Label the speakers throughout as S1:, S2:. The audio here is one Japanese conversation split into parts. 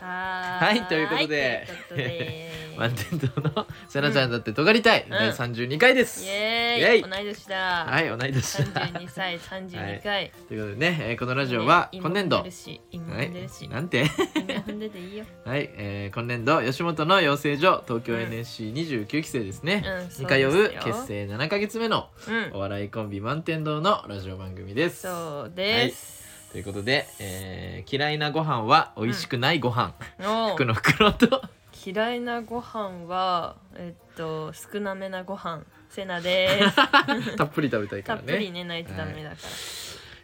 S1: はいということで
S2: ということ で
S1: 満天堂のセナちゃんだって尖りたい、
S2: ん
S1: 第32回です、
S2: イエーイ
S1: イエー
S2: 同
S1: イ
S2: い年だ、
S1: はい同い年だ
S2: 32歳32回、
S1: ということでね、えーこのラジオは今年度
S2: 今踏んでるし今
S1: は
S2: 踏んでるし
S1: い、なんて
S2: 今踏んでていいよ
S1: はい、えー今年度吉本の養成所東京
S2: うん
S1: NSC29 期生ですね、
S2: うん
S1: に通
S2: そう
S1: う
S2: ですよ
S1: 結成7か月目の
S2: うん
S1: お笑いコンビ満天堂のラジオ番組です
S2: そうです、
S1: ということで、えー嫌いなご飯は美味しくないご飯、
S2: お
S1: 服の袋と
S2: 嫌いなご飯はえっと少なめなご飯セナです
S1: たっぷり食べたいか
S2: た
S1: ら
S2: っ
S1: ね
S2: ぷりねないとダメだか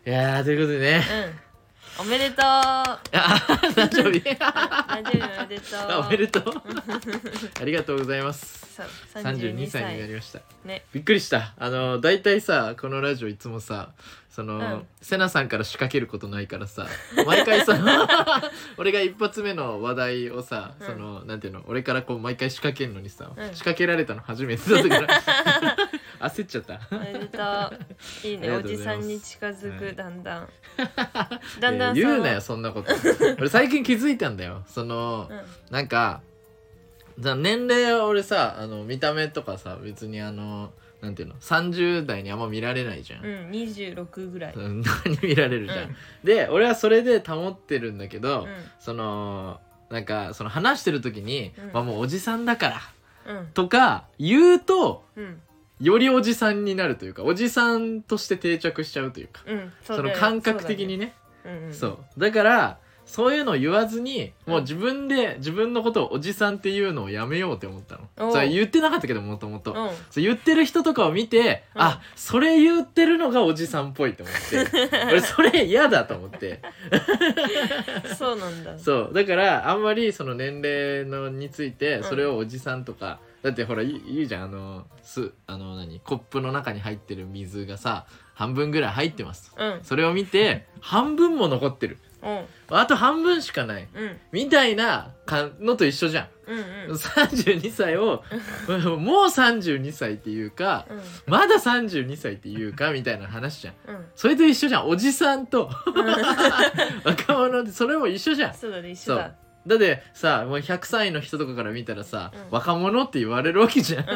S1: いやーということで ね
S2: ら、うんおめで とう誕
S1: あ誕生日
S2: 生日おめでとう
S1: あおめで とうありがとうございます
S2: そう
S1: 32
S2: 32
S1: 歳にな
S2: 歳
S1: りました
S2: ね
S1: びっくりしたあの大体さこのラジオいつもさその、
S2: うん
S1: セナさんから仕掛けることないか らさ毎回さ 俺が一発目の話題をさ、
S2: うん
S1: そのなんていうの俺からこう毎回仕掛けるのにさ、
S2: うん
S1: 仕掛けられたの初めてだっ たから焦っちゃった
S2: おめでとういいね
S1: あ
S2: お
S1: りがとうご
S2: じ
S1: ざ
S2: さ
S1: います
S2: んに近づく、
S1: はい
S2: だんだ んだんだん
S1: い
S2: さ
S1: や言うなよそんなこと俺最近気づいたんだよその、
S2: うん
S1: なんかじゃあ年齢は俺さあの見た目とかさ別にあのなんていうの30代にあんま見られないじゃん、
S2: うん、26ぐらい。
S1: うん、何見られるじゃ
S2: う
S1: ん、
S2: ん
S1: で俺はそれで保ってるんだけど、
S2: う
S1: そのなんかその話してる時に、
S2: うん
S1: まあもうおじさんだから
S2: ん、うん、
S1: とか言うと
S2: うん、
S1: よりおじさんになるというかおじさんとして定着しちゃうというか
S2: うん、
S1: そ
S2: そうだ
S1: の
S2: よ
S1: 感覚的にね
S2: そうだね,うん、うん、
S1: そうだからそういうのを言わずにもううん自分で自分のことをおじさんっていうのをやめようって思った
S2: お
S1: の
S2: う
S1: それ言ってなかったけどもともと
S2: うん、
S1: そう言ってる人とかを見て、
S2: うん
S1: あそれ言ってるのがおじさんっぽいって思って 俺それ嫌だと思って
S2: そうなんだ。
S1: そうだからあんまりその年齢のについて
S2: ん
S1: それをおじさんとか、だってほら言う言うじゃんあのすあの何コップの中に入ってる水がさ半分ぐらい入ってます
S2: うん、うん、
S1: それを見て半分も残ってるあと半分しかない
S2: うん、
S1: みたいなかのと一緒じゃ
S2: うん、
S1: ん、
S2: うん、
S1: 32歳を もう32歳っていうか
S2: うん、
S1: まだ32歳っていうかみたいな話じゃん
S2: うん、
S1: それと一緒じゃんおじさんと 若者ってそれも一緒じゃん
S2: そうだね、一緒だ。
S1: だってさもう100歳の人とかから見たらさ、
S2: うん
S1: 若者って言われるわけじゃん、
S2: う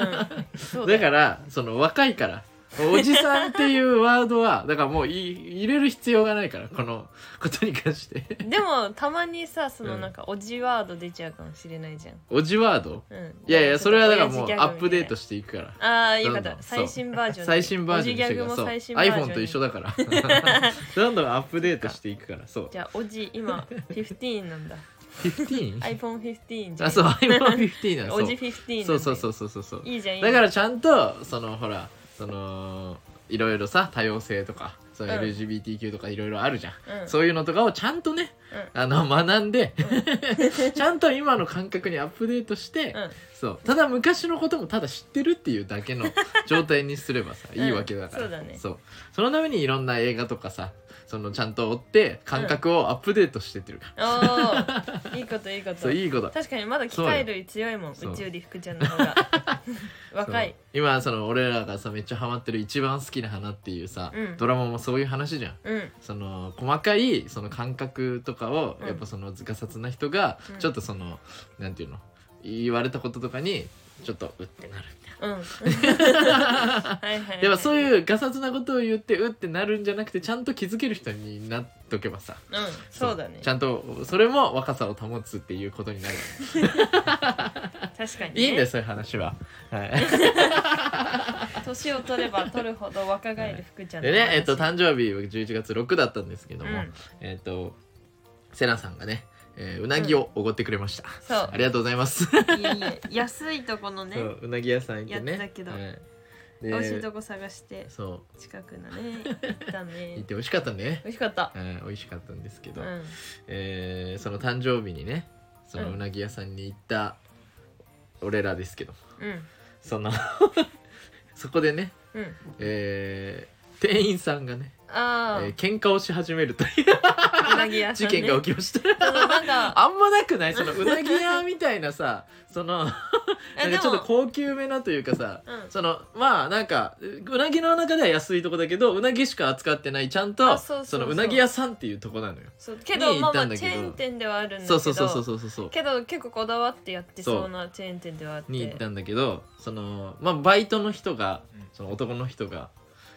S2: ん、そうだ
S1: だ
S2: よ
S1: からその若いからおじさんっていうワードはだからもうい入れる必要がないからこのことに関して
S2: でもたまにさその
S1: うん
S2: なんかおじワード出ちゃうかもしれないじゃん。
S1: おじワード
S2: うん。
S1: いやいやそれはだから
S2: 親
S1: もう
S2: 父ギャグみたいな
S1: アップデートしていくから
S2: ああよかっ
S1: どんど
S2: た
S1: ん
S2: 最新バージョンで。
S1: 最新バージョンに
S2: おじ
S1: して
S2: ギ
S1: い
S2: ャグ
S1: く
S2: も
S1: から
S2: 最
S1: そ
S2: 新
S1: う
S2: バージョンに。
S1: iPhone と一緒だ からどんどんアップデートしていくからそう
S2: じゃあおじ今15なんだ。
S1: 15?
S2: iPhone15 じゃん。
S1: あそう iPhone15 なの
S2: お
S1: そ
S2: じ
S1: う
S2: 15なんだ
S1: そ
S2: よ
S1: うそうそうそうそうそう
S2: いいじゃんいいじゃ
S1: だ
S2: ん
S1: からちゃんとそのほらそのいろいろさ多様性とかその
S2: うん
S1: LGBTQ とかいろいろあるじゃん、
S2: うん
S1: そういうのとかをちゃんとねあの学んで、 ちゃんと今の感覚にアップデートして、
S2: うん
S1: そうただ昔のこともただ知ってるっていうだけの状態にすればさいいわけだから、
S2: うんそうだね
S1: そうそのためにいろんな映画とかさそのちゃんと追って感覚をアップデートしてってるから、
S2: おーいいこといいこと
S1: そういいこと
S2: 確かにまだ機械類強いもん
S1: そうう
S2: ちより福ちゃんの方が若
S1: そ
S2: いう
S1: 今その俺らがさめっちゃハマってる「一番好きな花」っていうさ、
S2: うん
S1: ドラマもそういう話じゃん
S2: うん
S1: その細かいその感覚とかを、
S2: うん
S1: やっぱそのガサツな人が、
S2: うん
S1: ちょっとそのなんていうの言われたこととかにちょっとうってなるみたい
S2: うんはいはい
S1: なやっぱそう
S2: う
S1: いうガサツなことを言ってうってなるんじゃなくてちゃんと気づける人になっとけばさ
S2: うんそうだね
S1: ちゃんとそれも若さを保つっていうことになる
S2: 確かにね
S1: いいんだよそういう話は、はい、
S2: 年を取れば取るほど若返る福ちゃんの
S1: で
S2: 話
S1: ねえっと誕生日は11月6だったんですけども、
S2: うん
S1: えっとセナさんがね、えーうなぎをおごってくれました、
S2: そう
S1: ありがとうございます
S2: いえいえ安いとこのね
S1: そううなぎ屋さん行ってね
S2: やってたけど
S1: はいで
S2: 美味しいとこ探して
S1: そう
S2: 近くのね行った
S1: 行っ
S2: ね
S1: て美味しかったね、
S2: 美味しかった
S1: はい美味しかったんですけ
S2: う
S1: ど、
S2: ん
S1: えーその誕生日にねその
S2: うん
S1: うなぎ屋さんに行った俺らですけど
S2: うん
S1: その そこでね、
S2: うん
S1: えー店員さんがね、え
S2: あ
S1: ー喧嘩をし始めるという
S2: あうなぎ屋さ
S1: 事
S2: んね
S1: 件が 起きました
S2: そのなんか
S1: あんまなくないそのうなぎ屋みたいなさそのなんかちょっと高級めなというかさ、
S2: うん
S1: そのまあなんかうなぎの中では安いとこだけどうなぎしか扱ってないちゃんと
S2: あそうそうそう
S1: のうなぎ屋さんっていうとこなのよ
S2: そうけど
S1: に行
S2: ま
S1: っ
S2: あま
S1: たん
S2: あ
S1: だけ
S2: チ
S1: ど
S2: ェーン店ではあるんだけ
S1: そ
S2: ど
S1: うそうそうそうそうそうそう
S2: けど結構こだわってやってそうなチェーン店ではあって
S1: に行ったんだけどそのまあバイトの人がその男の人が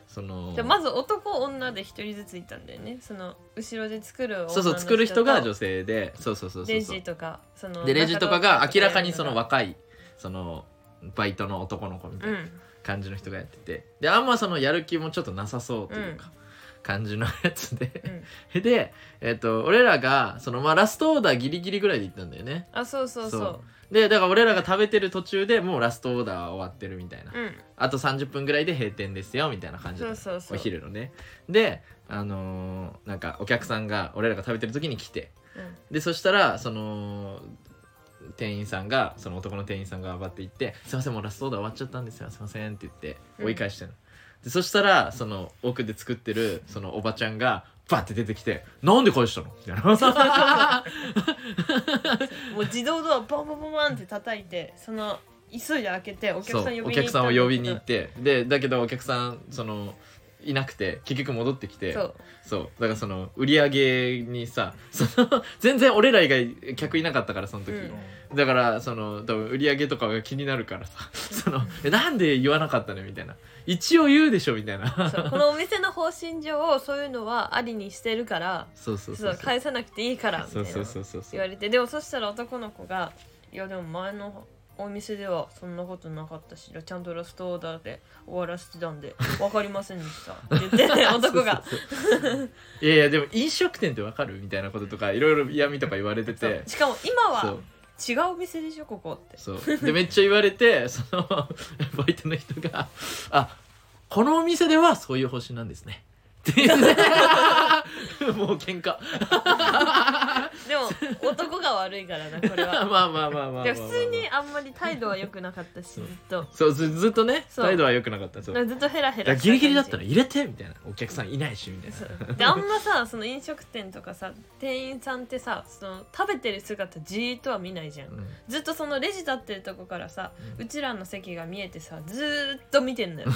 S1: その
S2: でまず男女で一人ずついたんだよねその後ろで作る女の人
S1: そう
S2: と
S1: そう作る人が女性でそうそうそうそうそう
S2: レジとかその
S1: でレジとかが明らかにその
S2: わ
S1: 若いそのバイトの男の子みた
S2: う
S1: いなん感じの人がやっててであんまそのやる気もちょっとなさそうというか、感じのやつ
S2: う
S1: で、
S2: ん
S1: で、えっと俺らがその、まあ、ラストオーダーギリギリぐらいで行ったんだよね
S2: あそうそうそう
S1: でだから俺らが食べてる途中でもうラストオーダーは終わってるみたいな、
S2: うん
S1: あと30分ぐらいで閉店ですよみたいな感じだった
S2: そうそうそう
S1: お昼のねであのーなんかお客さんが俺らが食べてる時に来て
S2: うん
S1: でそしたらその店員さんがその男の店員さんが上がっていって「すいませんもうラストオーダー終わっちゃったんですよすいません」って言って
S2: うん
S1: 追い返してるの、でそしたらその奥で作ってるそのおばちゃんがバッて出てきて「なんで返したの?」みたい な
S2: もう自動ドアボンボンボンボンって叩いてその急いで開けてお
S1: そ
S2: 客さ
S1: う
S2: ん呼
S1: お
S2: びに行
S1: 客
S2: っ
S1: さ
S2: た
S1: んを
S2: だけど
S1: 呼びに行ってでだけどお客さんそのいなくて結局戻ってきて
S2: そう
S1: そうだからその売り上げにさ その全然俺ら以外客いなかったからその時、
S2: うん
S1: だからその多分売り上げとかが気になるからさ そのえなんで言わなかったねみたいな一応言うでしょみたいな
S2: そうこのお店の方針上そういうのはありにしてるから
S1: そう そう
S2: そ
S1: そうう
S2: 返さなくていいからみた
S1: そ
S2: いうな
S1: そうそうそうそ
S2: 言
S1: う
S2: われてでもそしたら男の子が「いやでも前のお店ではそんなことなかったしちゃんとラストオーダーで終わらせてたん で分かりませんでした」って言って男が
S1: そうそうそういやいやでも飲食店ってわかるみたいなこととかいろいろ嫌味とか言われてて
S2: そうしかも今
S1: そ
S2: は
S1: う
S2: 違うお店でしょここって
S1: そうでめっちゃ言われて そのバイトの人が「あこのお店ではそういう方針なんですね」 って言ってもう喧嘩
S2: でも男が悪いからな これ
S1: まあ
S2: は
S1: まあまあまあまあまあ、まあ、
S2: でも普通にあんまり態度は良くなかったしずっと
S1: そうずずっとね
S2: そう
S1: 態度は良くなかったそう
S2: なんかずっとヘラヘ
S1: だから
S2: ラ
S1: ギリギリだったら
S2: ら
S1: 入れてみたいなお客さんいないしみたいな
S2: であんまさその飲食店とかさ店員さんってさその食べてる姿じーっとは見ないじゃん
S1: うん
S2: ずっとそのレジ立ってるとこからさ、
S1: う
S2: うちらの席が見えてさずーっと見てんのよ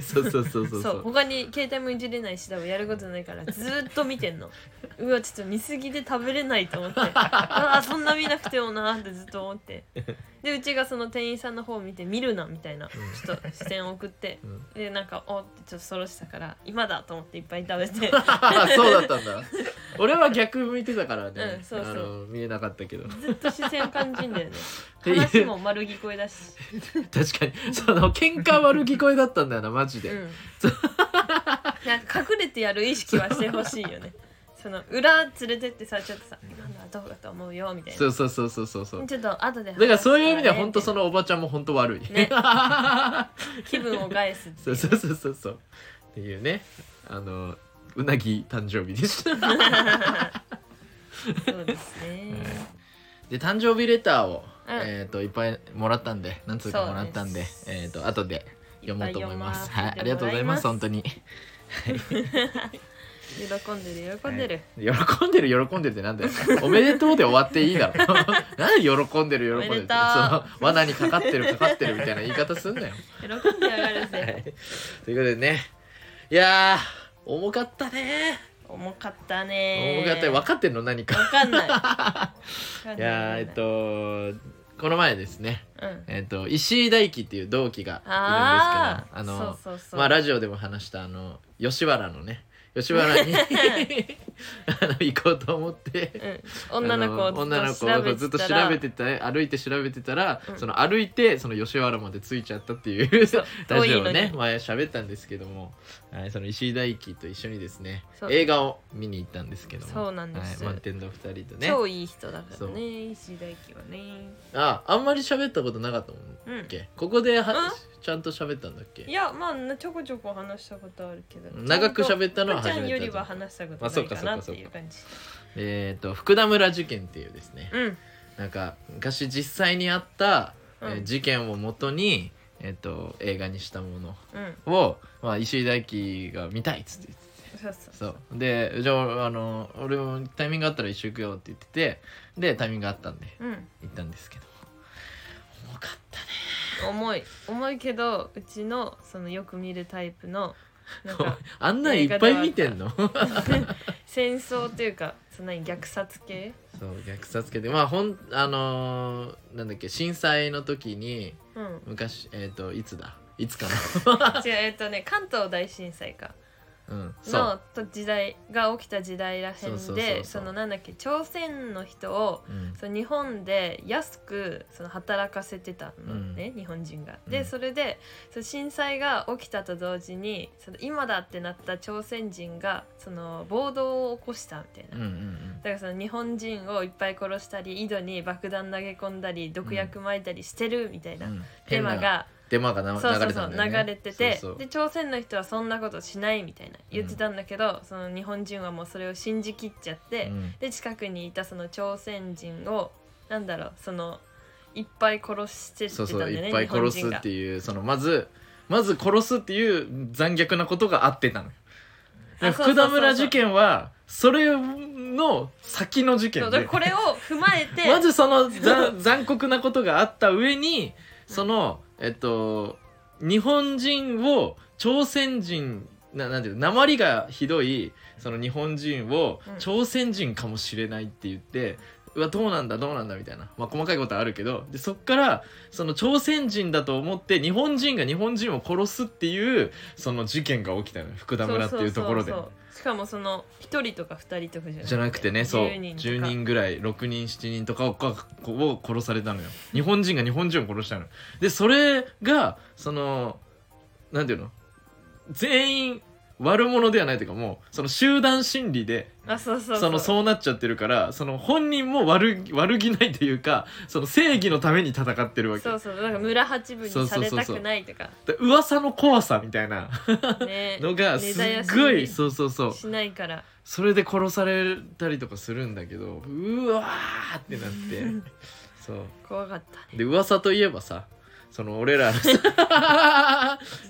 S1: そうそうそうそ
S2: そう
S1: うそう
S2: 他に携帯もいじれないし多分やることないからずーっと見て んのうわちょっと見過ぎで食べれないと思ってああそんな見なくてもなーってずっと思ってでうちがその店員さんの方を見て見るなみたいなちょっと視線を送って
S1: うん
S2: でなんかおってちょっとそろしたから今だと思っていっぱい食べ て
S1: そうだったんだ俺は逆向いてたからね、
S2: うんそうそう
S1: あの見えなかったけど
S2: ずっと視線感じんだ よね
S1: ていう
S2: 話も丸聞こえだし、
S1: 確かにその喧嘩悪聞こえだったんだよなマジで、
S2: うん、なんか隠れてやる意識はしてほしいよねその裏連れてってさちょっとさ「今のはどうだと思うよ」みたい
S1: そ
S2: な
S1: うそうそうそうそうそう
S2: ちょっと後で
S1: だからそういう意味では
S2: 話
S1: 本当そのおばちゃんも本当悪い、
S2: ね気分を害すっていう
S1: そうそうそうそうそうっていうねあのうなぎ誕生日でした
S2: そうですね
S1: で誕生日レターを、
S2: うん
S1: えっ、といっぱいもらったんで何通かもらったんで
S2: そうです
S1: えっ、と後で読もうと思います。
S2: いっぱ
S1: はいい、
S2: 読ませて
S1: ありがとうございます。
S2: も
S1: 本
S2: ら
S1: 当に。
S2: 喜んでる喜んでる、
S1: はい喜んでる、喜んでるってなんだよ。おめでとうで終わっていいだろ。 なんで喜んでる、
S2: おめでと
S1: 喜んでるって。
S2: う
S1: その罠にかかってる、かかってるみたいな言い方すんなよ。
S2: 喜んでやがるぜ、
S1: はい。ということでね。いやー、重かったね。
S2: 重かったね
S1: 重かったよ。分
S2: わ
S1: かってんの、何か。
S2: かんない
S1: いやー、えっ、とこの前ですね。
S2: うん、
S1: えっと、石井大輝っていう同期がいるんですけど、
S2: あー
S1: あの、
S2: そうそうそう
S1: まあラジオでも話したあの吉原のね吉 原にあの行こうと思って
S2: うん、女の子
S1: あ
S2: を
S1: 女の子をずっと調べてたら歩いて調べてたら、
S2: うん
S1: その歩いてその吉原まで着いちゃったっていう ラジオを
S2: 遠いの
S1: ね
S2: に
S1: 前喋ったんですけども、はい、その石井大輝と一緒にですね
S2: そう
S1: 映画を見に行ったんですけども
S2: そうなんです
S1: はい、満天堂2人とね
S2: 超いい人だから
S1: そう
S2: ね石井大輝はね
S1: ああんまり喋ったことなかったもん
S2: うん
S1: けここでは
S2: うん
S1: ちゃんと喋ったんだっけ
S2: いやまあなちょこちょこ話したことあるけど
S1: 長く喋ったのは
S2: ちゃんとふーち
S1: 初め
S2: ゃん
S1: て
S2: よ
S1: だ
S2: りは話したことないかな
S1: あ
S2: って
S1: そうかそうかそうか
S2: いう感じ
S1: えっ、と福田村事件っていうですね、
S2: うん
S1: なんか昔実際にあった、えー
S2: うん
S1: 事件をもとに、えー、と映画にしたもの
S2: うん
S1: を、まあ、石井大輝が見たいっつって言って
S2: そうそう
S1: そうでじゃああの俺もタイミングあったら一緒行くよって言っててでタイミングがあったんで
S2: うん
S1: 行ったんですけど重かったね
S2: 重い重いけどうちのそのよく見るタイプのなんか
S1: あんなんいっぱい見てんの
S2: 戦争というかそんなに虐殺系
S1: そう虐殺系でまあほんあのーなんだっけ震災の時に
S2: うん
S1: 昔えっ、といつだいつか
S2: 違うえっとね関東大震災か
S1: なうんそう
S2: のと時代が起きた時代らへ
S1: そ
S2: ん
S1: うそうそうそ
S2: で
S1: う
S2: そのなんだっけ朝鮮の人を
S1: うん
S2: その日本で安くその働かせてたのね、日本人が。で、
S1: うん
S2: それでその震災が起きたと同時にその今だってなった朝鮮人がその暴動を起こしたみたいな。
S1: うんうんうん
S2: だからその日本人をいっぱい殺したり井戸に爆弾投げ込んだり毒薬撒いたりしてるみたいな、
S1: うん
S2: デマが
S1: デマがな
S2: そう
S1: 流
S2: そう
S1: れ
S2: そ
S1: た
S2: うん流
S1: だよね
S2: れてて
S1: そうそう
S2: で朝鮮の人はそんなことしないみたいな言ってたんだけど、その日本人はもうそれを信じきっちゃって、
S1: うん
S2: で近くにいたその朝鮮人をなんだろうそのいっぱい殺してって
S1: そ
S2: た
S1: うんそう
S2: だよ
S1: い
S2: ね
S1: っぱい
S2: 日本
S1: 殺
S2: 人
S1: す
S2: が
S1: っていうそのまずまず殺すっていう残虐なことがあってたのよ
S2: あそうそうそうそう
S1: 福田村事件はそれの先の事
S2: そ
S1: 件
S2: うだ
S1: で
S2: からこれを踏まえ て
S1: まずそのざ 残酷なことがあった上にそのえっと日本人を朝鮮人ななんていうの鉛がひどいその日本人を
S2: うん
S1: 朝鮮人かもしれないって言って、うわどうなんだどうなんだみたいな、まあ、細かいことはあるけどでそっからその朝鮮人だと思って日本人が日本人を殺すっていうその事件が起きたのよ福田村っていうところで
S2: そうそうそうそうしかもその一人とか二人とかじゃなくて
S1: じゃなくてねそう
S2: 10
S1: 10
S2: 人
S1: 人
S2: とか
S1: ぐらい6人7人とかをかを殺されたのよ日本人が日本人を殺したのでそれがそのなんていうの全員悪者ではないというかもうその集団心理で
S2: あそうそうそう
S1: そのそうなっちゃってるからその本人も悪悪気ないというかその正義のために戦ってるわけ
S2: そうそうなんか村八分にされたくないとか
S1: で噂の怖さみたいな
S2: ね
S1: のが
S2: 根
S1: す
S2: 絶や
S1: っ
S2: し
S1: ごいそうそうそう
S2: しないから
S1: それで殺されたりとかするんだけどうわーってなってそう
S2: 怖かったね
S1: で噂といえばさその俺らのさ
S2: 知っ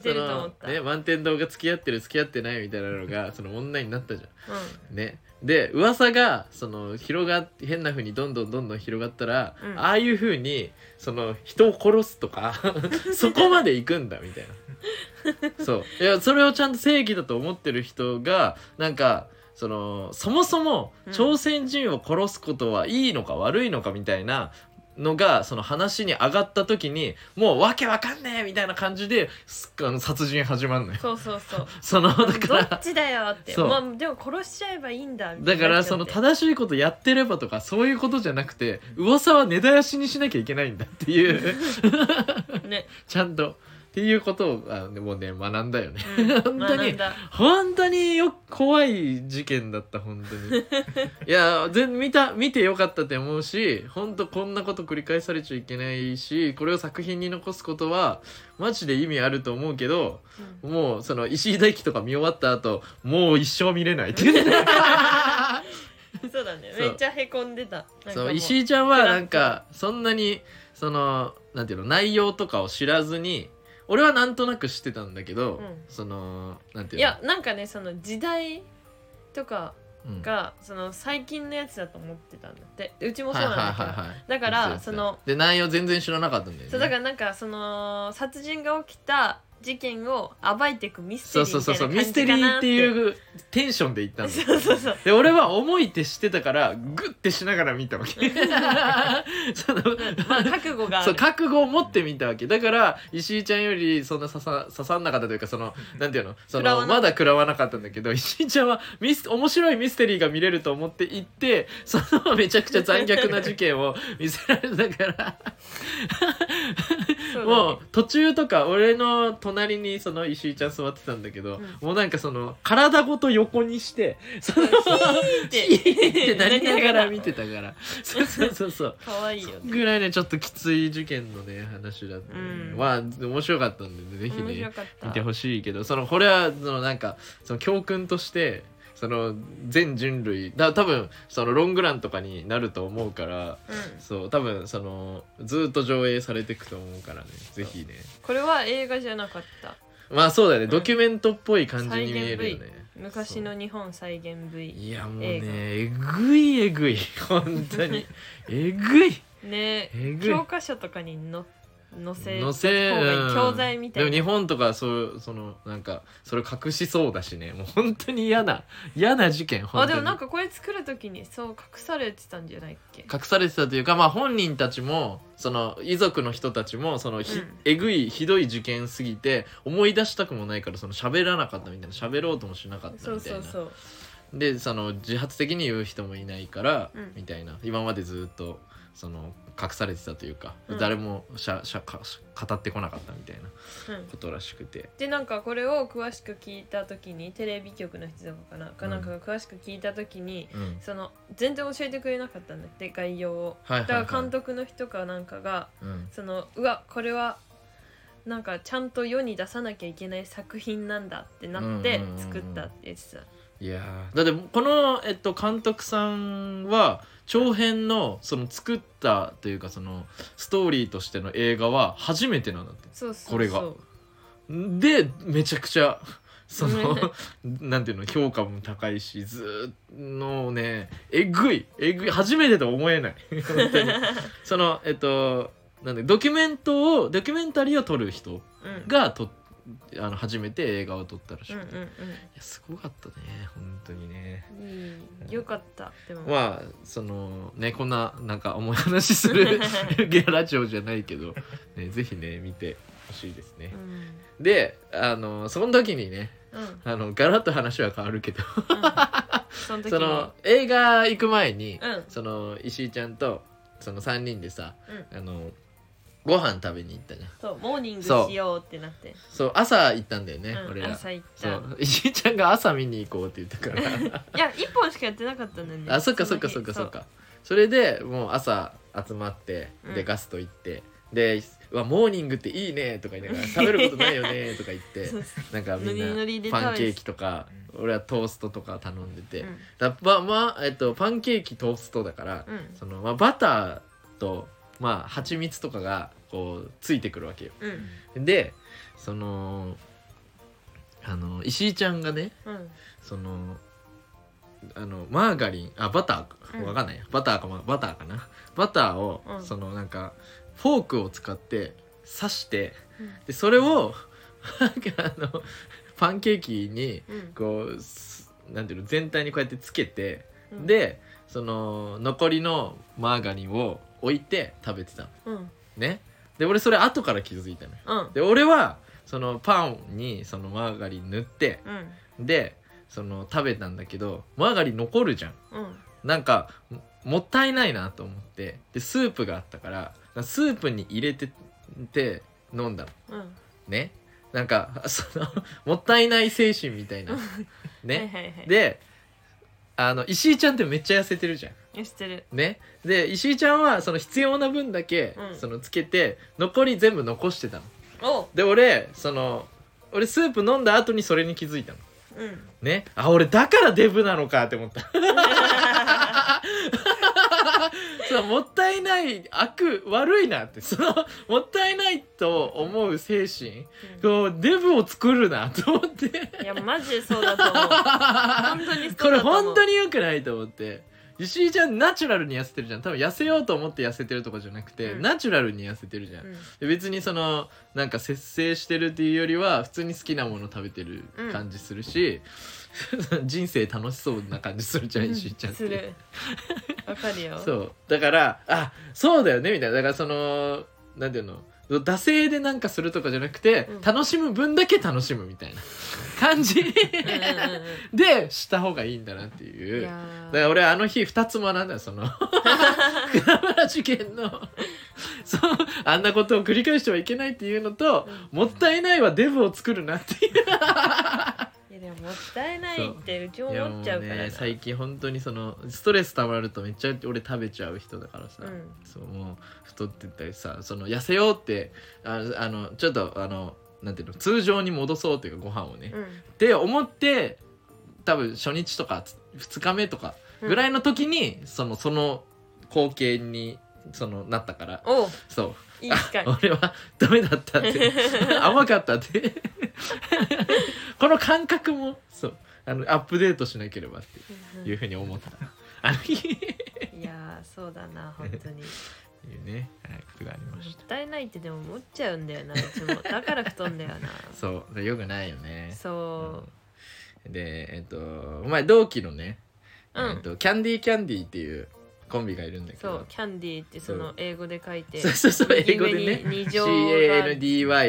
S2: てる
S1: そ
S2: と思
S1: の
S2: った、
S1: ね満天堂が付き合ってる付き合ってないみたいなのがその問題になったじゃん
S2: うん
S1: ねで噂がその広がって変な風にどんどんどんどん広がったら、
S2: うん
S1: ああいう風にその人を殺すとか そこまで行くんだみたい なそういやそれをちゃんと正義だと思ってる人がなんかそのそもそも
S2: うん
S1: 朝鮮人を殺すことはいいのか悪いのかみたいなのがその話に上がった時にもうわけわかんねえみたいな感じですあの殺人始まんのよ。
S2: そうそうそう
S1: その だか
S2: ど
S1: ら
S2: っちだよって
S1: そう
S2: まあでも殺しちゃえばいいんだみたい
S1: だ
S2: に
S1: か
S2: な
S1: ら
S2: っちゃ
S1: そ
S2: って
S1: の正しいことやってればとかそういうことじゃなくて噂は根絶やしにしなきゃいけないんだっていう
S2: ね、
S1: ちゃんとっていうことをあもうね学んだよね
S2: うん、
S1: 本当に
S2: 学んだ
S1: 本当によ怖い事件だった本 当にいや全見た見てよかったって思うし本当こんなこと繰り返されちゃいけないしこれを作品に残すことはマジで意味あると思うけど
S2: うん
S1: もうその石井大輝とか見終わった後もう一生見れないっていう
S2: そうだね
S1: そう
S2: めっちゃへこんでたなんかも
S1: そうう石井ちゃんはなんかそんなにそのなんていうの内容とかを知らずに俺はなんとなく知ってたんだけど、
S2: うん
S1: そのなんて
S2: い
S1: いうの
S2: やなんかねその時代とか
S1: うん
S2: がその最近のやつだと思ってたんだってでうちもそ
S1: は
S2: うな
S1: い
S2: ん
S1: は
S2: だ
S1: い
S2: けど、
S1: はいはい
S2: だから
S1: 言ってた
S2: その
S1: で内容全然知らなかったんだよね
S2: そうだからなんかその殺人が起きた事件を暴いていくミステ
S1: そう
S2: リー
S1: そう
S2: みたいな感じ
S1: そうそうミステリ
S2: か
S1: ー
S2: な
S1: っ
S2: ってて
S1: いうテンションで行ったん だよ
S2: そうそうそう
S1: で俺は思いって知ってたからグッてしながら見たわけ その
S2: まあ覚悟がある
S1: そう覚悟を持ってみたわけだから石井ちゃんよりそんな刺さ刺さんなかったというかそのなんていうのそ
S2: 食らわ
S1: の
S2: なか
S1: まだ食らわなかったんだけど石井ちゃんはミス面白いミステリーが見れると思って行ってそのめちゃくちゃ残虐な事件を 見せられたから
S2: そうだね
S1: もう途中とか俺の隣にその石井ちゃん座ってたんだけど、
S2: う
S1: もうなんかその体ごと横にしてその
S2: ーって
S1: ヒーってなりながら見て たからそうそうそうそう。
S2: 可愛いよね
S1: ぐらいねちょっときつい事件のね話だった、ね
S2: うん
S1: まあ面白かったんでねぜひ
S2: 面白
S1: ね
S2: かった
S1: 見てほしいけどそのこれはそのなんかその教訓としてその全人類だ多分そのロングランとかになると思うから
S2: うん
S1: そう多分そのずっと上映されていくと思うからねぜひね
S2: これは映画じゃなかった
S1: まあそうだね、
S2: ん
S1: ドキュメントっぽい感じに見えるよ
S2: 再
S1: ね
S2: 昔の日本再現 V
S1: いやもうねえぐい えぐい本当にえぐい
S2: ね
S1: えぐい
S2: 教科書とかに載っ載せ
S1: 載せ
S2: 方がいい
S1: うん
S2: 教材みた
S1: で
S2: い
S1: も
S2: な
S1: 日本とかそうそのなんかそれ隠しそうだしねもう本当に嫌な嫌な事件
S2: あ
S1: 本当
S2: で
S1: に
S2: もなんかこれ作る時にそう隠されてたんじゃないっけ
S1: 隠されてたというか、まあ、本人たちもその遺族の人たちもそのひ、
S2: うん
S1: えぐいひどい事件すぎて思い出したくもないからその喋らなかったみたいな喋ろうともしなかった
S2: そう
S1: みたい
S2: そう
S1: な
S2: そう
S1: でその自発的に言う人もいないから、
S2: うん
S1: みたいな今までずっとその隠されてたというか、
S2: うん
S1: 誰もしゃしゃか語ってこなかったみたいな
S2: うん
S1: ことらしくて。
S2: でなんかこれを詳しく聞いた時にテレビ局の人とかかなかなんかが詳しく聞いた時に、
S1: うん
S2: その全然教えてくれなかったんだって概要を
S1: はい
S2: だ
S1: はいは
S2: か
S1: い
S2: ら監督の人かなんかが
S1: うん
S2: そのうわこれはなんかちゃんと世に出さなきゃいけない作品なんだってなって
S1: うんうんうんうん
S2: 作ったって言ってた、
S1: いやーだってこの、えっと、監督さんは長編のその作ったというかそのストーリーとしての映画は初めてなんだって
S2: そうそうそう
S1: これがでめちゃくちゃ そのなんていうの評価も高いしずーっのねえぐいえぐい初めてとは思えない本当にそのえっとなんでドキュメントをドキュメンタリーを撮る人
S2: うん
S1: がとあの初めて映画を撮ったらし
S2: うん
S1: く
S2: う
S1: て、い
S2: ん
S1: やすごかったね本当にね
S2: うんいいよかったでも、
S1: まあそのねこんななんか重い話 するゲラジオじゃないけど、ね、ぜひね見てほしいですね
S2: う。ん
S1: であのその時にね
S2: うんうん
S1: あのガラッと話は変わるけど
S2: その時に
S1: その映画行く前に、
S2: うん
S1: その石井ちゃんとその3人でさ
S2: うん
S1: あのご飯食べに行ったじゃん
S2: そうモーニングしようってなって、
S1: そう朝行ったんだよね、
S2: うん
S1: 俺ら
S2: 朝行っ
S1: そ
S2: た
S1: う石井ちゃんが朝見に行こうって言ったから
S2: いや一本しかやってなかったんだよね
S1: あそっかそっかそっ
S2: の
S1: か
S2: 日
S1: そっかそれでもう朝集まって
S2: う
S1: で
S2: ん
S1: ガスト行って、でうわモーニングっていいねとか言いなが ら食べることないよねとか言って
S2: そうそう
S1: なんかみん
S2: ノリノリで
S1: な
S2: 食べて
S1: パンケーキとか俺はトーストとか頼んでて、
S2: うん
S1: だまあまあ、えっと、パンケーキトーストだから、
S2: うん
S1: そのまあ、バターと、まあ、蜂蜜とかがこうついてくるわけよ
S2: うん
S1: でそのあの石井ちゃんがね
S2: うん
S1: そのあのマーガリンあバタ
S2: うん
S1: ーわかんない、バターかまバターかなバターを、
S2: うん
S1: そのなんかフォークを使って刺して
S2: うん
S1: でそれをなんかあのパンケーキに
S2: うん
S1: こうすなんていうの全体にこうやってつけて
S2: うん
S1: でその残りのマーガリンを置いて食べてたの
S2: うん
S1: ねで俺それ後から気づいたのよ
S2: うん
S1: で俺はそのパンにそのマーガリン塗って
S2: うん
S1: でその食べたんだけどマーガリン残るじゃん
S2: うん
S1: なんかももったいないなと思ってでスープがあったからスープに入れてて飲んだの
S2: うん
S1: ねなんかその もったいない精神み たいなね、
S2: はいはいはい
S1: であの石井ちゃんってめっちゃ痩せてるじゃん
S2: よし知ってる
S1: ねで石井ちゃんはその必要な分だけ、
S2: うん
S1: そのつけて残り全部残してたの
S2: お
S1: で俺その俺スープ飲んだ後にそれに気づいたの
S2: うん
S1: ねあ俺だからデブなのかって思った そうもったいない悪悪いなってそのもったいないと思う精神こうデブを作るなと思って
S2: いやマジでそうだと思う本当に
S1: こ
S2: そう
S1: れ
S2: だと思
S1: 本
S2: う
S1: 当に良くないと思って石井ちゃんナチュラルに痩せてるじゃん多分痩せようと思って痩せてるとかじゃなくて、
S2: うん
S1: ナチュラルに痩せてるじゃん、
S2: うん
S1: で別にそのなんか節制してるっていうよりは普通に好きなもの食べてる
S2: うん
S1: 感じするし、 人生楽しそうな感じするじゃん、石井ちゃんって
S2: するわか るよ
S1: そうだからあそうだよねみたいなだからそのなんていうの惰性でなんかするとかじゃなくて、
S2: うん
S1: 楽しむ分だけ楽しむみ たいな感じ
S2: うんうんうんうん
S1: でした方がいいんだなっていう。
S2: いや
S1: だか
S2: ー
S1: ら俺あの日2つ学んだよそ の船村事件のそうあんなことを繰り返してはいけないっていうのと、もったいないはデブを作るなっていう
S2: いやでももったいないってうちも思っちゃうからな
S1: 最近本当にそのストレスたまるとめっちゃ俺食べちゃう人だからさ、
S2: うん
S1: そうもう太ってったりさその痩せようってああのちょっとあのなんていうの通常に戻そうというかご飯をね、
S2: うん
S1: って思って多分初日とかつ2日目とかぐらいの時に、そのその光景にそのなったから
S2: お
S1: そう
S2: いい機 会
S1: 俺はダメだったって 甘かったって この感覚もそうあのアップデートしなければって
S2: うんうん
S1: いうふうに思ったあの日
S2: いやーそうだな本当に
S1: いうね、はい、ことがありまし
S2: ったいないってでも思っちゃうんだよなうちもだから布団だよ
S1: た
S2: な
S1: そうでよくないよね
S2: そ
S1: うんでえっとお前同期のね、
S2: うう
S1: えっ
S2: ん
S1: と、キャンディーキャンディーっていうコンビがいるんだけ
S2: そ
S1: ど
S2: うキャンディーってその英語で書いて
S1: そうそうそう英語でね
S2: 右上に二乗が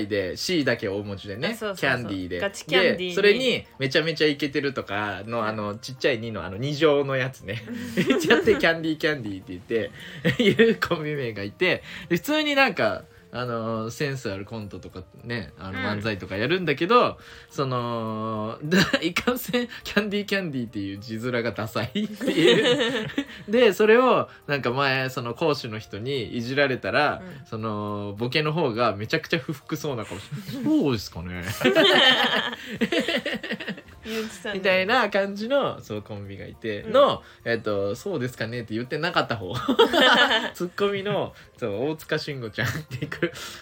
S1: CANDY で C だけ大文字で
S2: あ
S1: ね
S2: そうそうそう
S1: キャンディーで
S2: ガチキャンディーに
S1: でそれにめちゃめちゃイケてるとかのあのちっちゃい2のあの2乗のやつ ね言っちゃってキャンディーキャンディーって言って いうコンビ名がいてで普通になんかあのセンスあるコントとかねあ
S2: う
S1: の
S2: ん
S1: 漫才とかやるんだけど、その だいかんせんキャンディーキャンディーっていう字面がダサいっていう。 でそれをなんか前その講師の人にいじられたら、
S2: うん
S1: そのボケの方がめちゃくちゃ不服そうな顔して「 そうですかね」
S2: ゆうきさんの
S1: みたいな感じのそうコンビがいて
S2: うん
S1: の、えっと「そうですかね」って言ってなかった方 ツッコミのそう大塚慎吾ちゃんっていう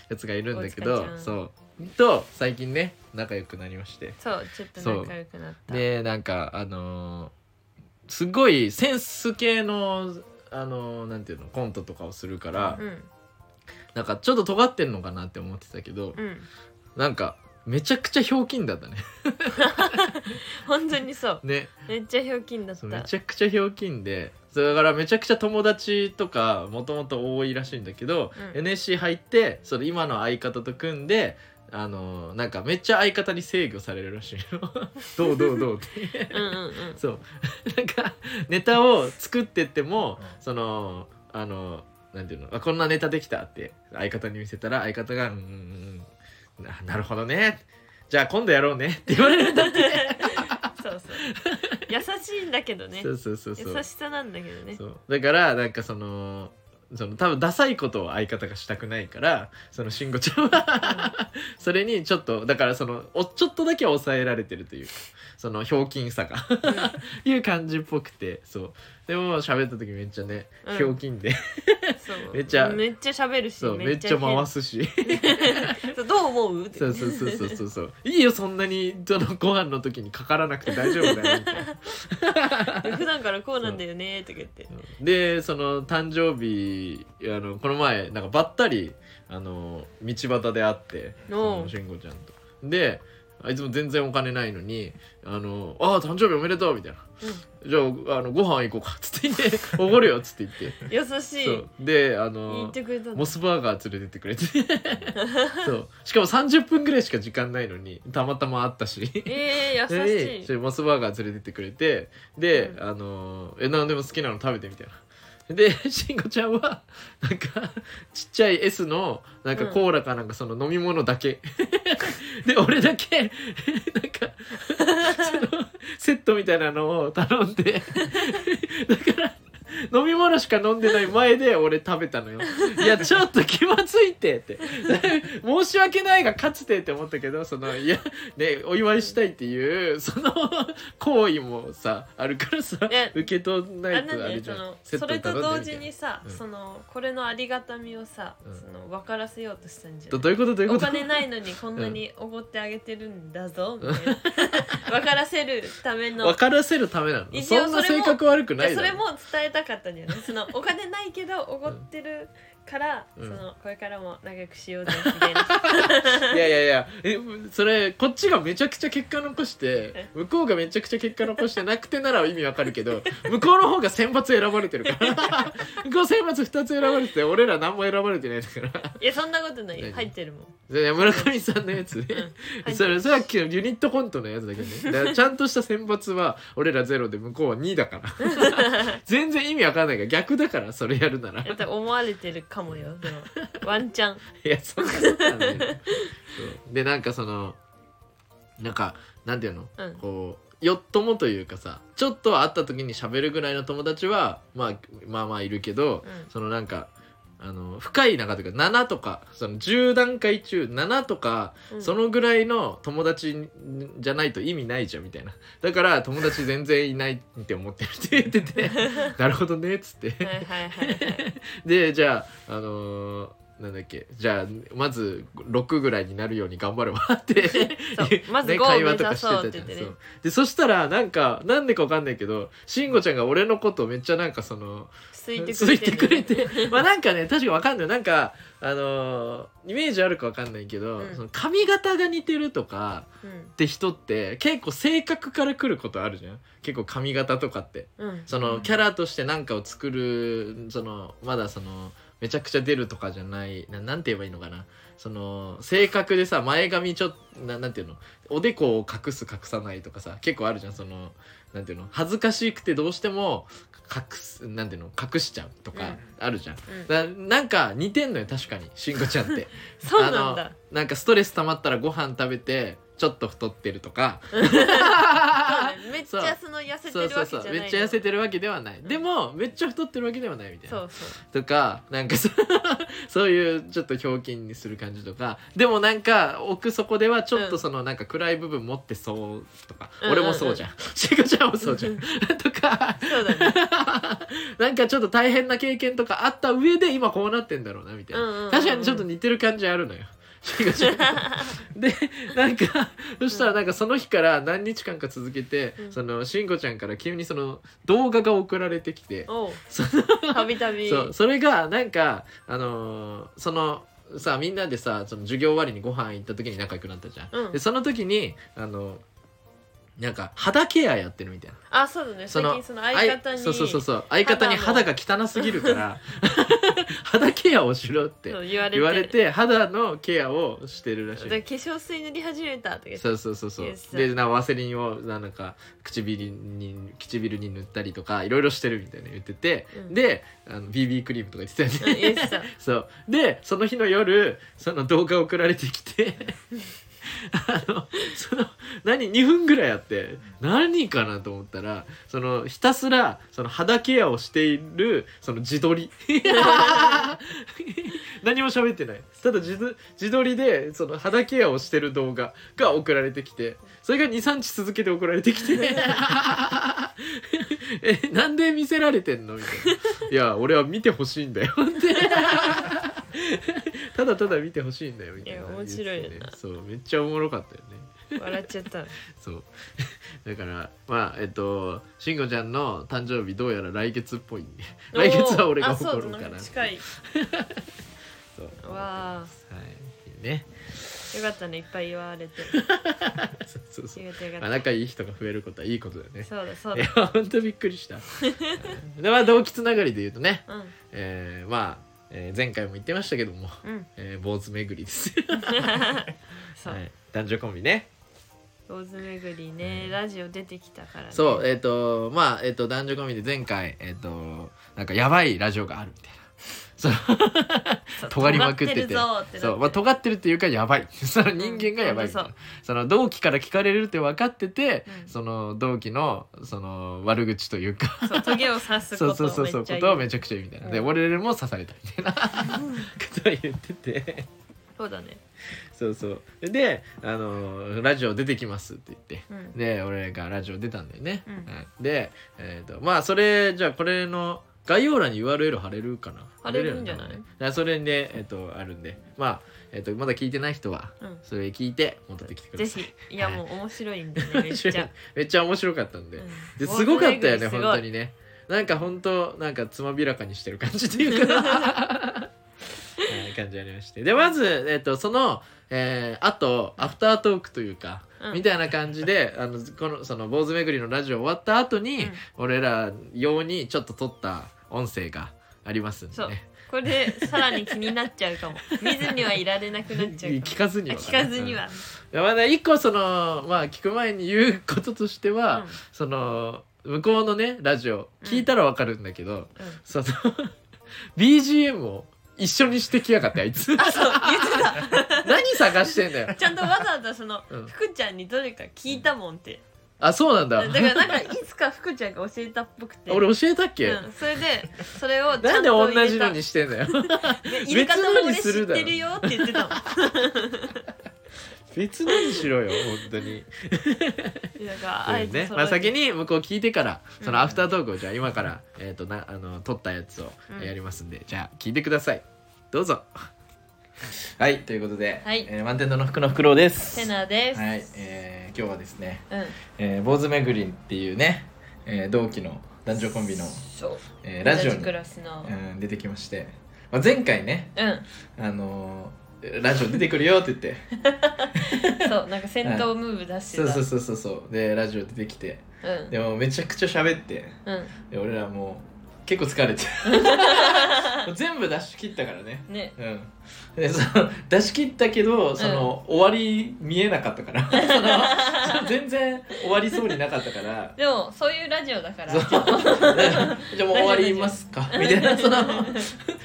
S1: やつがいるんだけ
S2: 大
S1: ど
S2: 塚ちゃん
S1: そうと最近ね仲良くなりまして
S2: そうちょっと仲良くなった
S1: でなんかあのーすごいセンス系のあのーなんていうのコントとかをするから。
S2: うん
S1: なんかちょっと尖ってんのかなって思ってたけど、
S2: うん
S1: なんかめちゃくちゃひょうきんだったね
S2: 本当にそう
S1: ね
S2: めっちゃひょうきんだっ
S1: そうめ
S2: た
S1: ちゃくちゃひょうきんでそれからめちゃくちゃ友達とかもともと多いらしいんだけど、
S2: うん
S1: NSC 入ってそれ今の相方と組んであのーなんかめっちゃ相方に制御されるらしい のどうどうどう って
S2: うんうんうん
S1: そう なんかネタを作ってってもそのあのなんていうのあこんなネタできたって相方に見せたら相方が「うんうんうんななるほどねじゃあ今度やろうね」って言われるんだって
S2: そうそう優しいんだけどね
S1: そうそうそうそう
S2: 優しさなんだけどね
S1: そうだからなんかそのその多分ダサいことを相方がしたくないからその慎吾ちゃんはそれにちょっとだからそのおちょっとだけ抑えられてるというかそのひょうきんさがいう感じっぽくてそうでも喋った時めっちゃね
S2: うん
S1: ひょうきんで、
S2: そう
S1: めっちゃ
S2: めっちゃ喋るし
S1: そうめっちゃ回すし。
S2: そうどう思うって
S1: そうそうそうそうそうそういいよそんなにそのご飯の時にかからなくて大丈夫だよみたいな
S2: 普段からこうなんだよねとか言って
S1: でその誕生日あのこの前なんかばったりあの道端で会ってそ
S2: おう
S1: の慎吾ちゃんとであいつも全然お金ないのに「あのあー誕生日おめでとう」みたいな「じゃああのご飯行こうか」っつって言って 「おごるよ」っつって言って
S2: 優しい
S1: そうであ
S2: 言
S1: の
S2: ってくれたの
S1: モスバーガー連れてってくれてそうしかも30分ぐらいしか時間ないのにたまたま会ったし
S2: えー、優
S1: で
S2: しい
S1: それモスバーガー連れてってくれてで、
S2: うん
S1: あのーえ何でも好きなの食べてみたいな で慎吾ちゃんはなんかちっちゃい S のなんか
S2: うん
S1: コーラかなんかその飲み物だけ、 で俺だけなんかそのセットみたいなのを頼んでだから飲み物しか飲んでない前で俺食べ たのよいやちょっと気まずいってって 申し訳ないがかつてって思ったけどそのいやねお祝いしたいっていうその行為もさあるからさ
S2: ね
S1: 受け取んな
S2: あ
S1: いとあ
S2: なん
S1: れ
S2: でそ
S1: じゃん
S2: のそれと同時にさ、
S1: うん
S2: そのこれのありがたみをさ、
S1: うん
S2: その分からせようとしたんじゃ
S1: ど
S2: な
S1: ど
S2: いう
S1: いうことどういう
S2: お
S1: こと
S2: 金ないのにこんなにおごってあげてるんだぞみたいな 分からせるための
S1: 分からせるためなの
S2: 一
S1: そ
S2: 応
S1: ん
S2: それ
S1: な
S2: も
S1: 性格悪く
S2: い
S1: な
S2: や
S1: い
S2: そ
S1: だ
S2: れ
S1: ろ
S2: も伝えたかった んだよねそのお金ないけどおごってるから、
S1: うん
S2: そのこれからも仲良くしようぜみたいな
S1: いやいやいやえそれこっちがめちゃくちゃ結果残して向こうがめちゃくちゃ結果残してなくてなら意味わかるけど向こうの方が選抜選ばれてるから向こう選抜2つ選ばれてて俺ら何も選ばれてないんだから
S2: いやそんなことないよ
S1: 何
S2: 入ってるもん
S1: で村上さんのやつね、
S2: はい
S1: それさっきのユニットコントのやつだけ どねだからちゃんとした選抜は俺らゼロで向こうは2だから 全然意味わかんないから逆だからそれやるなら
S2: やっぱ思われてるかもよでもワンチャン
S1: いやそんなことはないそうでなんかそのなんかなんていうの、
S2: うん
S1: こうよっともというかさちょっと会った時に喋るぐらいの友達は、まあ、まあまあいるけど、
S2: うん
S1: そのなんかあの深い中というか7とかその10段階中7とか、
S2: うん
S1: そのぐらいの友達じゃないと意味ないじゃんみたいなだから友達全然いないって思ってるって言って てなるほどねっつって
S2: はいはいはいはい
S1: でじゃあ、あのーなんだっけじゃあまず6ぐらいになるように頑張るわって
S2: そうまず
S1: ね
S2: 5を
S1: 会
S2: 目
S1: 話
S2: 指
S1: とかし
S2: そうってて
S1: たじ
S2: 言ってね
S1: ゃんそうでそしたらなんかなんでかわかんないけど慎吾ちゃんが俺のことめっちゃなんかその
S2: ついてく
S1: つ
S2: れ
S1: い
S2: て
S1: て
S2: る
S1: くれて まあなんかね確かわかんないなんかあのーイメージあるかわかんないけど、
S2: うん
S1: その髪型が似てるとかって人って結構性格からくることあるじゃん結構髪型とかって
S2: うんうん
S1: そのキャラとして何かを作るそのまだそのめちゃくちゃ出るとかじゃないななんて言えばいいのかなその性格でさ前髪ちょっななんていうのおでこを隠す隠さないとかさ結構あるじゃんそのなんていうの恥ずかしくてどうしても隠すなんていうの隠しちゃうと
S2: う
S1: か
S2: ん
S1: あるじゃん、
S2: うん
S1: だなんか似てんのよ確かに慎吾ちゃん って。
S2: そうなんだ
S1: あのなんかストレス溜まったらご飯食べてちょっと太ってるとか
S2: そうねめっちゃその痩せて
S1: そう
S2: る
S1: そ
S2: わ
S1: う
S2: けじ
S1: そ
S2: ゃな
S1: う
S2: い
S1: めっちゃ痩せ
S2: て
S1: てるわけではない、でもめっちゃ太ってるわけではないみたいな
S2: そうそう
S1: とかなんかそう そういうちょっとひょうきんにする感じとかでもなんか奥底ではちょっ
S2: う
S1: と
S2: ん
S1: そのなんか暗い部分持ってそうとか、
S2: うんうんう
S1: 俺
S2: ん
S1: もそうじゃんしこちゃんもそうじゃんとか
S2: そうだね
S1: なんかちょっと大変な経験とかあった上で今こうなってんだろうなみたいな、
S2: うんうんうんうん
S1: 確かにちょっと似てる感じあるのよ。しこち ゃんとでなんかそしたらなんかその日から何日間か続けて、
S2: うん
S1: そのしんごちゃんから急にその動画が送られてきて、
S2: おう
S1: そ
S2: たびたび
S1: そうそれがなんかあのーそのさみんなでさその授業終わりにご飯行った時に仲良くなったじゃん、
S2: うん
S1: でその時にあのなんか肌ケアやってるみたいな
S2: あそうだね
S1: そ
S2: 最
S1: の
S2: 近その相方
S1: あい
S2: に
S1: そうそうそうそう相方に肌
S2: 肌
S1: が汚すぎるから 肌ケアをしろって
S2: そう言われて
S1: 言われて肌のケアをしてるらし
S2: だから
S1: い
S2: 化粧水塗り始めたとか言って
S1: そうそうそうそ
S2: よ
S1: う
S2: っしゃ
S1: でなんかワセリンをなんか唇に唇に塗ったりとかいろいろしてるみたいな言ってて、
S2: うん
S1: であの BB クリームとか言ってたよね、
S2: うん言ってた
S1: そうでその日の夜その動画送られてきてあのその何2分ぐらいあって何かなと思ったらそのひたすらその肌ケアをしているその自撮り何も喋ってないただ自撮自撮りでその肌ケアをしてる動画が送られてきてそれが23日続けて送られてきて えなんで見せられてんのみたいないや俺は見てほしい んだよってただただ見てほしいんだよみたいない
S2: や面白いな
S1: やつねそうめっちゃおもろかったよね
S2: 笑っちゃった
S1: そうだからまあえっと慎吾ちゃんの誕生日どうやら来月っぽいね 来月は俺が怒る
S2: おーあそう
S1: か
S2: だ
S1: ら
S2: ね近い
S1: そう思って
S2: わ
S1: ますはいね
S2: よかったねいっぱい言われて
S1: そうそうそう、
S2: よかったよ
S1: ま
S2: か
S1: あ、
S2: っ
S1: 仲いい人が増えることはいいことだよ
S2: た
S1: ね
S2: そうだそう
S1: い
S2: だ
S1: や本当びっくりした はいでまあ動機つながりで言うとね、
S2: うん
S1: えーまあ、えー前回も言ってましたけども、
S2: うん
S1: えー、坊主巡りです、
S2: そう、
S1: はい、男女コンビね
S2: ローズ巡りね、
S1: うん
S2: ラジオ出てきたから、ね、
S1: そうえっ、とまあえっ、と男女コンビで前回えっ、となんかやばいラジオがあるみたいなそう
S2: そう
S1: 尖りまくって
S2: 尖っ
S1: て
S2: てるぞーってなって
S1: そう、まあ、尖ってるっていうかやばい その人間がやばいみたいな、
S2: うん
S1: その同期から聞かれるって分かってて、
S2: うん
S1: その同期のその悪口というか
S2: そうトゲを刺す
S1: そ
S2: こと
S1: うそう
S2: を
S1: そうそう
S2: めっちゃ言う
S1: ことをめちゃくちゃ言うみたいな、で
S2: うん
S1: 俺らも刺されたみたいなことを言ってて
S2: そうだね
S1: そうそうであのラジオ出てきますって言って
S2: うん
S1: で俺がラジオ出たんだよね、
S2: うん
S1: はいで、えー、とまあそれじゃあこれの概要欄に URL 貼れるかな
S2: 貼れるんじゃない
S1: 貼れるのかねそれで、えー、とあるんでまあ、えー、とまだ聞いてない人は
S2: うん
S1: それ聞いて戻ってきてくだ
S2: ぜ
S1: さい、
S2: ひいやもう面白いんでねめっちゃ、
S1: めっちゃ面白かったんで,、
S2: うん
S1: ですごかったよ
S2: 坊主巡り
S1: ね
S2: すご
S1: 本
S2: い
S1: 当にねなんか本当なんかつまびらかにしてる感じとい うかはい感じありましてでまず、えー、とその、えーあとアフタートークというか、
S2: うん
S1: みたいな感じであのこのその坊主巡りのラジオ終わった後
S2: う
S1: に、
S2: ん
S1: 俺ら用にちょっと撮った音声がありますんで
S2: そう
S1: ね
S2: これさらに気になっちゃうかも見ずにはいられなくなっちゃう
S1: 聞
S2: か
S1: かずに
S2: も
S1: は
S2: あ聞かずには、
S1: うんまあね一個そのまあ聞く前に言うこととしては、
S2: うん
S1: その向こうのねラジオ
S2: うん
S1: 聞いたらわかるんだけど、
S2: うん
S1: その BGM を一緒にしてきやがってあいつ
S2: あそう言ってた
S1: 何探してんだよ
S2: ちゃんとわざわざその、
S1: うん
S2: 福ちゃんにどれか聞いたもんって
S1: あそうなんだ
S2: だからなんかいつか福ちゃんが教えたっぽくて
S1: 俺教えたっけ、
S2: うん、それでそれをち
S1: な
S2: ゃ
S1: ん
S2: ん
S1: で
S2: と入
S1: 同
S2: れ
S1: じ
S2: た
S1: のにしてんだよ
S2: で入れ方も
S1: 別の
S2: 俺
S1: に
S2: 知
S1: する
S2: っ
S1: だろ
S2: てるよって言ってたもん
S1: 別のにしろよ本当に
S2: なんか
S1: そう
S2: あえ
S1: いうね
S2: て、
S1: まあ、先に向こう聞いてから
S2: うん
S1: そのアフタートークをじゃあ今から、えー、となあの撮ったやつを
S2: うん
S1: やりますんで、じゃあ聞いてくださいどうぞはいということで、
S2: はい
S1: えー満天堂の福のフクロウです
S2: セナです、
S1: はい、えー今日はですね、
S2: うん
S1: えー、坊主めぐりんっていうね、えー同期の男女コンビの、
S2: そう
S1: えーラジオ
S2: 同
S1: に
S2: じク、ラスの
S1: うん、出てきまして、まあ、前回ね
S2: うん
S1: あのーラジオ出てくるよって 言って
S2: そうなんか戦闘ムーブ出して
S1: そう
S2: た
S1: そうそうそうそうでラジオ出てきて
S2: うん
S1: でもめちゃくちゃ喋って
S2: うん
S1: で俺らもう結構 疲れてもう全部出し切ったからね
S2: ね
S1: うん、でその出し切ったけどその、終わり見えなかったから その全然終わりそうになかったから
S2: でもそういうラジオだから
S1: そう じゃあもう終わりますかみた いなその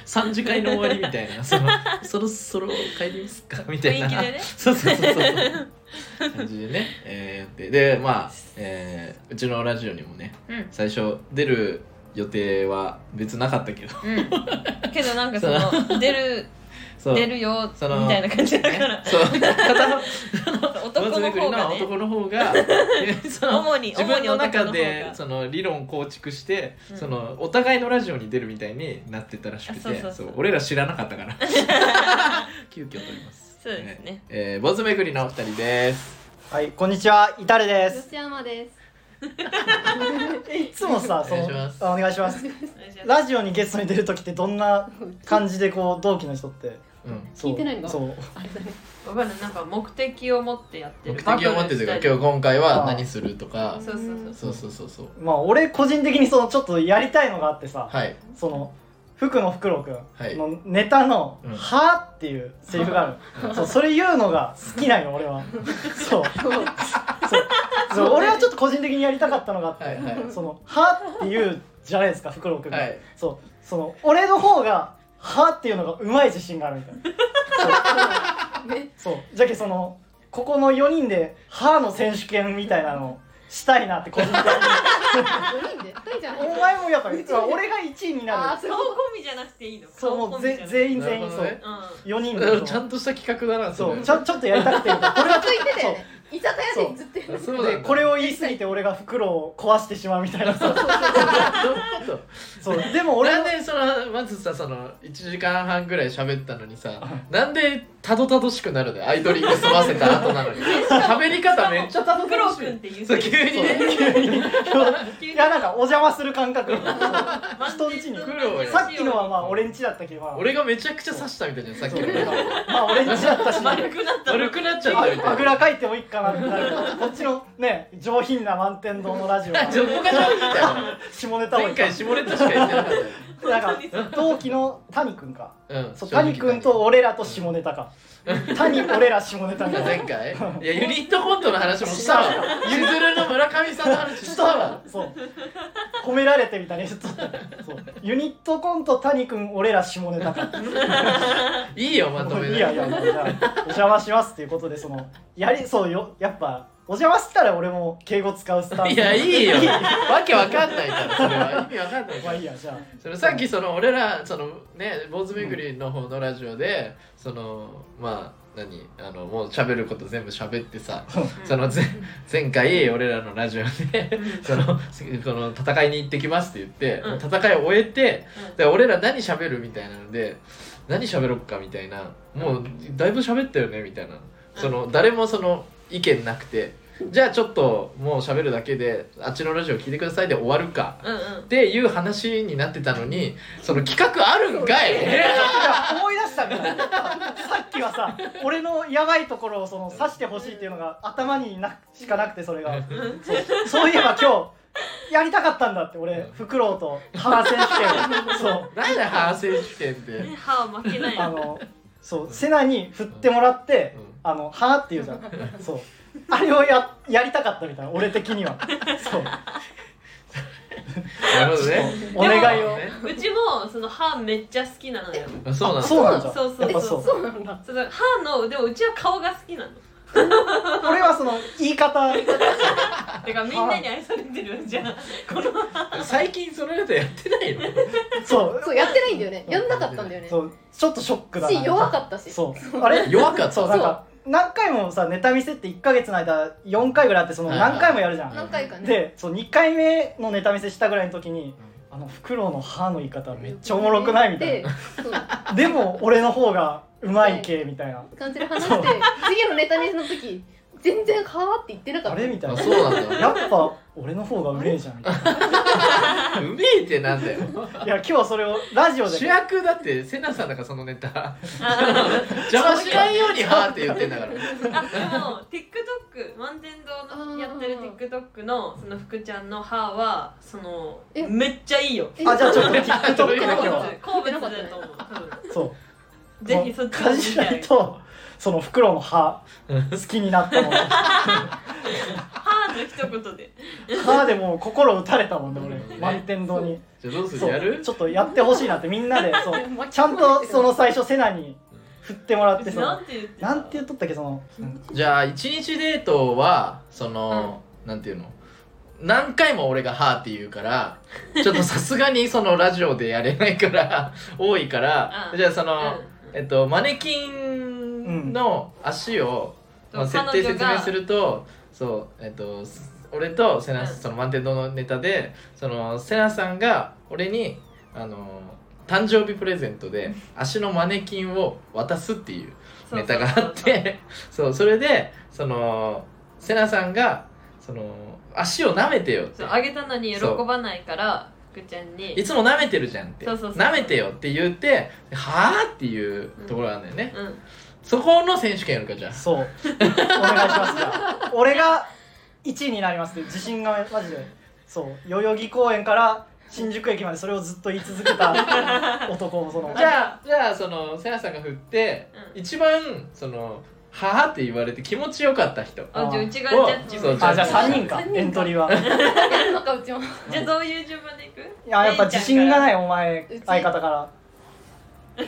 S1: 3次会の終わりみたいなそのそろそろ帰りますかみたいな
S2: 雰囲気でね
S1: そうそうそうそう感じでね、えー、やってでまあ、えーうちのラジオにもね
S2: うん
S1: 最初出る予定は別なかったけど
S2: うんけどなんかその出る
S1: そう
S2: 出るよ
S1: その
S2: みたいな感じだから
S1: そう片方
S2: 男の方が
S1: の
S2: ね
S1: 男の方 がその
S2: 主に
S1: 自分の
S2: 主に男の方
S1: 中
S2: が
S1: でその理論構築して、
S2: うん
S1: そのお互いのラジオに出るみたいになってたらしくて
S2: あそうそうそう
S1: 俺ら知らなかっ たから急遽撮ります
S2: そうですね
S1: えー、坊主めぐりのお二人です
S3: はい、こんにちは、イタレです。
S4: 吉山です。
S3: いつもさ、そ
S1: お
S3: の
S1: 願いします
S3: あお願いします。
S2: ラ
S3: ラジオにゲストに出る時ってどんな感じで こう同期の人って
S1: うん
S3: そう
S4: 聞いてないのか
S3: そう。
S4: あれだね。
S2: わかんないなんか目的を持ってやって
S1: 目
S2: る
S1: 的を持ってというか今日今回は何するとか
S4: 日
S2: そうそうそう
S1: そうそうそうそう
S3: まあ俺個人的にそのちょっとやりたいのがあってさ、
S1: はい
S3: その福野福郎く
S1: はい
S3: んのネタの
S1: うん
S3: 「は」っていうセリフがある。そうそれ言うのが好きなの 俺は。そう。そう俺はちょっと個人的にやりたかったのがあって、
S1: はいはい
S3: その「は」っていうじゃないですか福郎君が、
S1: はい
S3: そうその俺の方が「は」っていうのがうまい自信があるみたいな
S4: ね。
S3: そうじゃけそのここの4人で「は」の選手権みたいなのをしたいなって個人的に
S4: 四人で。二人じゃない。
S3: お前もやっぱ俺が1位に
S4: あ
S3: な
S4: あ、
S3: る
S4: そう
S2: 顔。コミじゃなくていいの
S3: そうもうぜ全員全
S1: なる
S3: 員
S1: ほ
S3: そ
S1: ど
S3: う、
S1: ね
S2: う
S3: 4人
S1: うん
S3: で
S1: ちゃんとした企画だな
S3: そう
S1: れ
S3: ちょちょっとやりたくてこれは
S4: ついてたよね。いたたやでずっとやってた。
S1: そうなん
S3: で
S1: だ
S3: これを言い過ぎて俺が袋を壊してしまうみたいなさ
S1: どういうこと
S3: そうでも俺
S1: 俺
S3: の
S1: なんでそのまずさその1時間半ぐらい喋ったのにさなんでたどたどしくなるのアイドリング済ませた後なのに喋り方めっちゃたど
S2: んク
S1: た
S2: ロ
S1: ど
S2: ウ
S1: し
S2: くんっ
S1: い
S2: て言う
S1: そう急にね
S3: いやなんかお邪魔する 感覚人んちにさっきのはまあ俺ん
S2: ち
S3: ちだったけどまあ
S1: 俺がめちゃくちゃ刺したみたいじゃんさっ
S3: そ
S1: き
S3: う
S1: の
S3: 俺がまあ俺んちだったし
S2: 丸くなった
S1: 悪くなっちゃったみ
S3: あ
S1: た
S3: あ
S1: い
S3: ぐ
S1: な
S3: らかいてもいいかなみたいなこっちのね上品な満天堂のラ ジオは
S1: 情報が上手みたいな
S3: 下ネタを
S1: 前回下ネタしか言ってなかっ
S3: なんか同期の谷君か
S1: たようん
S3: そう谷君と俺らと下ネタか谷俺ら下ネタみたい
S1: 前
S3: な
S1: 回いやユニットコントの話もした わゆずるの村上さんの話したわ
S3: そう褒められてみたいなそうユニットコント谷君俺ら下ネタか
S1: いいよまとめない
S3: やいやいやじゃあお邪魔しますっていうことでそのやりそうよやっぱお邪魔したら俺も敬語使うスタンス
S1: いやいいよわけわかんないからそれは意味わかんない
S3: まあいいやじゃ
S1: それさっきその俺らそのね坊主巡りの方のラジオで、そのまあ何あのもう喋ること全部喋ってさ
S3: あ
S1: その前前回俺らのラジオでそのこの戦いに行ってきますって言って、
S2: うん
S1: 戦いを終えて
S2: うん
S1: で俺ら何喋るみたいなので何喋ろっかみたいなもうだいぶ喋ったよねみたいなその誰もその意見なくてじゃあちょっともう喋るだけであっちのラジオ聞いてくださいで終わるか
S2: うんうん
S1: っていう話になってたのにその企画あるんかい
S3: いや思い出したんだよさっきはさ俺のやばいところをその刺してほしいっていうのが頭になしかなくてそれがそうそういえば今日やりたかったんだって俺フクロウと原選手権そう
S1: なんだ反省試験 って、うん
S2: ね歯は負けない
S3: あのそうセナに振ってもらって「あのはあ」って言うじゃんそうあれをややりたかったみたいな俺的にはそう
S1: なるほどね
S3: お願いを
S2: うちもその歯めっちゃ好きなのよ
S1: あそうなんだ
S3: そうなんだ
S2: そうそう
S3: やっぱ
S2: そう
S3: そ
S2: そう
S4: そうなんだ。
S2: その歯のでもうちは顔が好きなの
S3: 俺はその言い方
S2: てかみんなに愛されてるじゃんこの
S1: 最近そのやつやってないの
S3: そう
S4: そうやってないんだよね。やんなかったんだよね。
S3: そうちょっとショックだな
S4: し弱かったし。
S3: そうあれ
S1: 弱かった
S3: そうなんか何回もさネタ見せって1か月の間4回ぐらいあってその
S1: はいはい
S3: 何回もやるじゃん、
S4: 何回かね。
S3: でそう2回目のネタ見せしたぐらいの時に「あのフクロウの歯の言い方めっちゃおもろくない?」みたい
S4: で。そう
S3: なでも俺の方がうまい系みたいな
S4: 感じで話して次のネタにの時全然はーって言ってなか
S3: あ
S4: っ
S3: れみたい
S1: あ
S3: な
S1: そう なんだ
S3: やっぱ俺の方がうめえじゃんみたいな
S1: うめえってなんだよ
S3: いや今日はそれをラジオで
S1: 主役だってセナさんだからそのネタ邪魔しないようにはーって言ってんだ か
S2: あ
S1: ら
S2: でも TikTok 満天堂のやってる TikTok のその福ちゃんの歯はその
S4: え
S2: めっちゃいいよ
S4: た
S3: あじゃあちょっと
S4: え
S3: TikTok
S2: 好
S3: で今
S2: 物
S3: 日は
S2: 好物だと思う
S3: そう
S2: うんぜひそっち
S3: カジュラルとその袋の歯好きになったもん
S2: 歯の一言で
S3: 歯でもう心打たれたもんね
S1: うん
S3: 俺満天堂に
S1: じゃあどうする
S3: そう
S1: やる
S3: ちょっとやってほしいなってみんなでそう
S4: 巻き込まれてる
S3: ちゃんとその最初セナに振ってもらってそ
S2: な
S3: の
S2: んて言ってた
S3: なんて言っとったっけその
S1: じゃあ一日デートはその、なんていうの何回も俺が「はーって言 うからちょっとさすがにそのラジオでやれないから 多いから、
S2: うん
S1: じゃあそ
S2: うん
S1: の、えっとマネキンの足を、
S2: うん
S1: まあ、
S2: そう
S1: 設定
S2: 彼
S1: 説
S2: 女が
S1: 明するとそうえっとす俺とセナ、
S2: うん
S1: その満点堂のネタでそのセナさんが俺にあの誕生日プレゼントで足のマネキンを渡すっていう
S2: そう
S1: ネタがあって そうそれでそのセナさんがその足を舐めてよって
S2: そうあげたのに喜ばないから福ちゃんに
S1: いつも舐めてるじゃんって
S2: そうそうそう
S1: 舐めてよって言ってはあっていうところなんだよね、
S2: うん
S1: そこの選手権やるかじゃあ
S3: そうお願いしますじゃあ俺が1位になりますって自信がマジでそう代々木公園から新宿駅までそれをずっと言い続けた男もその
S1: じ ゃあじゃあそのセナさんが振って、
S2: うん
S1: 一番そのはあって言われて気持ちよかった人
S2: あじゃあうちがジ
S1: お
S2: ャッジ
S1: そう
S2: みた
S3: あ
S2: い
S3: じ
S2: な
S3: ゃあ3人か
S4: 三人か
S3: エントリーはい
S4: やるのかうちも
S2: じゃあどういう順番でいくい
S3: ややっぱ自信が
S2: い
S3: ないお前
S4: うち
S3: 相方から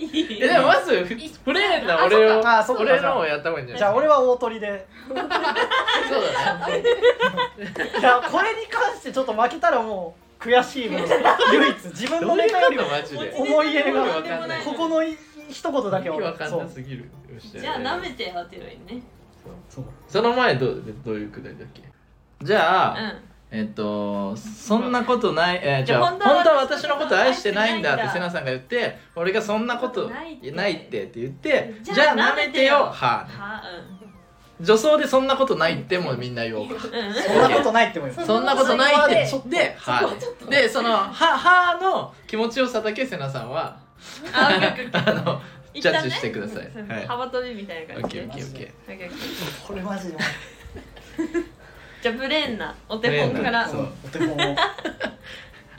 S2: いい
S1: えでもまずふプレーンな俺を
S3: あそっか
S1: 俺のをやった方がいいんじゃない
S3: じゃあ俺は大鳥で
S1: そ うだね
S3: いやこれに関してちょっと負けたらもう悔しいもん唯一自分
S1: ど
S3: の
S1: うい
S3: ネ
S1: うこ
S3: タよりも
S1: とマジで
S3: お思い入れが
S1: わかんない
S3: ここのい一言だけ
S1: 意味
S3: を
S1: わかん
S3: そ
S1: な
S3: う
S1: すぎるよっし
S2: じゃあ舐めて当てろいいね
S3: そう
S1: その前どうどういうくだりだっけじゃ
S2: う
S1: あ、
S2: ん
S1: えっとそんなことない、えー、じゃあ
S2: 本
S1: 本
S2: 当は
S1: 当は私のこと愛してないんだって
S2: 愛して
S1: セ
S2: ないんだ
S1: ナさんが言って俺がそんなこと
S2: ないって
S1: ないってって言って
S2: じ
S1: じ
S2: ゃあ
S1: ゃあ舐
S2: 舐め
S1: めてよ
S2: てよ
S1: はあ
S2: は
S1: 女装でそんなことないってもみんな言おうか
S2: うんうん
S3: そんなことないって思います
S1: そんなことないって
S4: そ
S1: ではあでそのははあの気持ちよさだけセナさんは
S2: あオッケーオッケーオッケー
S1: あの
S2: 一
S1: ジャ
S2: 旦
S1: ッ
S2: ね
S1: ジしてください
S2: そう
S1: はい
S2: 幅跳びみたいな
S1: オ
S2: 感
S1: ッ
S2: じ
S1: ケ
S2: で
S1: ーオッケーオッケ
S2: オッケーオッケー
S3: これマジで
S2: じゃあブレーンなお
S1: ー
S2: 手本から
S1: そう
S3: お手本を
S2: いい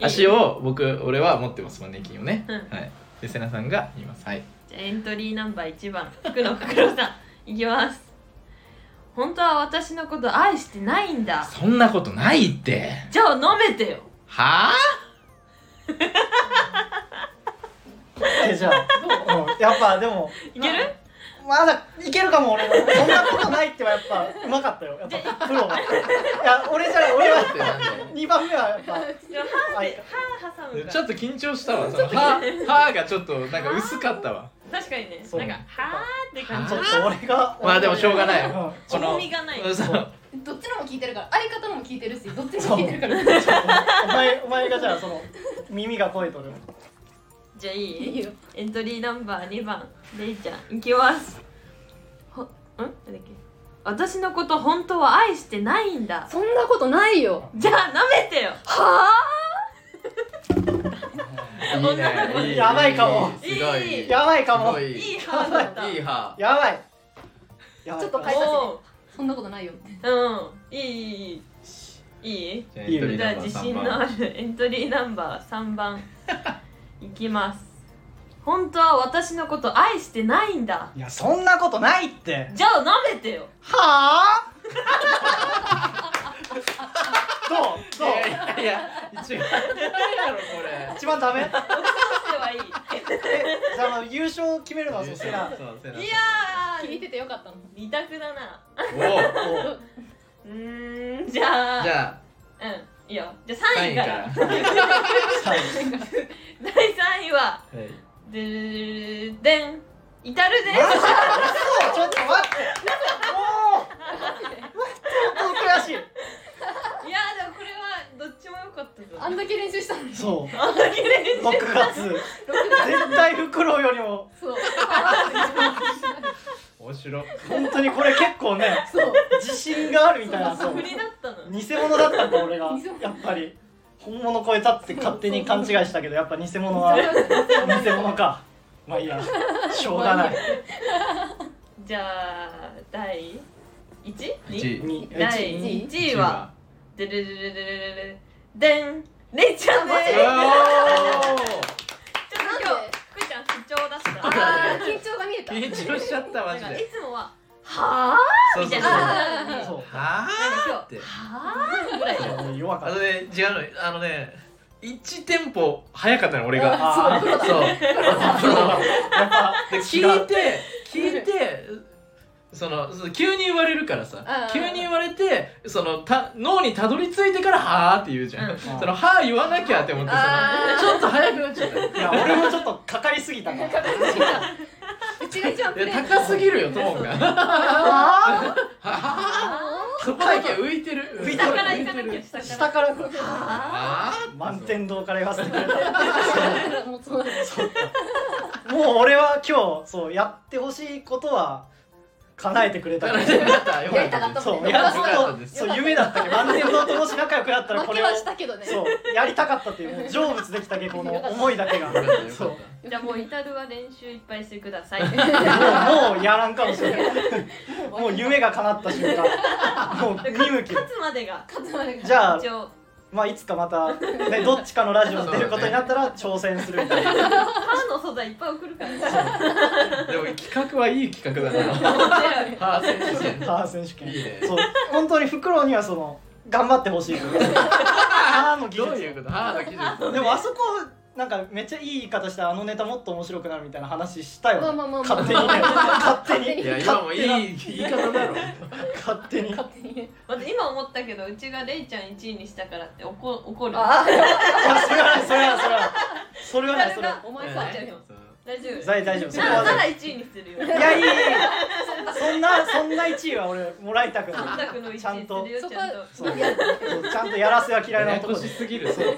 S1: 足を僕俺は持ってますマネキンをね、
S2: うん
S1: はいでセナさんが言いますはい
S2: じゃあエントリーナンバー1番福野福野さんいきます本当は私のこと愛してないんだ
S1: そんなことないって
S2: じゃあ飲めてよ
S1: はあ
S3: えじゃあ、うん、やっぱでも
S2: いける
S3: まだいけるかも俺もそんなことないってはやっぱうまかったよやっぱプロがいや俺じゃない俺は
S1: ってなんだよ
S3: 2番目はやっぱ
S2: じゃあ歯で歯挟む
S1: ち
S2: か
S1: ょっと緊張したわそのははがちょっとなんか薄かったわ
S2: ら確かにね
S3: そう
S2: なんかはーって感
S3: ち
S2: じ
S3: ょっと俺が
S1: まあでもしょうがない
S3: ん
S1: この
S2: 重みがない
S1: そう
S4: どっちのも聞いてるから相方のも聞いてるしどっちも聞いてるから
S3: お前お前がじゃあその耳が声とる
S2: じゃあいい
S4: いいよ
S2: エントリーナンバー2番レイちゃんいきますほんなんだっけ私のこと本当は愛してないんだ
S4: そんなことないよ
S2: じゃあ舐めてよ
S1: いいね
S3: やばいかも
S1: すごい
S2: いい
S3: やばいかも
S1: すごい
S2: い
S1: い
S2: い歯だった
S1: いは
S3: やばいやばい
S4: ちょっと変え
S2: お
S4: そんなことないよって
S2: ーうんいいいいいいい
S1: じゃあ
S3: いいよ
S2: じゃあ自信のあるエントリーナンバー3番いきます本当は私のこと愛してないんだ
S3: いやそんなことないって
S2: じゃあ舐めてよ
S3: はあどうどう
S1: いやいや一番やろこれ
S3: 一番ダメ
S2: そしてはいい
S3: じゃあまあ優勝決めるのはそせな
S2: や
S4: 聞いててよかったの
S2: 二択だな
S1: お
S3: おう
S2: うーんじゃあ
S1: じゃ
S2: うんいいよじゃ
S1: あ
S2: あ3
S1: 3
S2: 位
S1: 位
S2: か
S1: からら
S2: 第3位はでーでん至るで
S3: マジそうちょっと待ってもう相当悔しい
S2: いやでもこれはどっちも良かかったじゃ
S4: あ
S2: ん
S4: んだけ練習したのに
S3: そう
S2: あんだけ練習
S3: 6月
S4: 6月
S3: 絶対フクロウよりも
S4: そう
S1: 面白い
S3: 本当にこれ結構ね
S4: そう
S3: 自信があるみたいな
S2: あ
S3: そう
S2: 振りだったの
S3: 偽物だったんだ俺が
S4: 偽物
S3: やっぱり本物超えたって勝手に勘違いしたけどやっぱ偽物は偽物かまあいいやしょうがない
S2: じゃあ第 1?
S1: 1位
S3: に
S2: 第
S3: うち
S4: 一位
S2: 1位はでれれれれれれれでんれいちゃんです
S1: う
S2: ちょっ
S1: お
S2: と今日
S4: なんで
S2: ふくちゃん不調だした
S4: あー緊張が見えた
S1: ー緊張しちゃったマ
S4: なん
S1: ジ
S4: か
S1: で
S4: いつもは
S2: は
S1: そ
S2: ぁ
S1: う
S2: み
S1: そ
S2: た
S1: う
S2: いな
S1: そう
S2: は
S1: は
S3: そう
S1: あって
S2: ぁぐらい
S3: そうもう弱か
S1: あ
S3: っ
S1: のね違うのあのね1テンポ早かったの俺が
S3: あ
S1: そう
S3: たやっぱ
S1: で聞いて聞いてそのその急に言われるからさ
S4: あー
S1: 急に言われてそのた脳にたどり着いてから「はあ」って言うじゃん、
S2: うん
S1: その「はあ」言わなきゃって思ってさ
S4: あ
S1: ちょっと早くなっちゃったい
S3: いや俺もちょっとかかりすぎたから
S4: ーうちが一番プレ
S1: や
S4: ー
S1: 高すぎるよトーンが
S3: あ
S1: そこだけ浮いてる
S3: 浮いて
S2: 下
S3: る
S2: から行かなきゃ
S3: ー
S2: 下か
S3: 下
S2: ら
S3: から
S1: あー
S3: 満天堂から言わせてくれ
S4: もうそうなんです
S3: たもう俺は今日そうやってほしいことは叶えてくれたから
S1: よかったよ
S4: や
S1: か
S4: り
S1: った
S4: かった
S3: そ
S4: もん
S3: う
S4: ね
S3: やっ
S1: よかった
S3: と
S1: です
S3: そう夢だったけど満天堂ともし仲良くなったらこ
S4: 負
S3: れ
S4: け
S3: を
S4: はしたけどね
S3: そうやりたかったっていうもう成仏でき たけこの思いだけが
S1: よかったよ
S3: そ
S1: か
S3: う
S1: っ
S3: も
S2: じゃあもう至るは練習いっぱいしてください
S3: うもうやらんかもしれ ないもう夢が叶った瞬間もう見向き
S2: 勝つまでが
S4: 勝つまでが
S3: じゃあ
S2: 一応
S3: まあいつかまたねどっちかのラジオに出ることになったら挑戦するみたいな
S2: 歯の素材いっぱい送るからね
S1: たでも企画はいい企画だなはあ選手権
S3: パー選手権
S1: いいね
S3: そう本当にフクロウにはその頑張ってほしいというあーの技
S1: どう
S3: 術
S1: いうことはあの技術
S3: でもあそこなんかめっちゃいい言い方してあのネタもっと面白くなるみたいな話したよ、
S4: まあまあまあまあ
S3: 勝手にね勝手に
S1: いや今もいい言い方だろ
S3: 勝手に
S4: 勝手にね
S2: まず今思ったけどうちがレイちゃん1位にしたからって怒怒る
S4: あ
S3: あそれはないそれはないそれはないそれはない
S4: あお前勝っちゃうよ
S2: 大丈夫
S3: 大大丈夫それ
S2: な
S3: は
S2: なら
S3: ない
S2: 1位にするよ
S3: いやいいいいそんなそんな1位は俺もらいたく
S2: 三
S3: ない
S2: 択の1位に
S3: ちゃんと
S2: するよ
S4: そこ
S2: ちゃんと
S4: は
S3: そうそうちゃんとやらせは嫌い
S1: や
S3: な
S1: やこ
S3: 男で
S1: しすぎるそう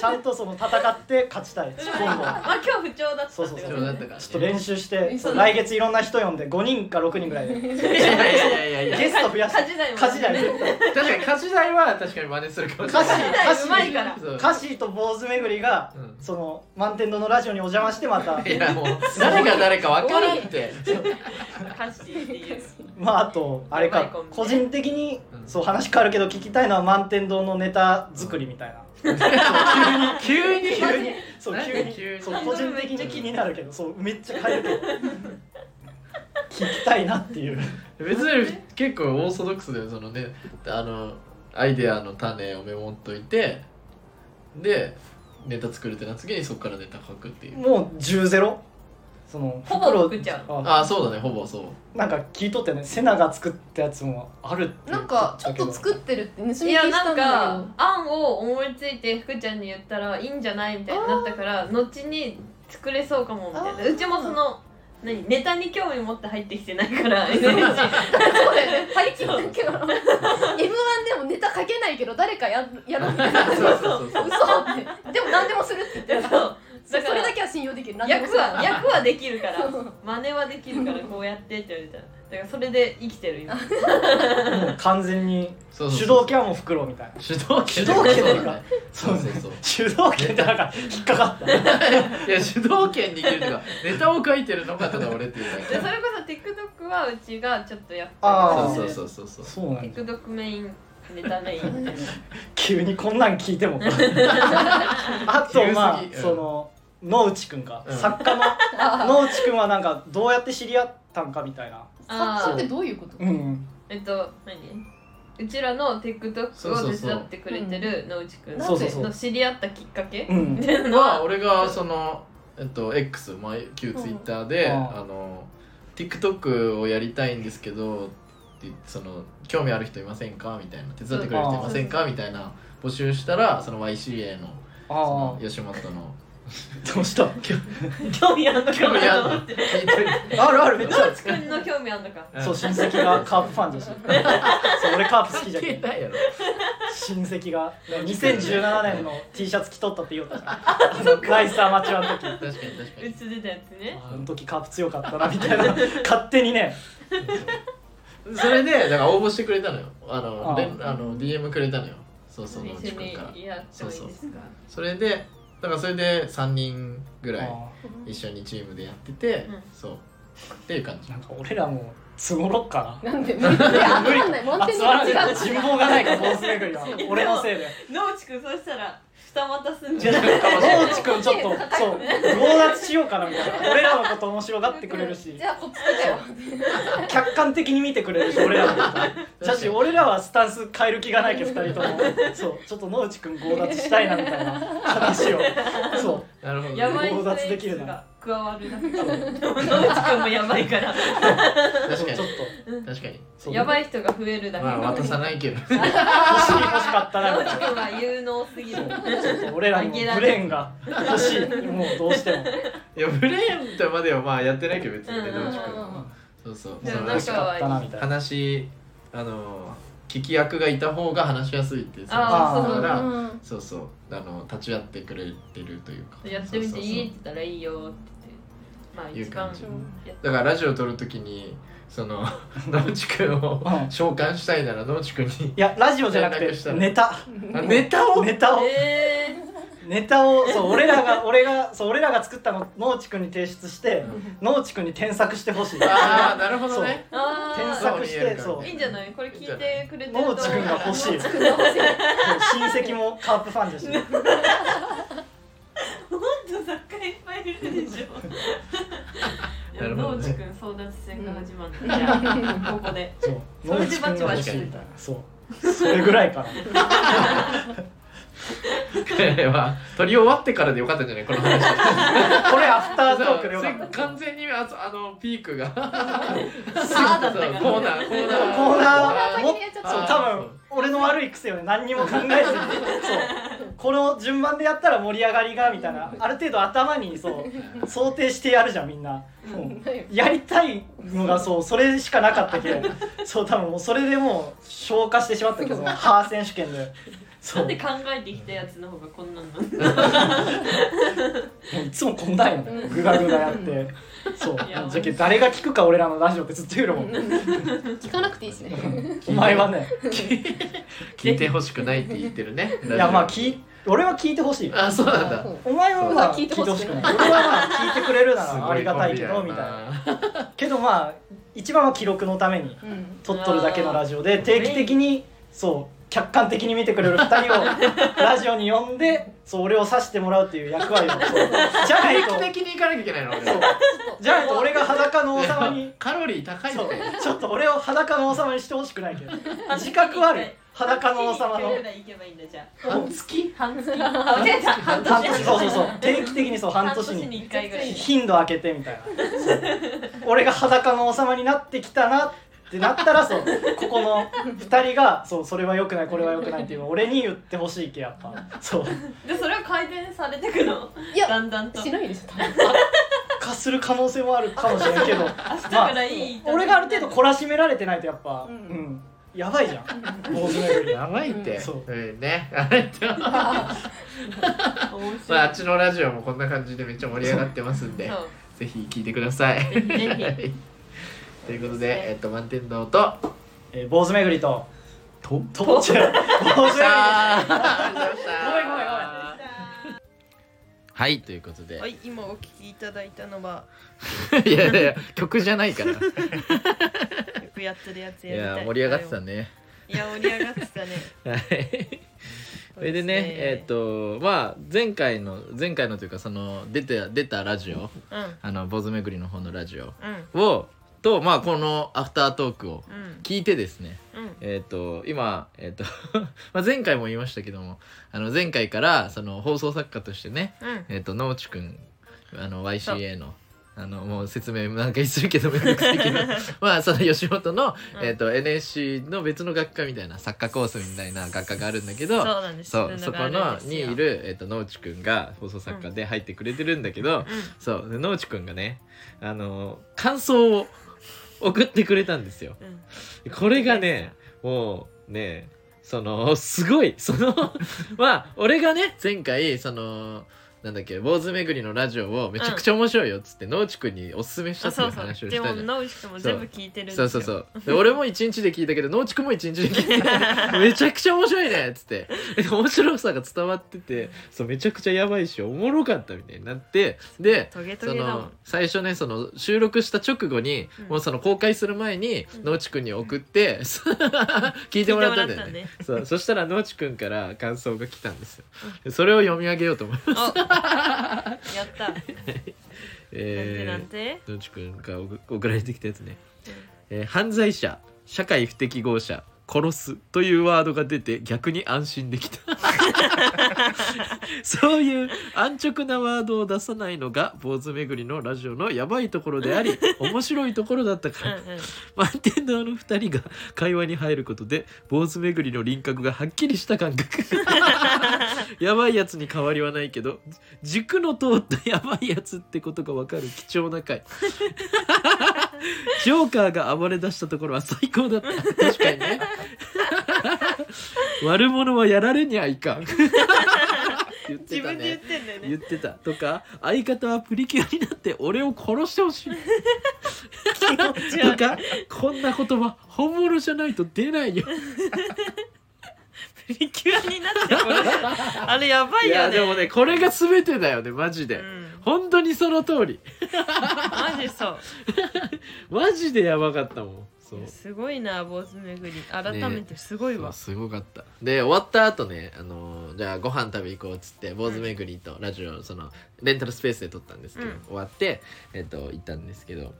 S3: ちゃんとその戦って勝ちたい今度は
S2: まあ今日不調だったってこと
S3: そう
S1: 必
S3: そ
S1: 要
S3: う
S1: だったからね
S3: ちょっと練習してそう来月いろんな人呼んで5人か6人ぐらいで
S1: いやいやいやいや
S3: ゲスト増 やして
S2: 家事代も
S3: 家事代絶対
S1: 確かに歌詞代は確かに真似するかもしれない
S3: 歌詞
S2: 家事代うまいから
S1: そう
S3: カシーと坊主巡りが
S1: うん
S3: その満天堂のラジオにお邪魔してまた
S1: いやもう誰が誰か分からんって
S2: 家事って いう
S3: まああとあれ
S2: うまい
S3: か
S2: コンビね
S3: 個人的に
S1: うん
S3: そう話変わるけど聞きたいのは満天堂のネタ作りみたいな
S1: 急に
S3: 急にそう
S1: なん
S3: 急
S1: で
S3: に
S1: 急に
S3: そう個人的に気になるけどそうめっちゃ変えるけど聞きたいなっていう
S1: 別に結構オーソドックスだよそのねあのアイデアの種をメモっといてでネタ作るってなった時にそこからネタ書くっていう
S3: もう10ゼロその
S2: ほぼ
S3: 袋
S2: 作っちゃう
S3: あ
S1: ああそうだねほぼそう
S3: なんか聞いとってねセナが作ったやつもあるって
S4: なんかちょっと作
S3: っ
S4: ってるって盗み聞き
S2: い
S4: し
S2: や
S4: た
S2: なん
S4: んだよ
S2: か案を思いついて福ちゃんに言ったらいいんじゃないみたいになったから後に作れそうかもみたい
S4: あ
S2: な
S4: ー
S2: うちもその何ネタに興味持って入ってきてない から
S4: そうだよね張り切ったけど M1 でもネタ書けないけど誰かやるやろうみたいな
S1: そうそう
S4: 嘘
S1: そう
S4: ってでも何でもするって言ってるから
S2: だ
S4: そ
S2: か
S4: れ
S2: ら
S4: だけは信用できる何でもす
S2: 役
S4: る
S2: は役はできるから
S4: そう
S2: 真似はできるからこうやってって言われたらだからそれで生きてる今
S3: てもう完全に
S1: そうそう
S3: 主導権はもう袋みたいな
S1: 主導権
S3: 主導権っていうか
S1: そうそうそう
S3: 主導権ってなんか引っかかった
S1: いや主導権握るのがネタを書いてるのがただ俺っていうだけ
S2: でそれこそ TikTok はうちがちょっとやって
S3: あー
S1: そうそうそうそうそう
S3: そうなんだ
S2: TikTok メインネタメインみたいな
S3: 急にこんなん聞いてもあとまあ
S1: 急すぎうん
S3: その野内くんか、
S1: うん
S3: 作家の
S4: あ
S3: 野内くんはなんかどうやって知り合ったんかみたいな
S4: あ
S2: あ
S4: 作
S2: ー
S4: 詞ってどういうこと
S3: うん
S2: えっと何うちらの TikTok を手伝ってくれてる野内くん
S3: そうそうそう
S2: の知り合ったきっかけ
S3: う
S2: み
S3: ん
S2: たいなの
S1: まあ
S2: は
S1: 俺がそのえっと X まあ旧 Twitter で
S3: うん
S1: あの TikTok をやりたいんですけどって言ってその興味ある人いませんかみたいな手伝ってくれる人いませんかみたいな募集したらその YCA のそ
S3: あ
S1: の吉本の
S3: どうした
S2: 興味あんのか
S5: 興味あ
S2: な
S5: る
S2: と
S5: の
S2: 思って
S5: 聞いといて
S3: あるあるめっちゃあ
S2: 野
S3: る
S2: 口くんの興味あんのか
S5: う ん
S3: そう親戚がカープファンだしそう俺カープ好きじ ゃ
S5: 聞
S3: け
S5: い
S3: ん
S5: てないやろ
S3: 親戚が2017年の T シャツ着とったって言おうとしたあのナイスアマチュアの時
S5: 確かに確か
S2: う
S5: に
S2: つ出たやつね
S3: あの時カープ強かったなみたいな勝手にね
S5: それでだから応募してくれたのよあの
S3: ああ
S5: 連あの DM くれたのよそうそう野
S2: 一
S5: 口
S2: 緒
S5: くんから
S2: にやってもいいですか
S5: それでだからそれで3人ぐらい
S3: あ
S5: 一緒にチームでやってて、
S2: うん
S5: そうっていう感じ
S3: ーなんか俺らもう都合ろっか
S4: なんで無理無理わかんないモン
S3: な
S4: テ
S3: 集
S4: に
S3: まらな
S4: 違
S3: いう人望がないからモンス巡りは俺のせいで
S2: 野口くんそうしたら二股すん
S3: じ
S2: じゃ
S3: ゃ
S2: な
S3: あ
S2: い
S3: 野内くんちょっとそう強奪しようかなみたいな俺らのこと面白がってくれるし
S4: じゃあこっち来てよ
S3: 客観的に見てくれるし俺らのことだし俺らはスタンス変える気がないけど2人ともそうちょっと野内くん強奪したいなみたいな話をそう
S5: なるほど、ね、
S2: やばい
S3: 強
S2: 人
S3: 奪できるな
S2: が加わるだけ
S3: そう
S2: でも野口くんもやばいから
S5: 確
S3: そう
S5: か
S3: ちょっ
S5: に
S3: と
S5: 確かに
S3: そう
S2: やばい人が増えるだけ
S5: まあ渡さないけど
S3: 欲しい欲しかったな
S2: 野
S3: みたい
S2: 口くんは有能すぎる
S3: なちょっと俺らにもブレーンが欲しいもうどうしても
S5: いやブレーンとまではまあやってないけど別にね
S2: うんうんうん
S5: 野口くんはそうそう
S2: で
S5: そ
S2: もな
S5: のなんん
S3: 欲し
S5: か
S3: かったなみたいな
S5: 話あの聞き役がいた方が話しやすいってさ
S2: ああ
S3: あー
S2: そう
S5: だから
S4: うん
S5: そうそうあの立ち会ってくれてるというか
S2: やってみていいって
S5: そうそう
S2: 言ったらいいよって言
S5: い
S2: っ
S5: う
S2: てまあ
S5: 感
S2: 一
S5: じ
S2: 番やっ
S5: そうだからラジオ撮るときにそ の野内くんを
S3: うん
S5: 召喚したいなら野内くんに
S3: いやラジオじゃなく
S5: 連絡した
S3: て
S5: ら
S3: ネタ
S5: あネタを
S3: ネタを
S2: え
S3: ネタをそう俺らが俺がそう俺らが作ったのを農地君に提出して農地君に添削してほしい
S5: ああなるほどね
S2: ー、あ
S3: 添
S2: ー
S3: 削してそう
S2: いいんじゃないこれ聞いてくれてると思
S3: 農
S2: うか
S3: 地君が
S2: ら
S3: 欲しいそう親戚もカープファンだし
S2: 本当作家いっぱいいるでしょ
S5: なるほどね
S2: 農地君争奪戦が始まったじゃあここで
S3: そう
S2: そ
S3: 農
S2: れで
S3: 地君が欲しい
S5: バチバチ
S3: みたいなそうそれぐらいかな
S5: 彼は撮り終わってからでよかったんじゃないこ の話
S3: これアフタートークでよかった
S5: 完全にああのピークがコ
S2: あ
S5: ー
S2: ーだ
S5: ナ
S2: ったから
S5: ーコーナー
S3: コーナーも
S4: コーナー先にやっちゃった
S3: そう多分俺の悪い癖よね何にも考えずにそうこの順番でやったら盛り上がりがみたいなある程度頭にそう想定してやるじゃんみんな、うんやりたいのがそうそれしかなかったけ どそう多分もうそれでもう消化してしまったけどそのハー選手権でそ
S2: なん
S3: う
S2: で
S3: い
S2: 考えてきたやつの方がこんなんの
S3: つもこんなんよねグガグガやってそうじゃけ誰が聞くか俺らのラジオってずっと言うのもん
S4: 聞かなくていいしね
S3: お前はね
S5: 聞いてほしくないって言ってるね
S3: いやまあ聞い俺は聞いてほしい
S5: あそうなんだ
S3: お前はまあ
S4: そう
S3: 聞いてほしくない
S4: 聞いてほしくない
S3: 俺はまあ聞いてくれるな
S5: す
S3: ら
S5: ご
S3: ありがたいけど
S5: コンビ
S3: み
S5: や
S3: たい
S5: な
S3: なけどまあ一番は記録のために
S4: うん
S3: 撮っとるだけのラジオで定期的にそう客観的に見てくれる2人をラジオに呼んでそう俺を指してもらうっていう役割をそうじゃないと
S5: 定期的に行かなきゃいけないの俺
S3: そうじゃないと俺が裸の王 様に
S5: カロリー高い
S3: そ
S5: っ
S3: う
S5: て
S3: ちょっと俺を裸の王様にしてほしくないけど自覚はある裸の王様の
S2: 半月に一回ぐらい行けばいいんだじゃあ
S5: 半月
S2: 半月あ間違えた半
S3: 半年
S2: 年
S3: そうそうそう定期的にそう半
S2: 半
S3: 年
S2: 年
S3: に
S2: に一回ぐらい
S3: 頻度開けてみたいな俺が裸の王様になってきたなってなったらそうここの2人がそうそれは良くないこれは良くないっていうのを俺に言ってほしいけやっぱそう
S2: でそれは改善されてくの
S4: いや
S2: だんだんと
S4: しないでしょ多分
S3: 化する可能性もあるかもしれないけど
S2: だからいい
S3: 俺がある程度懲らしめられてないとやっぱ、う
S4: うんん
S3: やばいじゃん坊主巡り
S5: やばいって
S3: そうん
S5: ね あれって
S2: 面
S5: まああ
S2: 白い
S5: っちのラジオもこんな感じでめっちゃ盛り上がってますんで
S2: そう
S5: ぜひ聞いてください
S2: ぜひぜひ
S5: はいということでえっと満天堂と
S3: えー坊主巡りと
S5: と
S3: と坊主巡り
S5: ごめん
S3: ごめんごめん
S5: はいということで、、
S2: はいい、今お聞きいただいたのは、
S5: やいやいや曲じゃない からい
S2: よくやってるやつやりたい。
S5: や盛り上がってたね
S2: いや、盛り上がってたね。
S5: はいそれでねえっ、とまあ前回の前回のというかその出て出たラジオ
S2: と、うん、
S5: あの坊主巡りの方のラジオ
S2: うん、
S5: をとまあこのアフタートークを
S2: うん、
S5: 聞いてですね
S2: うん、
S5: えっ、と今、えっと まあ前回も言いましたけどもあの前回からその放送作家としてね
S2: うん、
S5: えっ、と、野内くん、あの、YCA の、あのもう説明何回するけどめんどくさいけどまあその吉本の、
S2: うん
S5: えっと NSC の別の学科みたいな作家コースみたいな学科があるんだけ
S2: そ
S5: ど
S2: うなんです
S5: そうそこのにい
S2: る
S5: る、えっと農地くんが放送作家で入ってくれてるんだけど、そうで農地くんがねあの感想を送ってくれたんですよ。
S2: うん
S5: これがねもうねそのすごいそ のまあ俺がね前回そのなんだっけ坊主巡りのラジオをめちゃくちゃ面白いよっつって農地くんにおすすめし
S2: あ
S5: たってい
S2: そううそ
S5: 話
S2: う
S5: を
S2: で
S5: し
S2: も
S5: たじゃん。
S2: 直樹君も全部聞いてるんです
S5: そ
S2: よ
S5: うそうそうで俺も一日で聞いたけど農地くんも一日で聞 いためちゃくちゃ面白いねっつってで面白さが伝わっててそうめちゃくちゃやばいしおもろかったみたいになってで
S2: トゲト
S5: そ
S2: ゲだも
S5: の
S2: ん
S5: 最初ねその収録した直後に、
S2: うん
S5: もうその公開する前に
S2: うん
S5: 農地くんに送って、 聞いてもらったんだよ
S2: 聞
S5: ね
S2: いてもらっ
S5: そうそしたら農地くんから感想が来たんですよ、それを読み上げようと思い ます、
S2: おやったなんてな
S5: え
S2: んて
S5: ー、農地くんが送送られてきたやつね、えー犯罪者社会不適合者殺すというワードが出て逆に安心できた そういう安直なワードを出さないのが坊主巡りのラジオのやばいところであり面白いところだったか
S2: うん
S5: ら、
S2: うん
S5: 満天堂の2人が会話に入ることで坊主巡りの輪郭がはっきりした感覚 やばいやつに変わりはないけど軸の通ったやばいやつってことが分かる貴重な回ジョーカーが暴れ出したところは最高だった確かにね悪者はやられにゃいかん言っ
S2: 自
S5: てた
S2: 分で言っ
S5: ね
S2: てんだよね
S5: 言ってたとか相方はプリキュアになって俺を殺してほしい
S2: じゃ
S5: と
S2: あ
S5: かこんな言葉本物じゃないと出ないよ。
S2: プリキュアになってこれあれやばい
S5: い
S2: よね
S5: やでもねこれが全てだよねマジで、
S2: うん
S5: 本当にその通り
S2: マジそう
S5: マジでやばかったもん。そう
S2: いやすごいな坊主巡り改めてすごい
S5: そ
S2: わ、
S5: うすごかったで終わった後ねあのーじゃあご飯食べ行こうっつって坊主巡りとラジオそのレンタルスペースで撮ったんですけど、
S2: うん
S5: 終わって、えっと行ったんですけど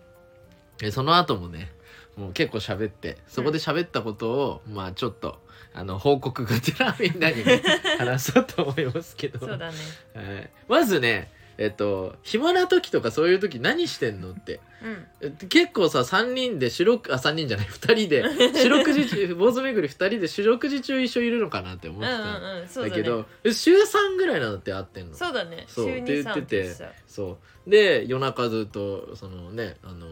S5: でその後もねもう結構喋ってそこで喋ったことを、まあちょっとあの報告がてらみんなにね、話そうと思いますけど
S2: そうだね
S5: はいまずねえっと暇な時とかそういう時何してんのって
S2: うん
S5: え結構さ3人で四六あ3人じゃない2人で四六 時中坊主巡り2人で四六時中一緒いるのかなって思
S2: う
S5: ってた、
S2: んうんうんそうだ
S5: だ
S2: ね
S5: けどえ週3ぐらいなんだって会ってんの
S2: そうだね
S5: そう
S2: 週
S5: って
S2: に
S5: 言って
S2: 3
S5: て
S2: でした
S5: そうで夜中ずっとそのねあの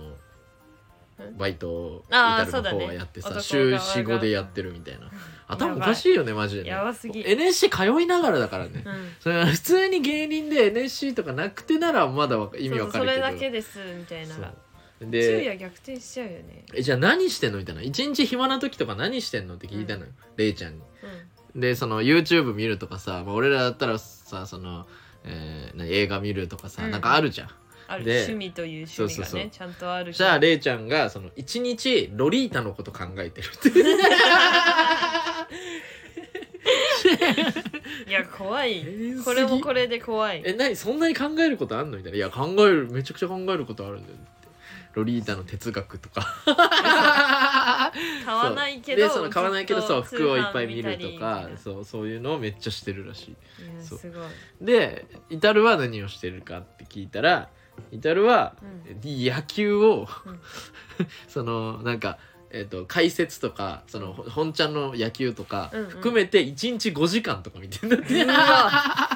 S2: ん
S5: バイトを
S2: あー
S5: イタルの
S2: そう
S5: 方
S2: だ
S5: は
S2: ね
S5: やってさ、
S2: 男側が
S5: 週45でやってるみたいな頭お
S2: やばい
S5: かしいよねマジでね
S2: やばすぎ
S5: NSC 通いながらだからね
S2: うん
S5: それは普通に芸人で NSC とかなくてならまだわか意味わか
S2: そ
S5: るけど
S2: うそうそれだけですみたいな
S5: そう
S2: 昼
S5: で
S2: 夜逆転しちゃうよね
S5: えじゃあ何してんのみたいな一日暇な時とか何してんのって聞いたのよ、れいちゃんにでその YouTube 見るとかさ、まあ、俺らだったらさその、えーな映画見るとかさ、
S2: うん
S5: なんかあるじゃん
S2: ある
S5: で
S2: 趣味という趣味がね
S5: そうそうそう
S2: ちゃんとある
S5: じゃあれいちゃんがその一日ロリータのこと考えてるって
S2: いや怖い
S5: ー
S2: これもこれで怖い
S5: え何そんなに考えることあんのみたいないや考えるめちゃくちゃ考えることあるんだよってロリータの哲学とか
S2: 買わないけ
S5: で
S2: ど
S5: その買わないけど
S2: ず
S5: そう
S2: と
S5: 服をいっぱい見る
S2: 通販
S5: と
S2: 見た
S5: か
S2: りみたい
S5: そうそういうのをめっちゃしてるらしい
S2: ないや
S5: そう
S2: すごい
S5: でイタルは何をしてるかって聞いたらイタルは
S2: うん
S5: 野球を、
S2: うん
S5: そのなんか、えっと解説とかそのほ本ちゃんの野球とか
S2: うんうん
S5: 含めて1日5時間とか見てんだって、
S2: うわ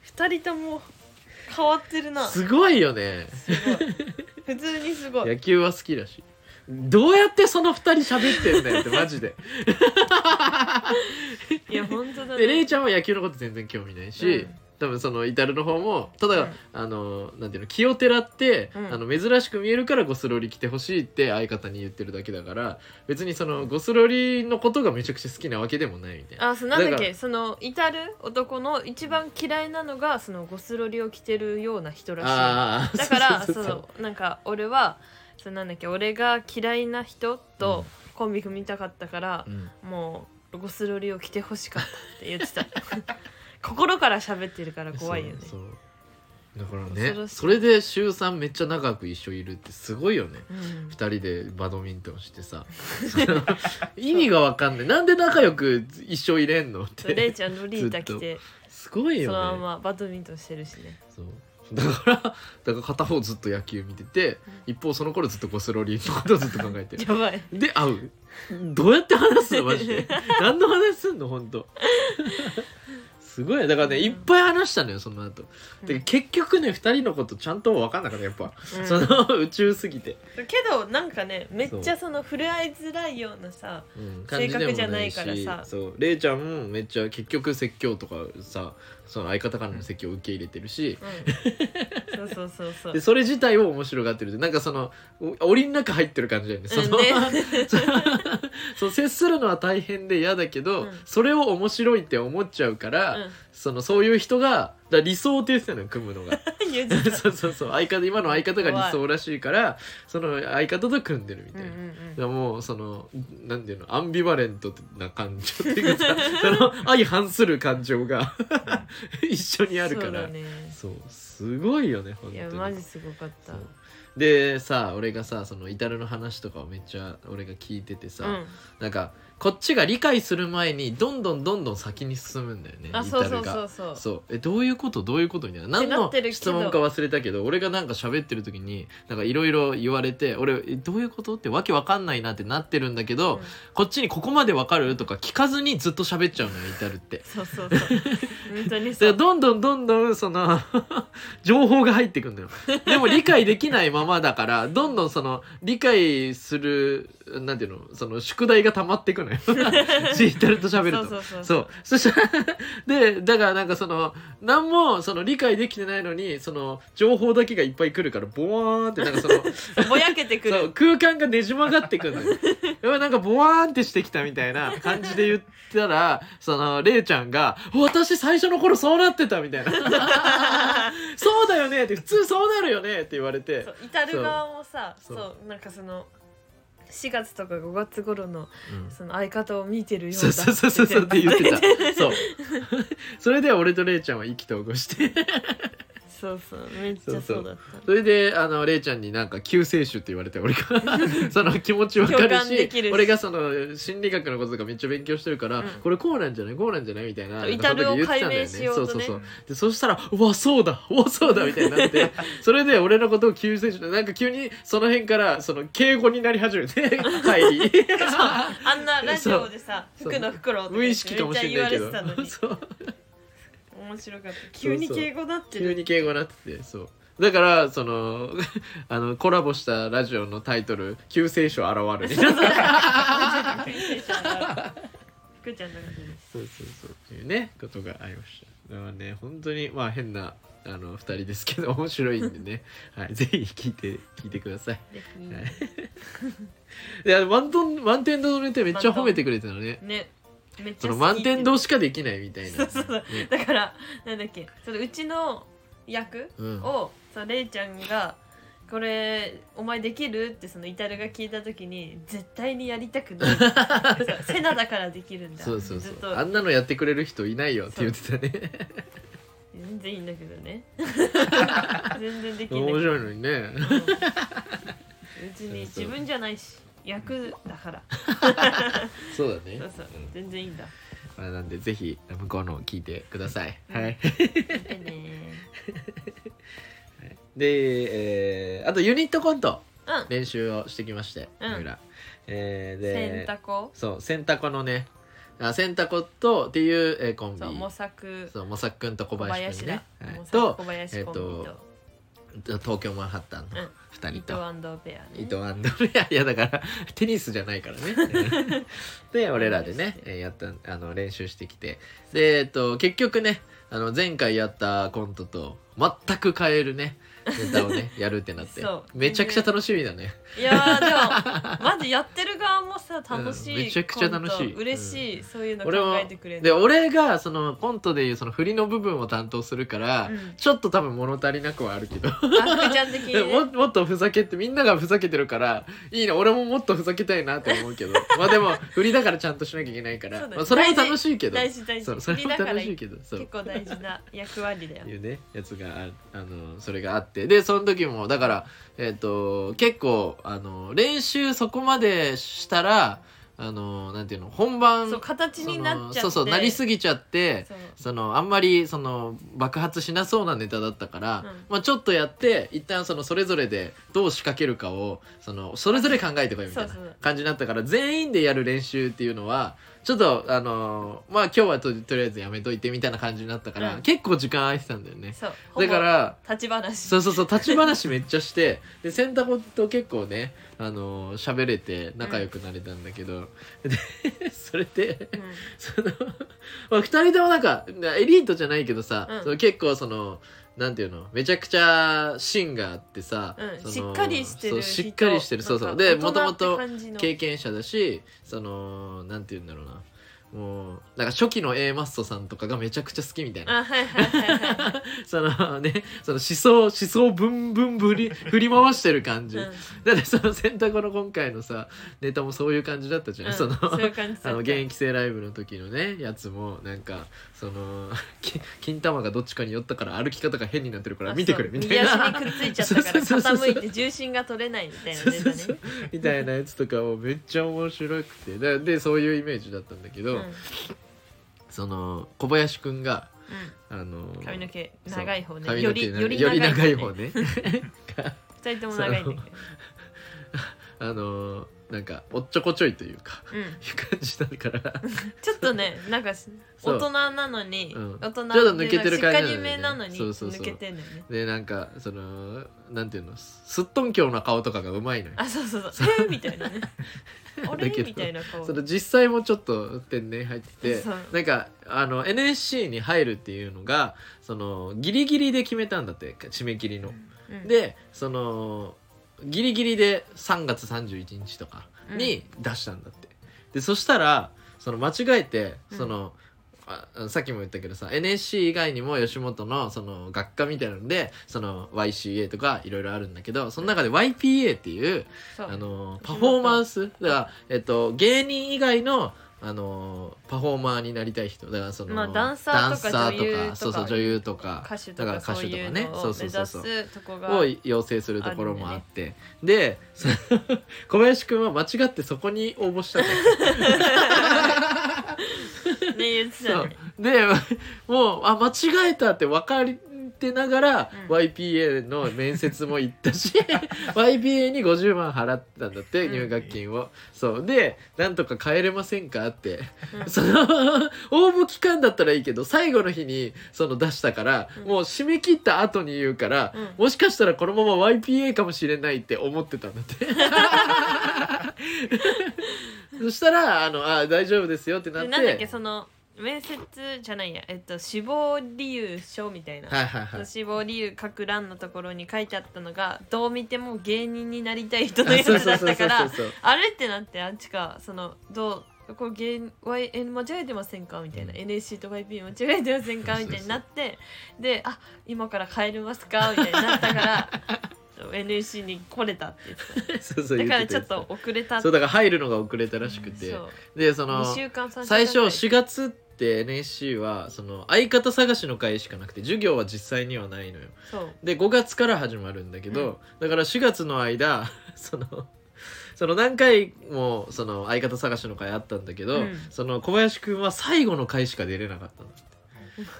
S2: 二人とも変わってるなす
S5: すごいよね
S2: ごい普通にすごい
S5: 野球は好きだしいどうやってその2人喋ってんだよってマジ で
S2: いや本当だね
S5: でレイちゃんは野球のこと全然興味ないし、
S2: うん
S5: 多分そのイタルの方もただ、
S2: うん
S5: あのなんていうの気をてらって、
S2: うん
S5: あの珍しく見えるからゴスロリ来てほしいって相方に言ってるだけだから別にそのゴスロリのことがめちゃくちゃ好きなわけでもないみたいな。
S2: あそうなんだっ
S5: だか
S2: け
S5: ら
S2: その至る男の一番嫌いなのがそのゴスロリを着てるような人らしい
S5: あー
S2: だから
S5: そ
S2: そう
S5: そうそう
S2: なんか俺はそうなんだっけ俺が嫌いな人とコンビ組みたかったから
S5: う、ん
S2: もうゴスロリを着てほしかったって言 ってた心から喋ってるから怖いよね
S5: そうそうだから
S2: 恐ろ
S5: ね
S2: しい
S5: それで週3めっちゃ長く一緒いるってすごいよね
S2: うん
S5: 2人でバドミントンしてさ その意味がわかんないなんで仲良く一緒いれんのっ
S2: そうレイ
S5: て
S2: ちゃんロリータ着て
S5: すごい
S2: そ
S5: よ
S2: のま
S5: ね
S2: まバドミントンしてるしね
S5: そうだからだから片方ずっと野球見てて一方その頃ずっとゴスロリのことをずっと考えてる
S2: やばい
S5: で会うどうやって話すのマジで 何の話すんの本当すごいねだからねいっぱい話したのよその後で結局ね2人のことちゃんと分かんなかったやっぱ、
S2: うん
S5: その宇宙すぎて、
S2: けどなんかねめっちゃその触れ合いづらいようなさ
S5: うん、
S2: 性格じゃないからさ
S5: そうれいちゃんもめっちゃ結局説教とかさその相方からの説教を受け入れてるし、
S2: うんそうそうそうそう
S5: でそれ自体を面白がってるなんかそのお檻の中入ってる感じだよねその、
S2: うん
S5: そうそう接するのは大変で嫌だけど、
S2: うん
S5: それを面白いって思っちゃうから、
S2: う
S5: そのそういう人がだ理想って言ってたのよ組むの が
S2: ん言うてた
S5: そうそうそう相方今の相方が理想らしいからその相方と組んでるみ
S2: う
S5: た
S2: ん
S5: いな。
S2: うん
S5: だからもうそのなんていうのアンビバレントな感情っていうかさ その相反する感情が 一緒にあるか
S2: そう
S5: ら
S2: だね
S5: そう,、すごいよね本
S2: い
S5: 当に
S2: やマジすごかった
S5: そうでさ俺がさそのイタルの話とかをめっちゃ俺が聞いててさ、
S2: うん
S5: なんかこっちが理解する前にどんどんどんどん先に進むんだよね
S2: あ
S5: イ
S2: そう
S5: タ
S2: そ
S5: ル
S2: うそ
S5: が
S2: うそう
S5: そうえどういうことどういうことみたいな何
S2: な
S5: の
S2: ってるけど
S5: 質問か忘れたけど俺がなんか喋ってる時になんかいろいろ言われて俺えどういうことってわけわかんないなってなってるんだけど、
S2: うん
S5: こっちにここまでわかるとか聞かずにずっと喋っちゃうのよ至るって。
S2: そうそうそう本当に
S5: だか
S2: そ
S5: ら
S2: う
S5: どんどんどんどんその 情報が入ってくんだよでも理解できないままだからどんどんその理解するなんていうのその宿題が溜まって くのよジータルと喋ると
S2: そうそうそう
S5: そうそしたらでだからなんかその何もその理解できてないのにその情報だけがいっぱい来るからボワーンってなんかそ の
S2: ぼやけてく
S5: そう
S2: る
S5: 空間がねじ曲がってくるのよ やばいなんかボワーンってしてきたみたいな感じで言ったらそのれいちゃんが「私最初の頃そうなってた」みたいな 「そうだよね」って普通そうなるよねって言われて
S2: そう至る側もさそ
S5: そうう
S2: なんかその4月とか5月頃の
S5: うん
S2: その相方を見てるよう
S5: そ
S2: だ
S5: うそうそうそうそうって言ってたそううそれで俺とれいちゃんは意気投合して
S2: そうそうめっちゃそうだった
S5: それであのれいちゃんになんか救世主って言われて俺 がその気持ちわか
S2: 共
S5: る
S2: 感で
S5: し
S2: きるし
S5: 俺がその心理学のこととかめっちゃ勉強してるから、
S2: うん
S5: これこうなんじゃないこうなんじゃないみたいな
S2: そう至るを
S5: なんかその時言
S2: 解明
S5: ってたんだよね
S2: しようとね
S5: そうそうそうでそしたら「うわそうだうわそうだ」みたいになって それで俺のことを救世主でなんか急にその辺からその敬語になり始 めてはい
S2: あんなラジオでさ
S5: そう
S2: 服の袋を
S5: 無意識かもしれないけ
S2: め
S5: ど
S2: っちゃ言われてたのに
S5: そう
S2: 面白かった急に敬語なって
S5: 急
S2: る
S5: に敬語になっててそうだからそのあのコラボしたラジオのタイトル「救世主現る」
S2: 福ちゃんの感じです
S5: そうそうそうっていうねことがありましただからね本当にまあ変なあの2人ですけど面白いんで ね、はい、ぜひ聞いて聞いてください
S2: ぜひ
S5: はいいや満点満点堂のネタめっちゃ褒めてくれてたのね
S2: ねめっち
S5: そ
S2: ゃ
S5: の
S2: 好き
S5: 満
S2: って
S5: 点堂しかできないみたい
S2: そ
S5: な
S2: うそうそう
S5: ね
S2: だからなんだっけそのうちの役
S5: うん
S2: を、そのれいちゃんが「これお前できる?」ってそのイタルが聞いた時に絶対にやりたく ないそうセナだからできるんだ
S5: そうそうそ
S2: ずっ
S5: う
S2: と
S5: あんなのやってくれる人いないよって言ってたね
S2: 全然いいんだけど ね全然できない
S5: 面白いのにね
S2: うんうちに自分じゃないし役だから
S5: そうだね
S2: そうそう
S5: うん
S2: 全然いいんだ
S5: まあ、なんでぜひ向こうのを聞いてください。はい、
S2: 見てね
S5: で、えーあとユニットコント
S2: うん
S5: 練習をしてきまして、
S2: うん
S5: 僕らえー
S2: 洗
S5: で
S2: 濯
S5: そうセンタコのねあセンタコとっていう、えーコンビ
S2: そう模索
S5: そうもさっくんと小
S2: 小
S5: 林
S2: 林
S5: くん
S2: だ
S5: ね、はい
S2: 模索
S5: と
S2: 小林コンビ
S5: えっ
S2: と
S5: と東京マンハッタンの
S2: うん伊
S5: 2人
S2: 藤
S5: と。
S2: アンドペアね
S5: 伊藤アンドレアいやだから テニスじゃないからね で俺らでねえーやったあの練習してきてで、えっと、結局ねあの前回やったコントと全く変えるねネタを ねやるってなって
S2: そう
S5: めちゃくちゃ楽しみだね
S2: いやーでもマジやってる側もさ楽しい、
S5: うんめちゃくちゃ楽しい
S2: コント嬉しい、そういうの考
S5: 俺も
S2: えてくれる
S5: で俺がそのコントでいうその振りの部分を担当するから、
S2: うん
S5: ちょっと多分物足りなくはあるけど
S2: あ福ちゃん的に、
S5: でも
S2: ね、
S5: もっとふざけてみんながふざけてるからいいな俺ももっとふざけたいなって思うけどまあでも振りだからちゃんとしなきゃいけないから
S2: そ
S5: そ
S2: だ
S5: う
S2: ね
S5: まあ、それも楽しいけど
S2: 大事大事
S5: そうそれも
S2: 振りだから
S5: 楽しいけどそう
S2: 結構大事な役割だよ
S5: いうねやつがああのそれがあってでその時もだからえっ、と結構あの練習そこまでしたらあのなんていうの本番
S2: そう形になっちゃって
S5: そのそうそうなりすぎちゃって
S2: そう
S5: そのあんまりその爆発しなそうなネタだったから、
S2: うん
S5: まあ、ちょっとやって一旦そのそれぞれでどう仕掛けるかをそのそれぞれ考えてこいみたいな
S2: そうそう
S5: 感じになったから全員でやる練習っていうのはちょっとあのまあ今日はととりあえずやめといてみたいな感じになったから、
S2: うん
S5: 結構時間空いてたんだよね。
S2: そうほぼ
S5: だから
S2: 立ち話
S5: そうそうそう立ち話めっちゃしてで洗濯と結構ねあのー喋れて仲良くなれたんだけど、でそれで
S2: うん
S5: その、 まあ、2人ともなんかエリートじゃないけどさ、
S2: うん
S5: その結構そのなんていうのめちゃくちゃ芯があってさ、
S2: うん、
S5: そ
S2: し
S5: の
S2: っかりして
S5: そう
S2: る人
S5: しっかりしてるそうそうでもともと経験者だしそのなんていうんだろうなもうなんか初期の A マッソさんとかがめちゃくちゃ好きみたいな
S2: あはいはいはい は
S5: そのね、その思想、思想ぶんぶんぶり、振り回してる感
S2: い、
S5: じ。
S2: う
S5: だ
S2: ん
S5: ってその選択の今回のさ、ネタもそういう感じだったじゃん。
S2: うん、
S5: その、
S2: ういう感じだった
S5: あの、現役生ライブの時のね、やつも、なんか、その、 き金玉がどっちかに寄ったから歩き方が変になってるから見てくれ、みたい
S2: あそう
S5: な。
S2: 右足にくっついちゃったから
S5: そうそうそうそう
S2: 傾いて重心が取れないみたいな
S5: そう
S2: ネタ
S5: そう
S2: ね
S5: そうみたいなやつとかもめっちゃ面白くてででそういうイメージだったんだけど、
S2: うんうん
S5: その小林くんがあの
S2: 髪の毛長い方
S5: そう
S2: ね
S5: 髪
S2: よ
S5: の毛
S2: り
S5: 長い
S2: より
S5: より長い
S2: 方
S5: 方
S2: ね
S5: ね
S2: 二人とも長いんだけど
S5: あのーなんかおっちょこちょいというか
S2: うん
S5: いう感じだから
S2: ちょっとねなんか
S5: そ
S2: 大
S5: う
S2: 人なのに
S5: うん
S2: 大人
S5: ちょっと抜けてる感じなのよね
S2: しっかりめなのに
S5: そうそうそう
S2: 抜けてんだよね
S5: でなんかそのなんていうのすすっとんきょうな顔とかがうまいのよ
S2: あそうそうそう えーみたいな ねあれ
S5: だけど
S2: みたいな顔
S5: その実際もちょっと天然入ってて
S2: そう
S5: なんかあの NSC に入るっていうのがそのギリギリで決めたんだって締め切りの。
S2: うん
S5: でそのギリギリで3月31日とかに出したんだって、でそしたらその間違えて
S2: うん
S5: その、あさっきも言ったけどさ NSC 以外にも吉本のその学科みたいなのでその YCA とかいろいろあるんだけどその中で YPA っていう
S2: そう
S5: あのパフォーマンスだから、えっと、芸人以外のあのパフォーマーになりたい人だからその、
S2: まあダンサーとか
S5: ダンサ
S2: 女優とか
S5: そうそう女優とか
S2: 歌手と
S5: だから
S2: かそ
S5: 歌
S2: う
S5: 手と
S2: い
S5: か
S2: う
S5: ね
S2: のを
S5: そ
S2: 目
S5: うそ
S2: 指
S5: うそうそう
S2: すとこが
S5: を要請するところもあってで そ小林くんは間違ってそこに応 募したの
S2: ね言ってたね
S5: そうで もうあ間違えたって分かってながら、
S2: うん
S5: YPA の面接も行ったし YPA に50万払ったんだって
S2: うん
S5: 入学金を、そうでなんとか帰れませんかって、
S2: うん
S5: その応募期間だったらいいけど最後の日にその出したから、
S2: うん
S5: もう締め切った後に言うから、
S2: うん
S5: もしかしたらこのまま YPA かもしれないって思ってたん だって。そしたらあのあ大丈夫ですよってなっ
S2: で
S5: て
S2: なんだっけその面接じゃないやえっと死亡理由書みたいな、
S5: はいはいはい。
S2: 死亡理由書く欄のところに書いてあったのがどう見ても芸人になりたい人のや
S5: そう
S2: つ
S5: そ
S2: だ
S5: う
S2: っ
S5: そう
S2: た
S5: そ
S2: か
S5: う
S2: ら
S5: そう。
S2: あれってなってあっちかそのどうこれ芸人 Y え間違えてませんかみたいな、
S5: うん
S2: NSC と YP 間違えてませんかみたいになってであ今から帰れますかみたいになったから NSC に来れたって言って
S5: そうそう
S2: ただから
S5: 言て
S2: ち
S5: た
S2: ょっと遅れた
S5: そうだから入るのが遅れたらしくて、
S2: そう
S5: でその
S2: 2週間3週間
S5: 最初
S2: ぐらい
S5: 4月って NSC はその相方探しの会しかなくて授業は実際にはないのよ。
S2: そう
S5: で5月から始まるんだけど、だから4月の間 そのその何回もその相方探しの会あったんだけ
S2: う
S5: ど、
S2: ん
S5: その小林くんは最後の回しか出れなかったんだって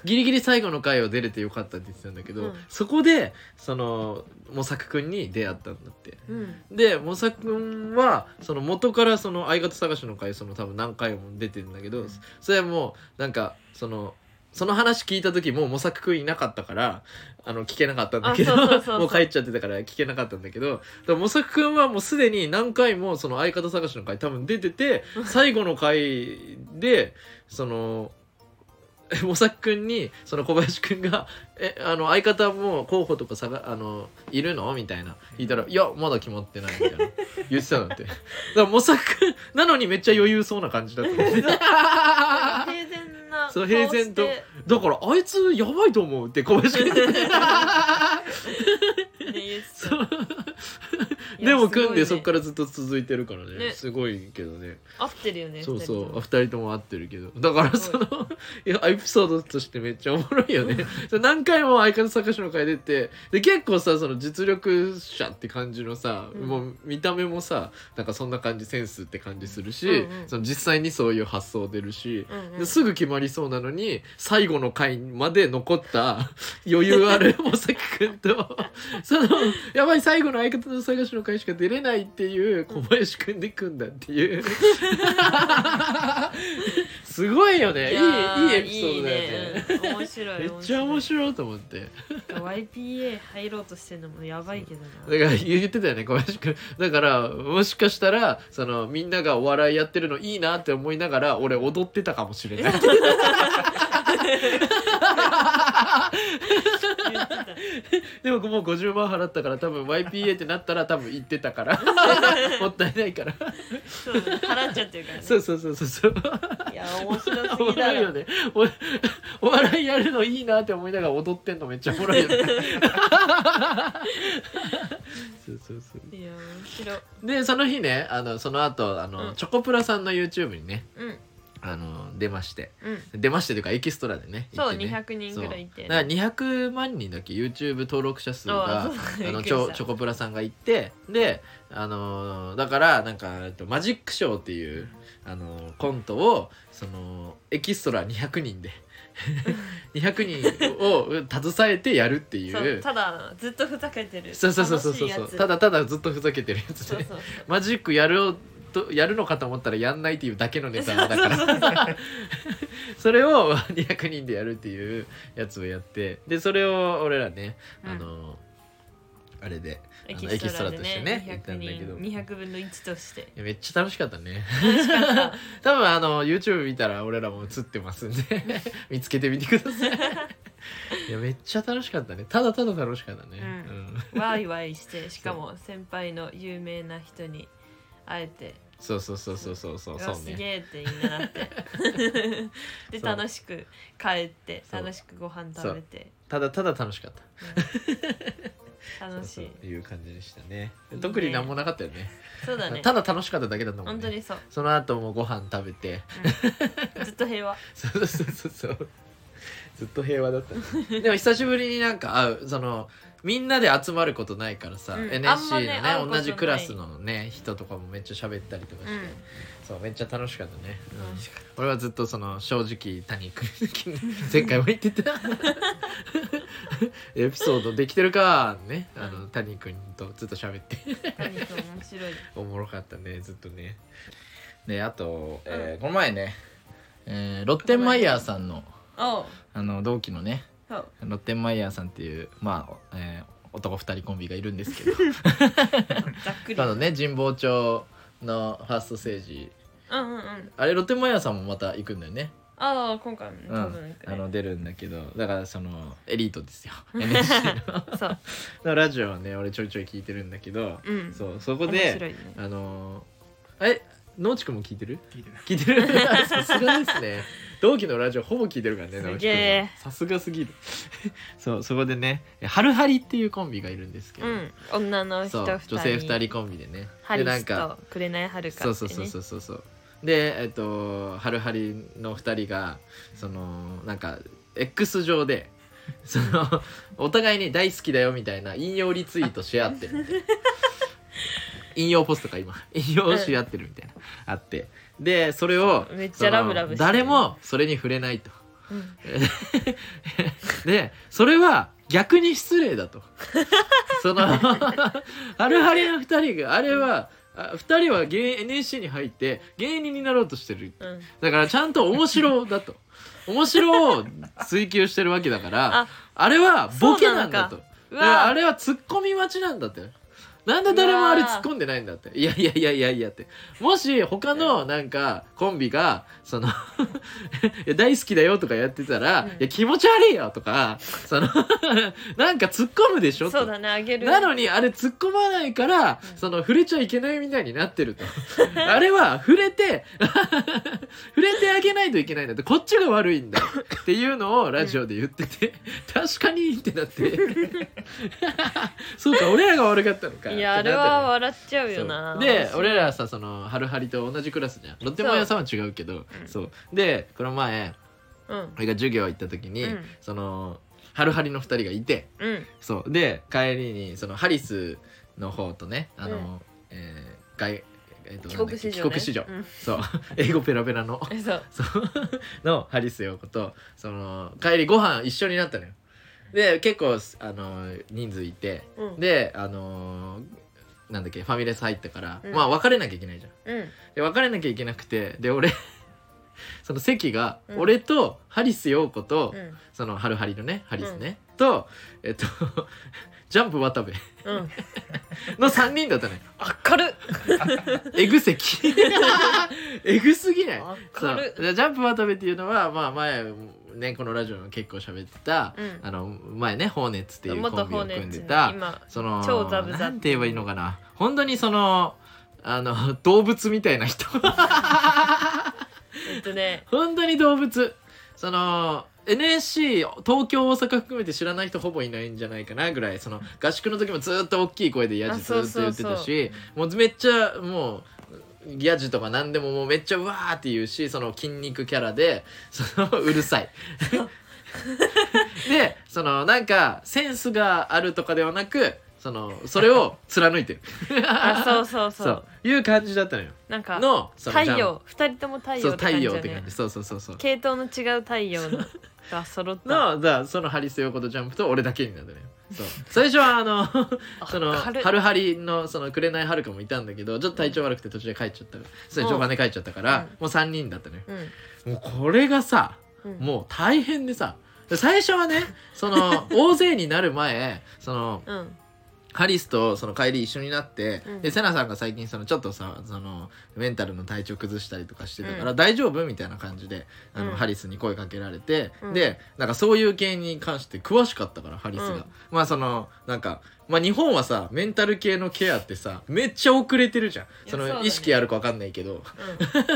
S5: ギリギリ最後の回を出れてよかったって言ってたんだけど、
S2: うん
S5: そこでその模索くんに出会ったんだって
S2: うん
S5: でモサ君はその元からその相方探しの回その多分何回も出てるんだけど、
S2: うん
S5: それはもうなんかそのその話聞いた時もうモサ君いなかったからあの聞けなかったんだけど
S2: あそうそうそうそう
S5: もう帰っちゃってたから聞けなかったんだけどでもモサ君はもうすでに何回もその相方探しの回多分出て て最後の回でその。モサ君にその小林君がえあの相方も候補とかさがあのいるのみたいな聞いたら「いやまだ決まってない」みたいな言ってたんだってだから模索なのにめっちゃ余裕そうな感じだったん だよね
S2: なんか平然な
S5: そう平然と
S2: 顔し
S5: だからあいつやばい と思うって小林君
S2: てね言ってた
S5: そう
S2: いや
S5: でも
S2: すごいね
S5: 組んでそっからずっと続いてるからね
S2: ね
S5: すごいけどね
S2: 合ってるよね
S5: そうそう2
S2: 二人とも
S5: 人とも合ってるけどだから
S2: す
S5: そ
S2: ごい
S5: のいやエピソードとしてめっちゃおもろ いよねそれ何回も相方探しの会出てで結構さその実力者って感じのさ、
S2: うん
S5: もう見た目もさなんかそんな感じセンスって感じするし、
S2: うんうん
S5: その実際にそういう発想出るし、
S2: うんうん
S5: ですぐ決まりそうなのに最後の回まで残った 余裕あ るモサク君とそのやばい最後の相方の探しの回しか出れないっていう小林君で組んだっていう すごいよねいい
S2: や
S5: いい
S2: ー
S5: エピソードだよ
S2: い
S5: ね
S2: いねうん面白い
S5: めっちゃ面白いと思って
S2: い YPA 入ろうとしてるのもやばいけどな
S5: だから言ってたよね小林君だからもしかしたらそのみんながお笑いやってるのいいなって思いながら俺踊ってたかもしれ ない
S2: 言ってた
S5: でももう50万払ったから多分 YPA ってなったら多分行ってたからもったいないから
S2: そうだね払っちゃってるからね
S5: そうそうそうそう そう
S2: いや面白す
S5: おも
S2: ぎだ
S5: ろいよ
S2: ろ
S5: ねお お笑いやるのいいなって思いながら踊ってんのめっちゃおもろ い よねそうそうそう
S2: いや面白い
S5: でその日ねあのその後あの、
S2: うん
S5: チョコプラさんの YouTube にね
S2: うん
S5: あの出まして
S2: うん
S5: 出ましてというかエキストラでね
S2: そう
S5: 行ってね
S2: 200人ぐらいいて
S5: だから200万人だっけ YouTube 登録者数が
S2: あそう
S5: あの
S2: びっくり
S5: ちょ
S2: した
S5: チョコプラさんが行ってで、あのーだからなんか、えっと、マジックショーっていう、あのーコントをそのエキストラ200 人で200人を携えてやるってい
S2: そう
S5: う
S2: ただずっとふざけてる
S5: そうそうそうそうそう
S2: 楽しいやつ
S5: ただただずっとふざけてるやつ
S2: そ
S5: で、
S2: うそう
S5: マジックやるとやるのかと思ったらやんないっていうだけのネタだか ら
S2: そうそうそう
S5: それを200人で やるっていうやつをやってでそれを俺らね、
S2: うん
S5: あのあれであ
S2: エ
S5: の
S2: キ
S5: エ
S2: ス
S5: キス
S2: ト
S5: ト
S2: ラ
S5: ラ
S2: で
S5: として
S2: ね
S5: ね行ったんだけど
S2: 200人200分の1として
S5: いやめっちゃ楽しかったね
S2: 楽しかった
S5: 多分あの YouTube 見たら俺らも映ってますんで 見つけてみてくだ さいいやめっちゃ楽しかったねただただ楽しかったね、
S2: うん
S5: うん
S2: ワイワイしてしかも先輩の有名な人に会えて
S5: そうそうそうそうそうそうう
S2: わ
S5: そう
S2: す
S5: ね
S2: げえって言い習って で
S5: そう
S2: 楽しく帰って
S5: そう
S2: 楽しくご飯食べて、
S5: ただただ楽しかった
S2: うん楽
S5: そ
S2: し
S5: う
S2: い
S5: そういう感じでしたね
S2: いいね
S5: 特になんもなかったよね
S2: そうだね
S5: ただ楽しかっただけだったもんね
S2: 本当にそう、
S5: その後もご飯食べて
S2: うんずっと平和
S5: そうそうそうそうずっと平和だったねでも久しぶりになんか会うそのみんなで集まることないからさ、
S2: うん
S5: NSC のね
S2: あんまね会うことない
S5: 同じクラスのね人とかもめっちゃ喋ったりとかして、
S2: うん
S5: そうめっちゃ楽しかったね、うん
S2: 楽しかっ
S5: 俺はずっとその正直谷君前回も言って たエピソードできてるかねあの谷君とずっと喋って
S2: た何か面白い
S5: おもろかったねずっとねであと、えーこの前ね、えーロッテンマイヤーさんの
S2: おう
S5: あの同期のね
S2: そう
S5: ロッテンマイヤーさんっていうまあ、えー男2人コンビがいるんです けど
S2: ざっくり
S5: あのね神保町のファーストステージ
S2: うんうんうん
S5: あれロッテンマイヤーさんもまた行くんだよね、
S2: ああ今回もね
S5: うん、
S2: 多分ね、
S5: あの出るんだけどだからそのエリート ですよ NHK
S2: そう
S5: のラジオはね俺ちょいちょい聞いてるんだけど、
S2: うん
S5: そうそこ
S2: 面
S5: で
S2: 白いね
S5: あのー、え農地君も聞いてる
S3: 聞いてない
S5: 聞いてる さすがですね同期のラジオほぼ聞いてるからね
S2: すげえ
S5: 直樹君はさすがすぎる そうそこでねハルハリっていうコンビがいるんですけ
S2: う
S5: ど、
S2: ん女の
S5: そ
S2: 人
S5: う
S2: 2
S5: 女
S2: 人
S5: 性2人コンビでね
S2: ハ
S5: で
S2: リ
S5: なん
S2: ス
S5: か
S2: とくれないはるか
S5: そうそうそうそうそうそうでえっとハルハリの2人がそのなんか X 上 でそのお互いに大好きだよみたいな引用リツイートし合ってるみたい な引用ポストか今引用し合ってるみたいな、あってでそれを
S2: めっちゃラブラブして
S5: そ
S2: る
S5: の誰もそれに触れないと
S2: うん
S5: でそれは逆に失礼だとそ のハルハリの2人があれはあ2人は芸 NSC に入って芸人になろうとしてる
S2: うん
S5: だからちゃんと面白だと面白を追求してるわけだから
S2: あ
S5: あれはボケなんだ
S2: そ
S5: とだか
S2: う
S5: らあ
S2: わ
S5: れはツッコミ待ちなんだってなんで誰もあれ突っ込んでないんだっていやいやいやいやいやってもし他のなんかコンビがその いや大好きだよとかやってた
S2: う
S5: ら、
S2: ん
S5: いや気持ち悪いよとかそのなんか突っ込むでしょ
S2: そう
S5: と
S2: だねあげる
S5: なのにあれ突っ込まないから、
S2: うん
S5: その触れちゃいけないみたいになっ てるとあれは触れて触れてあげないといけないんだってこっちが悪いんだっていうのをラジオで言ってて、確かにってなってそうか俺らが悪かったのか
S2: い
S1: い
S2: いやあれは笑っちゃうよな
S1: そうで俺らさそのハルハリと同じクラスじゃんロッテモヤさんは違うけどそうでこの前
S2: うん
S1: 俺が授業行った時に、
S2: うん
S1: そのハルハリの2人がいて
S2: うん
S1: そうで帰りにそのハリスの方とねあの、
S2: うん
S1: えー外えーと
S2: 帰
S1: なんだ
S2: 国
S1: っ
S2: 子
S1: け
S2: 女、ね、
S1: 帰国子女、
S2: うん
S1: そう英語ペラペラの
S2: えそう
S1: そうのハリス陽子とその帰りご飯一緒になったのよで結構あの人数いて
S2: うん
S1: であのなんだっけファミレス入ったから、
S2: うん
S1: まあ別れなきゃいけないじゃん
S2: うん
S1: で別れなきゃいけなくてで俺 その席が、
S2: うん
S1: 俺とハリス陽子と、
S2: うん
S1: そのハルハリのねハリスね、とえっとジャンプ渡部
S2: うん
S1: の3人だったね
S2: 明るっ
S1: えぐ席 えぐすぎないそ
S2: 明る
S1: う
S2: っ
S1: でジャンプ渡部っていうのは、まあ、前ねこのラジオの結構喋ってた、
S2: うん
S1: あの前ねホーネッツっていうコ
S2: 元
S1: ンビ
S2: ホ
S1: を
S2: ーネ
S1: 組ん
S2: ッ
S1: で
S2: ツ
S1: た
S2: の今
S1: その
S2: 超ザブザって
S1: なんて言えばいいのかな本当にそのあの動物みたいな人
S2: えっとね
S1: 本当に動物その NSC 東京大阪含めて知らない人ほぼいないんじゃないかなぐらいその合宿の時もずっと大きい声でヤジずっ
S2: あそう
S1: と
S2: そ
S1: 言
S2: う
S1: って
S2: そう
S1: たしもうめっちゃもうヤジとか何でももうめっちゃうわーって言うしその筋肉キャラでそのうるさい。でそのなんかセンスがあるとかではなくそのそれを貫い てる
S2: あそうそうそう
S1: そういう感じだったのよ。
S2: なんか
S1: のその
S2: 太
S1: ジャン
S2: 陽二人とも太
S1: そ
S2: 陽
S1: う
S2: って
S1: 太
S2: 感じ
S1: 陽
S2: だ
S1: って
S2: ね
S1: 感じそうそうそうそう。
S2: 系統の違う太陽のが揃った
S1: のだそのハリス横とジャンプと俺だけになったのよそう最初はあの その
S2: 明るい
S1: ハルハリのその紅はるかもいたんだけどちょっと体調悪くて途中で帰っちゃったそれ
S2: うん
S1: 序盤で帰っちゃったから、
S2: うん
S1: もう3人だったのよ
S2: うん
S1: もうこれがさ
S2: うん
S1: もう大変でさ最初はねその 大勢になる前その
S2: うん
S1: ハリスとその帰り一緒になって、
S2: うん
S1: でセナさんが最近そのちょっとさそのメンタルの体調崩したりとかしてたから、
S2: う
S1: 大丈夫みたいな感じであの、
S2: うん
S1: ハリスに声かけられて、
S2: うん
S1: でなんかそういう系に関して詳しかったからハリスが、
S2: うん
S1: まあそのなんか、まあ、日本はさメンタル系のケアってさめっちゃ遅れてるじゃん
S2: や
S1: その
S2: そうだね
S1: 意識あるか分かんないけど
S2: うん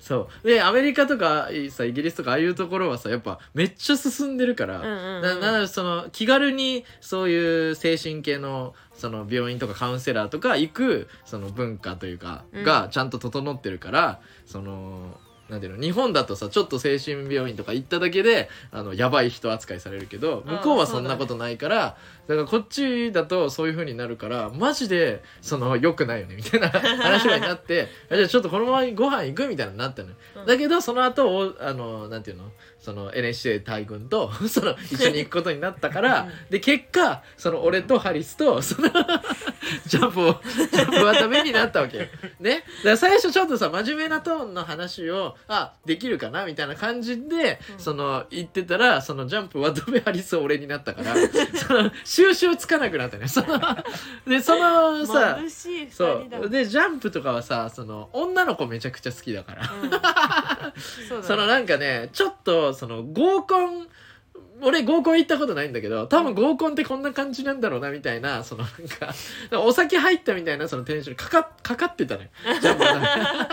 S1: そうでアメリカとかさイギリスとかああいうところはさやっぱめっちゃ進んでるから、
S2: うんうんうん
S1: ななのでその気軽にそういう精神系のその病院とかカウンセラーとか行くその文化というか
S2: うん
S1: がちゃんと整ってるから、そのなんていうの日本だとさちょっと精神病院とか行っただけであのやばい人扱いされるけど向こうはそんなことないからだ,、からこっちだとそういう風になるからマジでその良くないよねみたいな 話になってあじゃあちょっとこのままご飯行くみたいになったのよ、
S2: うん
S1: だけどその後おあのなんていうのその NHK 大軍と その一緒に行くことになったから、
S2: うん
S1: で結果その俺とハリスとそのジャンプをジャンプ渡めになったわけよ。ね、だから最初ちょっとさ真面目なトーンの話をあできるかなみたいな感じで、
S2: うん
S1: その言ってたらそのジャンプ渡辺ハリス俺になったから その収集つかなくなったね。そのでそのさ
S2: 眩しい二
S1: そ
S2: 人だ
S1: うでジャンプとかはさその女の子めちゃくちゃ好きだから。
S2: うんそう
S1: その
S2: だね
S1: なんかねちょっとその合コン俺合コン行ったことないんだけど多分合コンってこんな感じなんだろうなみたいなそのなんかお酒入ったみたいなそのテンションにかかかかってたのよジャンプが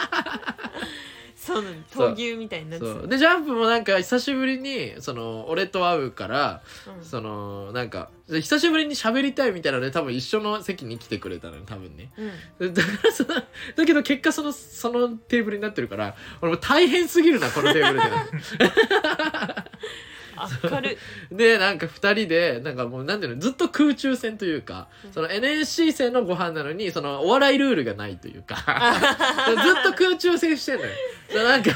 S2: そうなの闘牛みたいになってた
S1: そうでジャンプもなんか久しぶりにその俺と会うから
S2: うん
S1: そのなんかで久しぶりに喋りたいみたいなので多分一緒の席に来てくれたのよ多分ね
S2: うん
S1: だからそのだけど結果そのそのテーブルになってるから俺もう大変すぎるなこのテーブルで。
S2: 明るい
S1: でなんか2人でなんかもうなんていうのずっと空中戦というか、その NSC 戦のご飯なのにそのお笑いルールがないと いうかずっと空中戦してんのよ。そうな んか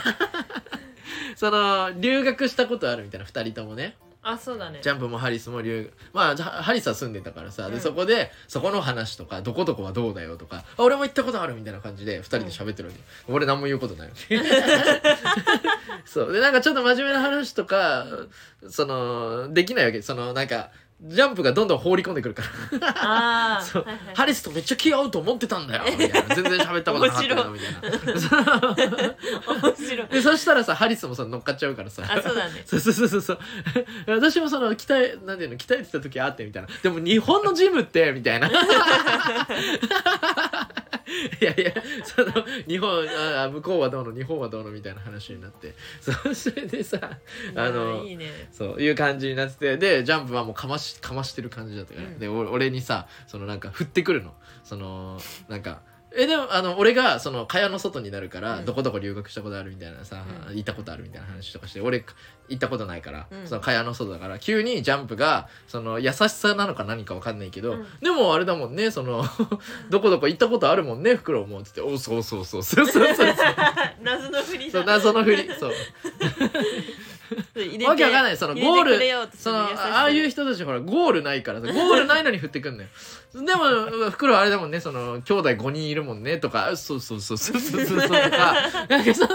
S1: その留学したことあるみたいな2人ともね
S2: あそうだね
S1: ジャンプもハリスも留まあじゃハリスは住んでたからさ、
S2: う
S1: で
S2: ん
S1: そこでそこの話とかどこどこはどうだよとかあ俺も行ったことあるみたいな感じで2人で喋ってるわけ、俺何も言うことな いわけそうでなんかちょっと真面目な話とかそのできないわけそのなんかジャンプがどんどん放り込んでくるから
S2: ああ
S1: そう
S2: はいはい
S1: ハリスとめっちゃ気合うと思ってたんだよみたいな全然喋ったことなかったよみたいな
S2: 面白い
S1: でそしたらさハリスもさ乗っかっちゃうからさ
S2: あそうだ ね
S1: そうそうそうそうそう私もその鍛えなんていうの鍛えてた 時あってみたいなでも日本のジムってみたいな
S5: いやいやその日本ああ向こうはどうの日本はどうのみたいな話になってそうそれでさあの
S2: いやいいね
S5: そういう感じになっててでジャンプはもうかましかましてる感じだったから、
S2: うん
S5: でお俺にさそのなんか振ってくるのそのなんかえでもあの俺がその蚊帳の外になるから、
S2: うん
S5: どこどこ留学したことあるみたいなさ、
S2: う
S5: 行ったことあるみたいな話とかして俺行ったことないから、
S2: うん
S5: その蚊帳の外だから急にジャンプがその優しさなのか何か分かんないけど、
S2: うん
S5: でもあれだもんねその どこどこ行ったことあるもんねフクロウもっつって「おそうそうそうそうそうそう」
S2: 謎の振り
S5: そう
S2: だ
S5: 謎の振りそう。
S2: 入れて
S5: わけわかんないその
S2: 入れ
S5: ゴー
S2: て
S5: ル
S2: くれよって
S5: そ
S2: の
S5: の
S2: 優しさ
S5: ああいう人たちほらゴールないからさゴールないのに振ってくんのよ でも袋あれだもんねその兄弟5人いるもんねとかそうそうそうそうそうそうとかなんかその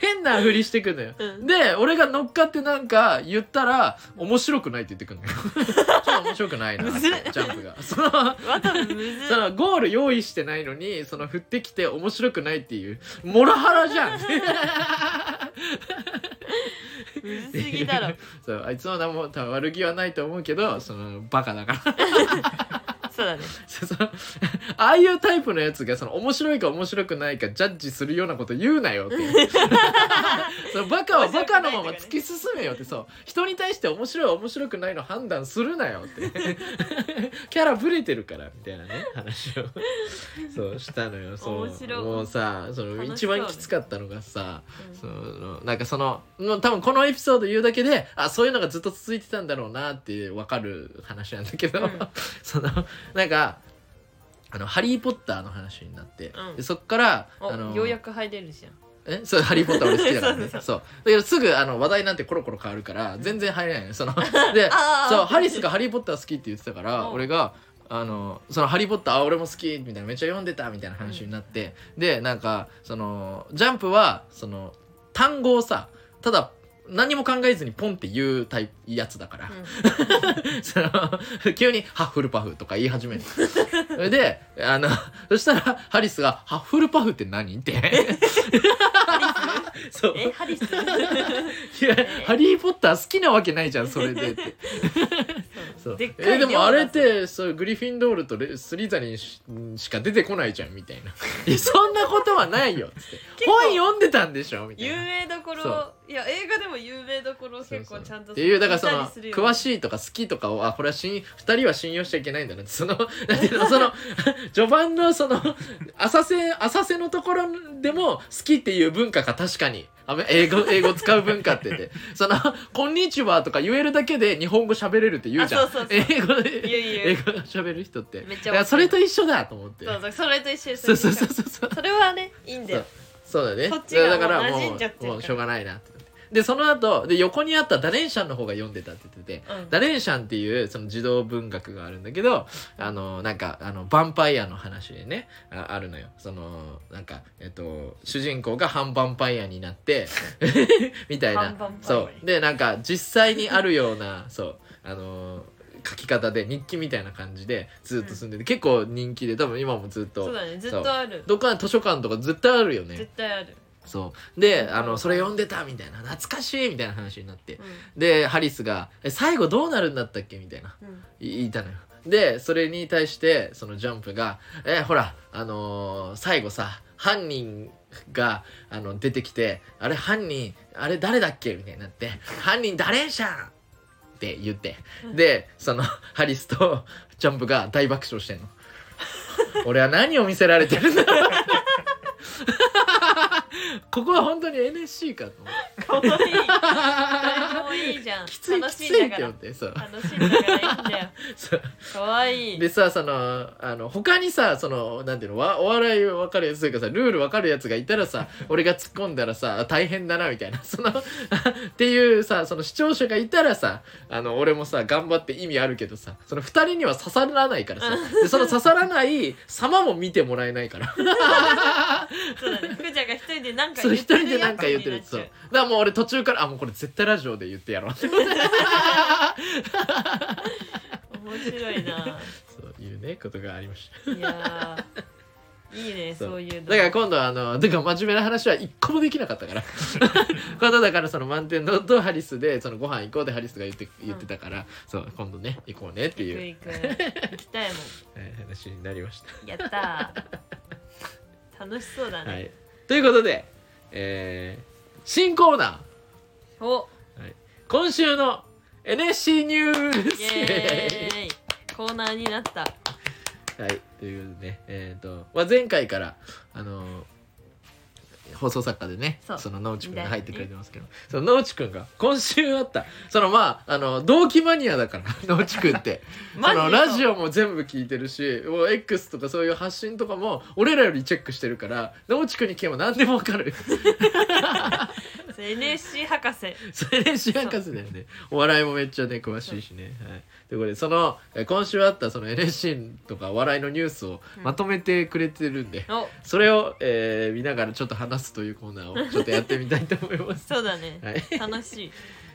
S5: 変なふりしてくんのよ、
S2: うん
S5: で俺が乗っかってなんか言ったら面白くないって言ってくんのよ ちょっと面白くないなってジャンプがその
S2: わたむず
S5: そのゴール用意してないのにその振ってきて面白くないっていうモラハラじゃん
S2: むずすぎだ ろ
S5: そうあいつは何も多分悪気はないと思うけどそのバカだから
S2: そうだね
S5: そうそうああいうタイプのやつがその面白いか面白くないかジャッジするようなこと言うなよっていう そのバカはバカのまま突き進めよってそう人に対して面白い面白くないの判断するなよって キャラブレてるからみたいなね話をそうしたのよそう
S2: 面白い
S5: もうさそ
S2: 楽し
S5: の
S2: そうね
S5: 一番きつかったのがさ
S2: うん
S5: そのなんかそのもう多分このエピソード言うだけであそういうのがずっと続いてたんだろうなって分かる話なんだけど、
S2: うん
S5: そのなんか「あのハリー・ポッター」の話になって、
S2: うん
S5: でそっから
S2: お
S5: あの
S2: ようやく入れるじゃん
S5: えそうハリー・ポッター俺好きだから
S2: そう
S5: ね
S2: そう
S5: そうだけどすぐあの話題なんてコロコロ変わるから全然入れないのよ そので
S2: あー
S5: そうハリスが「ハリー・ポッター」好きって言ってたから
S2: うん
S5: 俺が「あのそのハリー・ポッターあ俺も好き」みたいなめっちゃ読んでたみたいな話になって、でなんかそのジャンプはその単語をさただ何も考えずにポンって言うタイプやつだから、
S2: う
S5: その急に「ハッフルパフ」とか言い始めるそ れであのそしたらハリスが「ハッフルパフって何?」って そうん
S2: えハリス
S5: いやハリー・ポッター好きなわけないじゃんそれで」ってそう
S2: でっかい
S5: えで
S2: 量
S5: も
S2: だ
S5: あれってそうグリフィンドールとレスリザリンししか出てこないじゃんみたいな 「いやそんなことはないよ」っつって「
S2: 結構
S5: 本読んでたんでしょ」みたい
S2: 有
S5: な。
S2: 名どこ
S5: そ
S2: ろいや映画でも有名どころ結構ちゃんと
S5: っていうだからその詳
S2: い
S5: しいとか好きとかをあこれは信2人は信用しちゃいけないんだなってその なんていうのその序盤のその浅瀬浅瀬のところでも好きっていう文化が確かにあ英語英語使う文化って てその「こんにちは」とか言えるだけで日本語喋れるって言うじゃん
S2: あそうそうそう
S5: 英語で
S2: やいや
S5: 英語喋る人って
S2: めっちゃ
S5: いやそれと一緒だと思って
S2: そうそうそれと一緒です
S5: そうそうそうそうそう
S2: それはねいいんだよ
S5: そうだね
S2: そっちがもう
S5: だからも
S2: 馴染んじゃってる
S5: う
S2: から
S5: もうしょうがないなってなってでその後で横にあったダレンシャンの方が読んでたって言ってて、
S2: うん
S5: ダレンシャンっていうその児童文学があるんだけどあのなんかあのヴァンパイアの話でねああるのよそのなんかえっと主人公が反ヴァンパイアになって みたいな
S2: 反ヴァンパイア
S5: そうでなんか実際にあるようなそうあの書き方で日記みたいな感じでずっと住んでて、結構人気で多分今もずっと
S2: そうだねずっとある
S5: どっかの図書館とか絶対あるよね
S2: 絶対ある
S5: そうであのそれ読んでたみたいな懐かしいみたいな話になって
S2: う
S5: でハリスが「え最後どうなるんだったっけ?」みたいなん
S2: うん
S5: い言いたのよでそれに対してそのジャンプが「えほらあのー最後さ犯人があの出てきてあれ犯人あれ誰だっけ?」みたいになって「犯人ダレンシャン!」って言ってでそのハリスとジャンプが大爆笑してんの俺は何を見せられてるんだここは本当に NSC かと思って
S2: 可愛い可愛いじゃん
S5: きつい
S2: 楽
S5: き
S2: し
S5: つ
S2: い
S5: い
S2: ん
S5: っ
S2: だ
S5: て
S2: か
S5: 思
S2: ら
S5: ってそう
S2: 楽しいんだからいいんだよ
S5: そう
S2: 可愛い
S5: でさそのあの他にさそのなんていうのわお笑い分かるやつというかさルール分かるやつがいた らさ俺が突っ込んだらさ大変だなみたいなその っていうさその視聴者がいたらさあの俺もさ頑張って意味あるけどさその2人には刺さらないからさでその刺さらない様も見てもらえないから
S2: そうだね福ちゃんが一人でなんか
S5: そう一人で
S2: や
S5: な
S2: つ
S5: んか言ってるそう
S2: にな
S5: だ
S2: っ
S5: か
S2: ち
S5: らもう俺途中からあもうこれ絶対ラジオで言ってやろう って
S2: ゃう面白いな
S5: そういうねことがありました
S2: いやーいいね
S5: そう
S2: そういうの
S5: だから今度はあのだから真面目な話は一個もできなかったから 今度だからその満天堂とハリスでそのご飯行こうでハリスが言って言ってたから、そう今度ね行こうねって
S2: 行
S5: いう
S2: く、行く行きたいも
S5: えー話になりました。
S2: んやったー楽しそうだね、
S5: はい、ということで、えー新コーナー
S2: お
S5: 今週の NSC ニュー
S2: イ
S5: ス
S2: エーイコーナーになった
S5: はい、ということでね、えっ、と、まあ、前回から、あのー放送作家でね
S2: そ
S5: そうの野内くんが入ってくれてますけど、その野内くんが今週あったそのまああの同期マニアだから 野内くんって
S2: マ
S5: そ
S2: ジ
S5: のラジオも全部聞いてるしもう X とかそういう発信とかも俺らよりチェックしてるから野内くんに聞けば何でもわかる
S2: そう NSC 博士
S5: それで主博士だよねお笑いもめっちゃね詳しいしね、はい、ということでそのえ今週あったその NSC とかお笑いのニュースをまとめてくれてるんで、
S2: お
S5: それを、えー見ながらちょっと話すというコーナ ーをちょっとやってみたいと思います。
S2: そうだね
S5: はい、
S2: 楽しい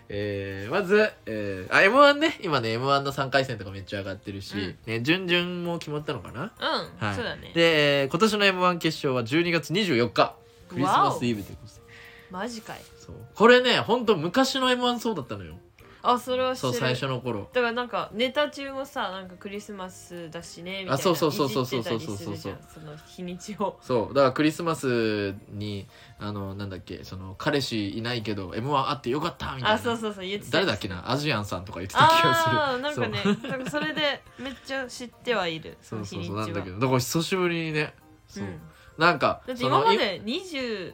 S5: えーまず、えー、あ M1 ね今ね M1 の3回戦とかめっちゃ上がってるし、
S2: うん
S5: ね準々も決まったのかな、
S2: うん、
S5: はい、
S2: そうだね
S5: で、えー今年の M1 決勝は12月24日クリスマスイブということで
S2: マジかい
S5: そうこれねほんと昔の M1 そうだったのよ
S2: あそれは知
S5: そ
S2: っ
S5: う
S2: てる
S5: 最初の頃
S2: だからなんかネタ中もさなんかクリスマスだしねみたいな
S5: あそうそうそうそうそうそう
S2: いじってたりするじゃんその日にちを
S5: そうだからクリスマスにあのなんだっけその彼氏いないけど M1 あってよかったみたいな
S2: あそうそうそう言ってた
S5: 誰だっけなアジアンさんとか言ってた気がする
S2: ああなんかねなんかそれでめっちゃ知ってはいるそ
S5: そう
S2: の日
S5: そう
S2: にち
S5: そう
S2: は
S5: なんだけどだから久しぶりにねそう、
S2: うん
S5: なんか
S2: だって
S5: そ
S2: 今
S5: の
S2: まで21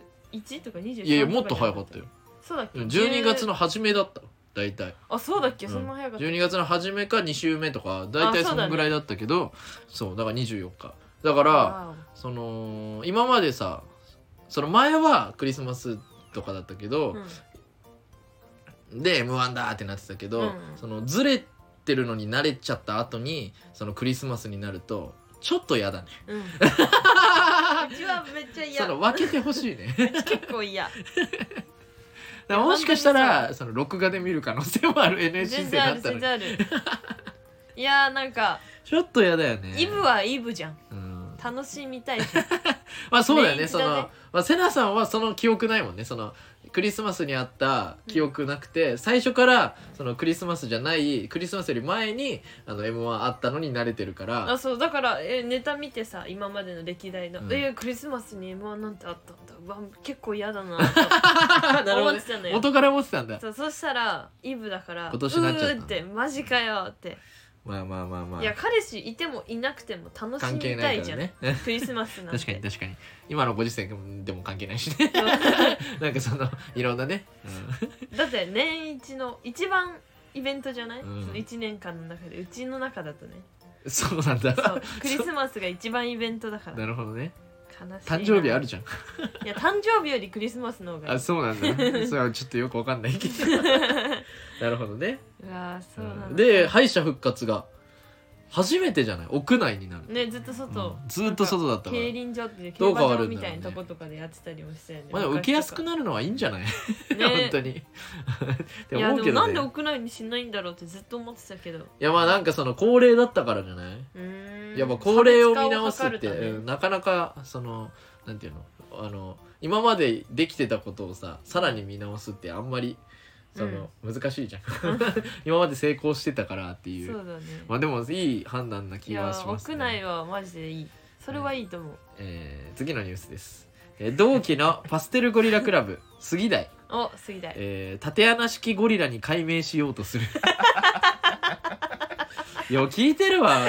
S2: とか23
S5: いいやいやもっと早かったよ
S2: そうだっけ
S5: 12月の初めだった大体
S2: あそうだっけ、
S5: うん
S2: そんな早かった
S5: 12月の初めか2週目とか大体
S2: あそ
S5: そう
S2: だね
S5: のぐらいだったけどそう,、だから24日だから
S2: わ
S5: その今までさその前はクリスマスとかだったけ
S2: お
S5: ど
S2: う、ん
S5: で m 1だってなってたけど、
S2: うん
S5: そのずれてるのに慣れちゃった後にそのクリスマスになるとちょっと嫌だね
S2: うん、うちはめっちゃ嫌
S5: その分けてほしいね
S2: 結構嫌
S5: だからもしかしたらその録画で見る可能性もある NSC
S2: 全
S5: 生
S2: 然あ
S5: だ
S2: る
S5: った
S2: 全
S5: ら
S2: 然ある いやーなんか
S5: ちょっと嫌だよね
S2: イブはイブじゃん
S5: うん、
S2: 楽しみたいし
S5: まあそうだよね
S2: メイン
S5: そ
S2: だね
S5: の、まあ、セナさんはその記憶ないもんねそのクリスマスにあった記憶なくて、最初からそのクリスマスじゃないクリスマスより前にあの m 1あったのに慣れてるから
S2: あそうだからえネタ見てさ今までの歴代の「
S5: うん
S2: えクリスマスに m 1なんてあったんだうわ結構嫌だ な」と
S5: なるほど
S2: 思ってたの
S5: ね
S2: よ
S5: 元から思ってたんだ
S2: そうそしたらイブだから
S5: 今年なっちゃった
S2: うーってマジかよ」って、
S5: まあまあまあま
S2: いや
S5: あ
S2: 彼氏いてもいなくても楽し
S5: 関係
S2: み
S5: な
S2: た
S5: い
S2: い
S5: か
S2: じ
S5: ら
S2: ゃん、
S5: ね
S2: クリスマスなんて
S5: 確かに確かに今のご時世でも関係ないしねなんかそのいろんなね、うん
S2: だって年一の一番イベントじゃない、
S5: うん
S2: その1年間の中でうちの中だとね
S5: そうなんだ
S2: そうクリスマスが一番イベントだから
S5: なるほどね
S2: 悲しいな
S5: 誕生日あるじゃん
S2: いや誕生日よりクリスマスの方がい
S5: あ
S2: い
S5: そうなんだ それはちょっとよくわかんないけどなるほどね、
S2: うわーそうなんだ
S5: で敗者復活が初めてじゃない屋内になる、
S2: ねずっと外、
S5: うんずっと外だったから
S2: 競輪場っていう競
S5: どう
S2: 馬
S5: 変わ
S2: 場
S5: るんだろうね
S2: みたいなとことかでやってたりもしたよね
S5: まあでも受けやすくなるのはいいんじゃない、本当
S2: ね
S5: にって
S2: いや
S5: 思う
S2: でも
S5: け
S2: な
S5: ど
S2: ん
S5: ね
S2: で
S5: い
S2: 屋内にしないんだろうってずっと思ってたけど
S5: やまあなんかその高齢だったからじゃない、
S2: うーん
S5: やっぱ高齢を見直すっ
S2: 差
S5: て、
S2: 別化を図る
S5: うんなかなかそのなんていうのあの今までできてたことをささらに見直すってあんまりその、難しいじゃん 今まで成功してたからって
S2: たね
S5: いう
S2: そうだね、
S5: まあでもいい判断ない気
S2: や
S5: はします、ね、
S2: 屋内はマジでいいそれはいいと思う、
S5: えー次のニュースです、えー同期のパステルゴリラクラブ杉台、
S2: お杉田
S5: えー縦穴式ゴリラに改名しようと するよ聞いてるわ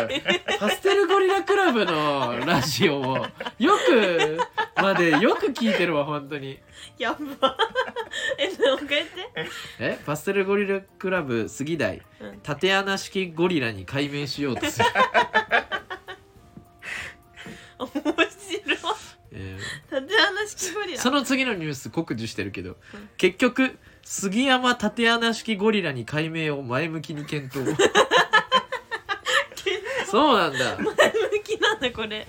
S5: パステルゴリラクラブのラジオをよくまでよく聞いてるわ本当に
S2: やば えもう一回やって
S5: えパステルゴリラクラブ杉台
S2: うん
S5: 縦穴式ゴリラに改名しよう とする、
S2: 面白い
S5: えー
S2: 縦穴式ゴリラ
S5: その次のニュース酷似してるけど、
S2: ん
S5: 結局杉山縦穴式ゴリラに改名を前向きに検討 そうなんだ
S2: 前向きなんだこれ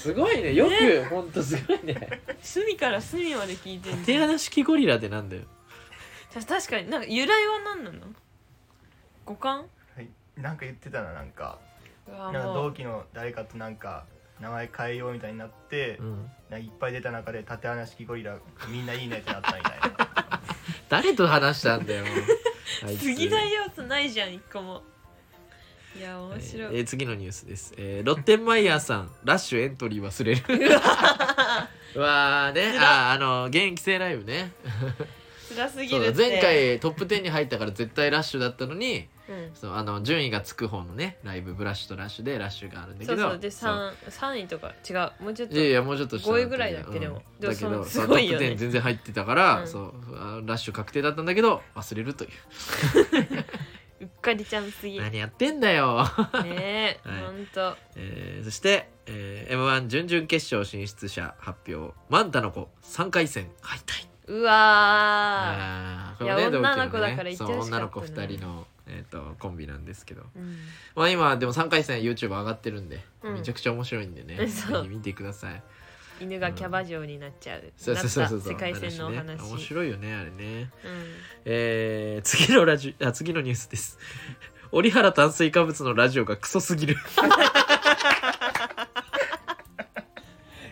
S5: すごいねよくほんとすごいね
S2: 隅から隅まで聞いて
S5: 縦
S2: る
S5: 穴式ゴリラってなんだよ
S2: 確かになんか由来は何なの五感
S6: はい、なんか言ってたななんか
S2: う
S6: な
S2: わ
S6: んか
S2: も
S6: 同
S2: う
S6: 期の誰かとなんか名前変えようみたいになって、
S5: うん、
S6: なんかいっぱい出た中で縦穴式ゴリラみんないいねってなったみたいな
S5: 誰と話したんだよもうあいつ
S2: 次な要素ないじゃん一個もいや面白
S5: はい
S2: い、
S5: えー次のニュースです、えーロッテンマイヤーさんラッシュエントリー忘れる うわーねあーあの現役生ライブね
S2: 辛すぎ
S5: そう
S2: る
S5: だ
S2: って
S5: 前、回トップ10に入ったから絶対ラッシュだったのに
S2: うん、
S5: そうあの順位がつく方のねライブブラッシュとラッシュでラッシュがあるんだけ
S2: そ
S5: ど
S2: うそうで
S5: そう
S2: 三三位とか違うもうちょっと
S5: いやいやもうちょっと下だった
S2: 5位ぐらいだっけでも
S5: うん
S2: でも
S5: だけ
S2: そ
S5: ど
S2: の
S5: そう
S2: す
S5: ト
S2: ごい
S5: ッ
S2: よ
S5: プ
S2: ね
S5: 10全然入ってたから、
S2: うん
S5: そうあラッシュ確定だったんだけど忘れるという
S2: うっかりちゃんすぎね
S5: 何やってんだよ
S2: え、
S5: はい
S2: ほんと
S5: えーそして、え m 1準々決勝進出者発表マンタの子3回戦敗退
S2: うわ
S5: あー
S2: いや
S5: 同期
S2: 女の子だから言ってほしかった
S5: そう
S2: な
S5: 女の子2人の、えー、とコンビなんですけど
S2: ー、うん
S5: まあ今でも3回戦 YouTube 上がってるんで、
S2: うん
S5: めちゃくちゃ面白いんでね
S2: う
S5: ぜ
S2: んそう
S5: ひ見てください
S2: 犬がキャバ嬢になっちゃう、
S5: そうそうそうそう
S2: なった世界線のお
S5: ね
S2: 話
S5: 面白いよねあれね
S2: うん
S5: えー、次のラジあ次のニュースです 折原炭水化物のラジオがクソすぎる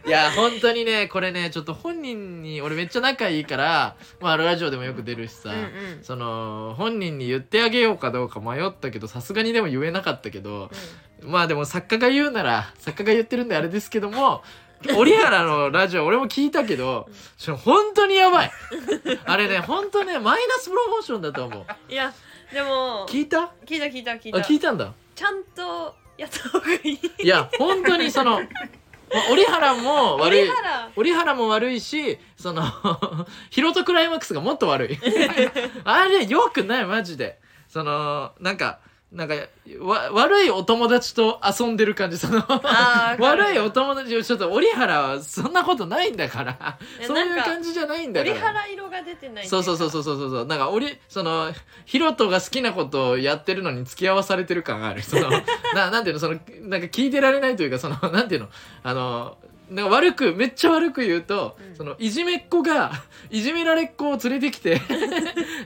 S5: いや本当にねこれねちょっと本人に俺めっちゃ仲いいから、まあ、ラジオでもよく出るしさ、
S2: うんうん
S5: その本人に言ってあげようかどうか迷ったけどさすがにでも言えなかったけどまあでも作家が言うなら作家が言ってるんであれですけども折原のラジオ俺も聞いたけどちょ本当にやばいあれね本当ねマイナスプロモーションだと思う
S2: いやでも
S5: 聞いた
S2: 聞いた聞いた聞い
S5: あ
S2: た
S5: 聞いたんだ
S2: ちゃんとやった方がいい
S5: いや本当にそのま折原も悪い
S2: 折原
S5: 折原も悪いしそのヒロトクライマックスがもっと悪いあれよくないマジでそのなんかなんかわ悪いお友達と遊んでる感じその
S2: あーわかる
S5: 悪いお友達をちょっと折原はそんなことないんだから
S2: いや
S5: そうい
S2: な
S5: うん
S2: か
S5: 感じじゃないんだか
S2: 折
S5: ら
S2: 原色が出てない
S5: そうそうそうそううそうそうなんか折そのヒロトが好きなことをやってるのに付き合わされてる感があるそ のななんていうのそのなんか聞いてられないというかその なんていうのあのなんか悪くめっちゃ悪く言うと、
S2: うん
S5: そのいじめっ子が いじめられっ子を連れて きて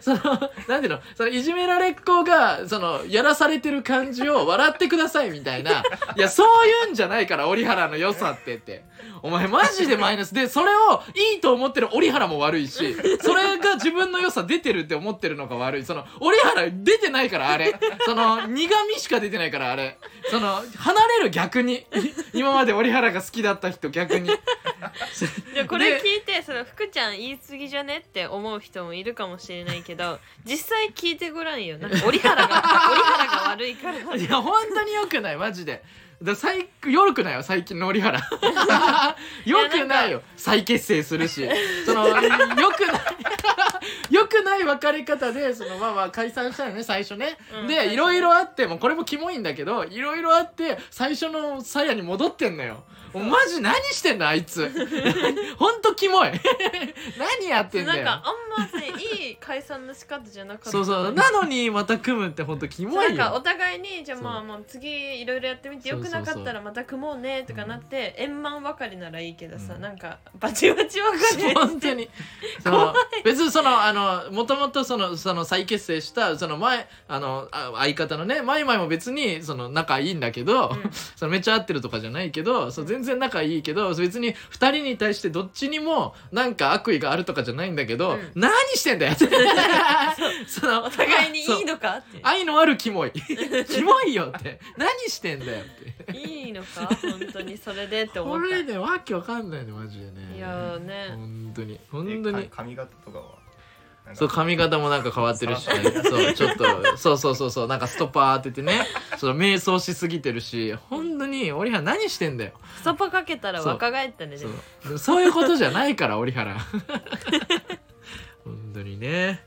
S5: そのなんていうのそのいじめられっ子がそのやらされてる感じを笑ってくださいみたいないやそういうんじゃないから折原の良さってってお前マジでマイナスでそれをいいと思ってる折原も悪いしそれが自分の良さ出てるって思ってるのが悪いその折原出てないからあれその苦味しか出てないからあれその離れる逆にい今まで折原が好きだった人逆に
S2: じゃこれ
S5: で
S2: 聞いてその福ちゃん言い過ぎじゃねって思う人もいるかもしれないけど実際聞いてごらんよ なんか折原が折原が悪いから
S5: いや本当に良くないマジで。だ最よくないよ最近の折 原よくないよ再結成するしそのよくないよくない別れ方でそのまあまあ解散したのね最初ね、
S2: うん最初
S5: で
S2: ね
S5: いろいろあってもうこれもキモいんだけどいろいろあって最初のさやに戻ってんのよもうマジ何してんだあ いつほんとキモい 何やってんだ
S2: なん
S5: よ
S2: かあんまねいい解散の仕方じゃなかった
S5: そうそうなのにまた組むってほんとキモ
S2: ないんかお
S5: よ
S2: 互いにじゃあ
S5: そう
S2: まあまあ次いろいろやってみて
S5: そ
S2: よ
S5: う
S2: く
S5: そうそう
S2: なかったらまた組もうねとかなって円満ばかりならいいけどさ、
S5: うん
S2: なんかバチバチばかり
S5: 本当にその別にそのあのもともとそのその再結成したその前あのあ相方のねマイマイも別にその仲いいんだけど、
S2: うん
S5: そのめっちゃ合ってるとかじゃないけどそう全然仲いいけど別に2人に対してどっちにもなんか悪意があるとかじゃないんだけど、
S2: うん
S5: 何してんだよって その
S2: お互いにいいのかって
S5: 愛のあるキモい キモいよって何してんだよって
S2: いいのか本当にそれでって思
S5: こ
S2: っ
S5: れ
S2: た
S5: ねわけわかんないねマジでね
S2: いやーね
S5: 本当に
S6: で
S5: 本当
S6: か
S5: に
S6: 髪型とかはなんか
S5: そう髪型もなんか変わってるし、ね、そうちょっとそうそうそうそうなんかストッパー当ててねその瞑想しすぎてるし本当に折原何してんだよ
S2: ストパかけたら若返ったねで
S5: そ
S2: も
S5: うそういうことじゃないから折原本当にね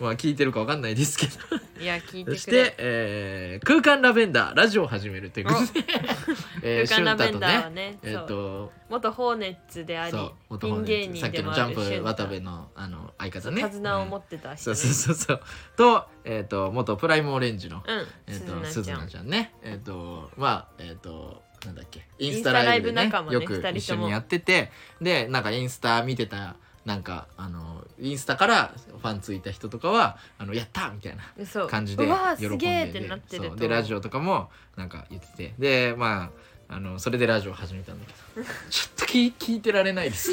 S5: まあ聞いてるかわかんないですけど
S2: いや聞いてく
S5: そ
S2: れ
S5: して、えー空間ラベンダーラジオを始めるということで、 えー、
S2: 空間ラベンダー
S5: 俊太と
S2: は
S5: ね
S2: ね
S5: えっ、
S2: そう
S5: と
S2: 元ホーネッツであり
S5: そう元
S2: ピ
S5: 々
S2: ン芸
S5: ね
S2: 人
S5: さっき
S2: で
S5: の
S2: も
S5: ジ
S2: あ
S5: ャン
S2: る
S5: プ渡部
S2: の
S5: のあの相方ね
S2: 手綱を持
S5: っ
S2: ってた人
S5: そ
S2: ね
S5: うそうそうそうと,、えー、と元プライムオレンジの
S2: うん
S5: えっ、
S2: 鈴
S5: と、
S2: 菜
S5: すず
S2: ちゃ
S5: なち
S2: ん
S5: ゃんね、えっ、と、まあ、えっ、と、なんだっけ、イン
S2: ン
S5: ス
S2: ス
S5: タ
S2: タ
S5: ラ
S2: ラ
S5: イ
S2: イ
S5: ブ
S2: ブ
S5: でね、
S2: 仲間ね
S5: よく
S2: 二
S5: 一
S2: 人
S5: 緒
S2: とも
S5: にやってて、で、なんかインスタ見てた、なんか、あの、インスタからファンついた人とかは、あの、やったみたいな
S2: そう
S5: 感じで
S2: うわー
S5: 喜
S2: す
S5: ん
S2: げ
S5: で
S2: ーっ
S5: で
S2: てなってる
S5: そう
S2: と
S5: でラジオとかもなんか言っててでまああのそれでラジオ始めたんだけ どちょっと聞い聞いてられないです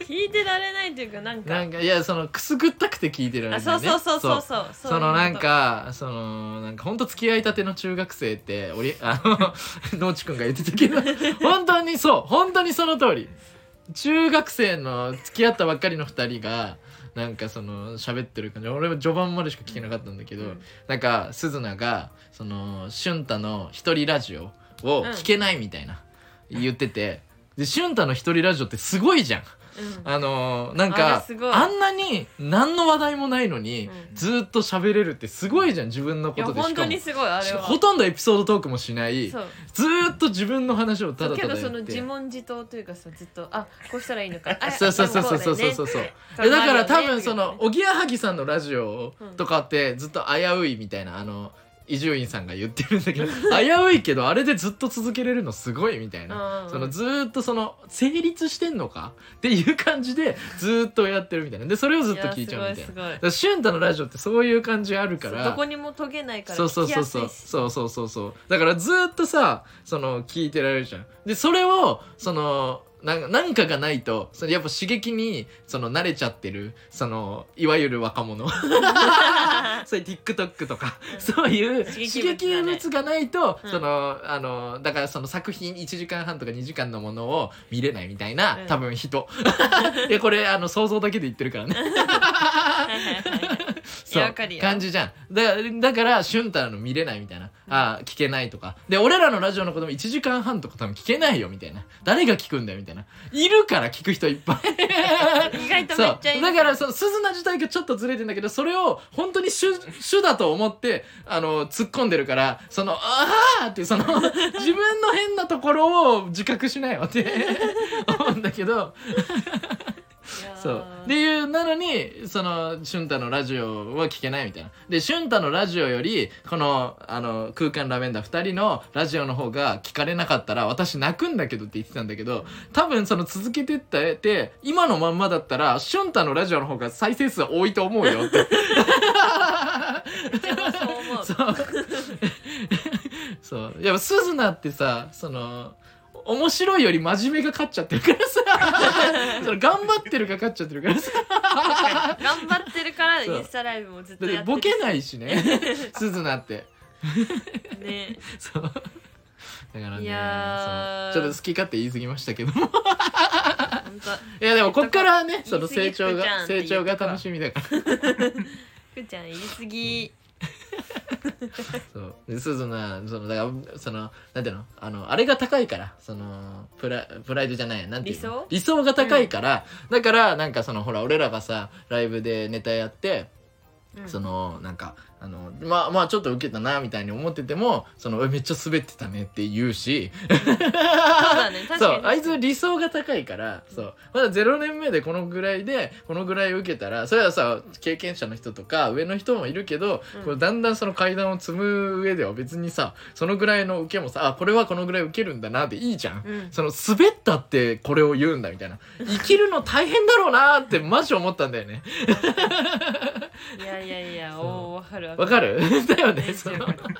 S2: 聞いてられないというかなんか
S5: なんかいやそのくすぐったくて聞いてられ
S2: あ
S5: ない、ね、
S2: そうそうそうそうそう
S5: そう
S2: いうこと
S5: のなんかそのなんか本当付き合いたての中学生っておりあの 農地君が言ってたけど本当にそう本当にその通り中学生の付き合ったばっかりの2人がなんかその喋ってる感じ俺も序盤までしか聞けなかったんだけど、
S2: うん
S5: なんか鈴名がその俊太の一人ラジオを聞けないみたいな、言っててで俊太の一人ラジオってすごいじゃん。
S2: うん
S5: あのーなん
S2: あれ
S5: か
S2: すごい
S5: あんなに何の話題もないのに、
S2: うん
S5: ずーっと喋れるってすごいじゃん自分の
S2: い
S5: こ
S2: や
S5: とで
S2: 本
S5: し
S2: 当
S5: かも
S2: にすごいあれは
S5: ほとんどエピソードトークもしないず
S2: そう
S5: ーっと自分の話をただ
S2: け
S5: ただ
S2: ど
S5: 言
S2: そ
S5: っ
S2: の
S5: て
S2: 自問自答というかさずっとあこうしたらいいのかあ
S5: そうそうそうそうそうそうそうそうえだから多分そのおぎやはぎさんのラジオとかってずっと危ういみたいなあの伊集院さんが言ってるんだけ ど危ういけどあれでずっと続けれるのすごいみたいな。そのずーっとその成立してんのかっていう感じでずーっとやってるみたいなでそれをずっと聞いちゃうみたいな
S2: すごいす
S5: だから俊太のラジオってそういう感じあるか
S2: ごいど
S5: ら
S2: こにも遂げないから
S5: そうそ
S2: 聞
S5: う
S2: き
S5: そう
S2: や
S5: そ
S2: す
S5: う
S2: いし
S5: そうそうそうそうだからずーっとさその聞いてられるじゃんでそれをそのなんかなんかがないとそれやっぱ刺激にその慣れちゃってるそのいわゆる 若者そういう TikTok とか、
S2: うん
S5: そういう刺
S2: 刺激
S5: 激物
S2: 物
S5: がないと、
S2: うん
S5: そのあのだからその作品1時間半とか2時間のものを見れないみたいな、
S2: うん
S5: 多分人 いやこれあの想像だけで言ってるからね
S2: はいはいはい
S5: そう
S2: わかるよ
S5: 感じじゃんだだから俊太の見れないみたいな、あー聞けないとかで俺らのラジオのことも1時間半とか多分聞けないよみたいな誰が聞くんだよみたいないるから聞く人いっぱい
S2: 意外と
S5: そ
S2: め
S5: う
S2: っちゃいい
S5: だからそう鈴名自体がちょっとずれてんだけどそれを本当 に主主だと思ってあの突っ込んでるからその「ああ!」ってい うその自分の変なところを自覚しないよって 思うんだけどそうっていうなのにその俊太のラジオは聞けないみたいなで俊太のラジオよりこのあの空間ラベンダー2人のラジオの方が聞かれなかったら私泣くんだけどって言ってたんだけど多分その続けてったって今のまんまだったら俊太のラジオの方が再生数多いと思うよって
S2: めっちゃそう思う
S5: そうそうやっぱ鈴名ってさその面白いより真面目が勝っちゃってるからさ その頑張ってるが勝っちゃってるからさ
S2: 頑張ってるから
S5: そう
S2: インスタライブもずっと
S5: だって
S2: やってる
S5: ボケない しね鈴名って
S2: ね
S5: そうだからね
S2: いやー
S5: そのちょっと好き勝手言い過ぎましたけども
S2: 本当
S5: いやでもこっからね
S2: 言
S5: そ
S2: い
S5: の
S2: 過ぎ
S5: 成長
S2: ちゃん
S5: が
S2: っていうと
S5: 成
S2: こ
S5: 長が楽しみだから
S2: ふーちゃん言い過ぎ
S5: そうで鈴名そのだからそのなんていうのあのあれが高いからそのプラプライドじゃないやなんていうの理想が高いから、だからなんかそのほら俺らがさライブでネタやって
S2: うん
S5: そのなんかあのまあまあちょっとウケたなみたいに思っててもそのえめっちゃ滑ってたねって言うし
S2: そうだね確か
S5: そ
S2: に
S5: うあいつ理想が高いからそうまだ0年目でこのぐらいでこのぐらい受けたらそれはさ経験者の人とか上の人もいるけど、
S2: うん
S5: こうだんだんその階段を積む上では別にさそのぐらいの受けもさあこれはこのぐらい受けるんだなでいいじゃん。
S2: うん
S5: その滑ったってこれを言うんだみたいな生きるの大変だろうなってマジ思ったんだよね
S2: いやいやいや
S5: そう
S2: おおわかるわか
S5: わか るだよ
S2: る
S5: ね
S2: めっち
S5: そ
S2: ゃ
S5: の
S2: わかる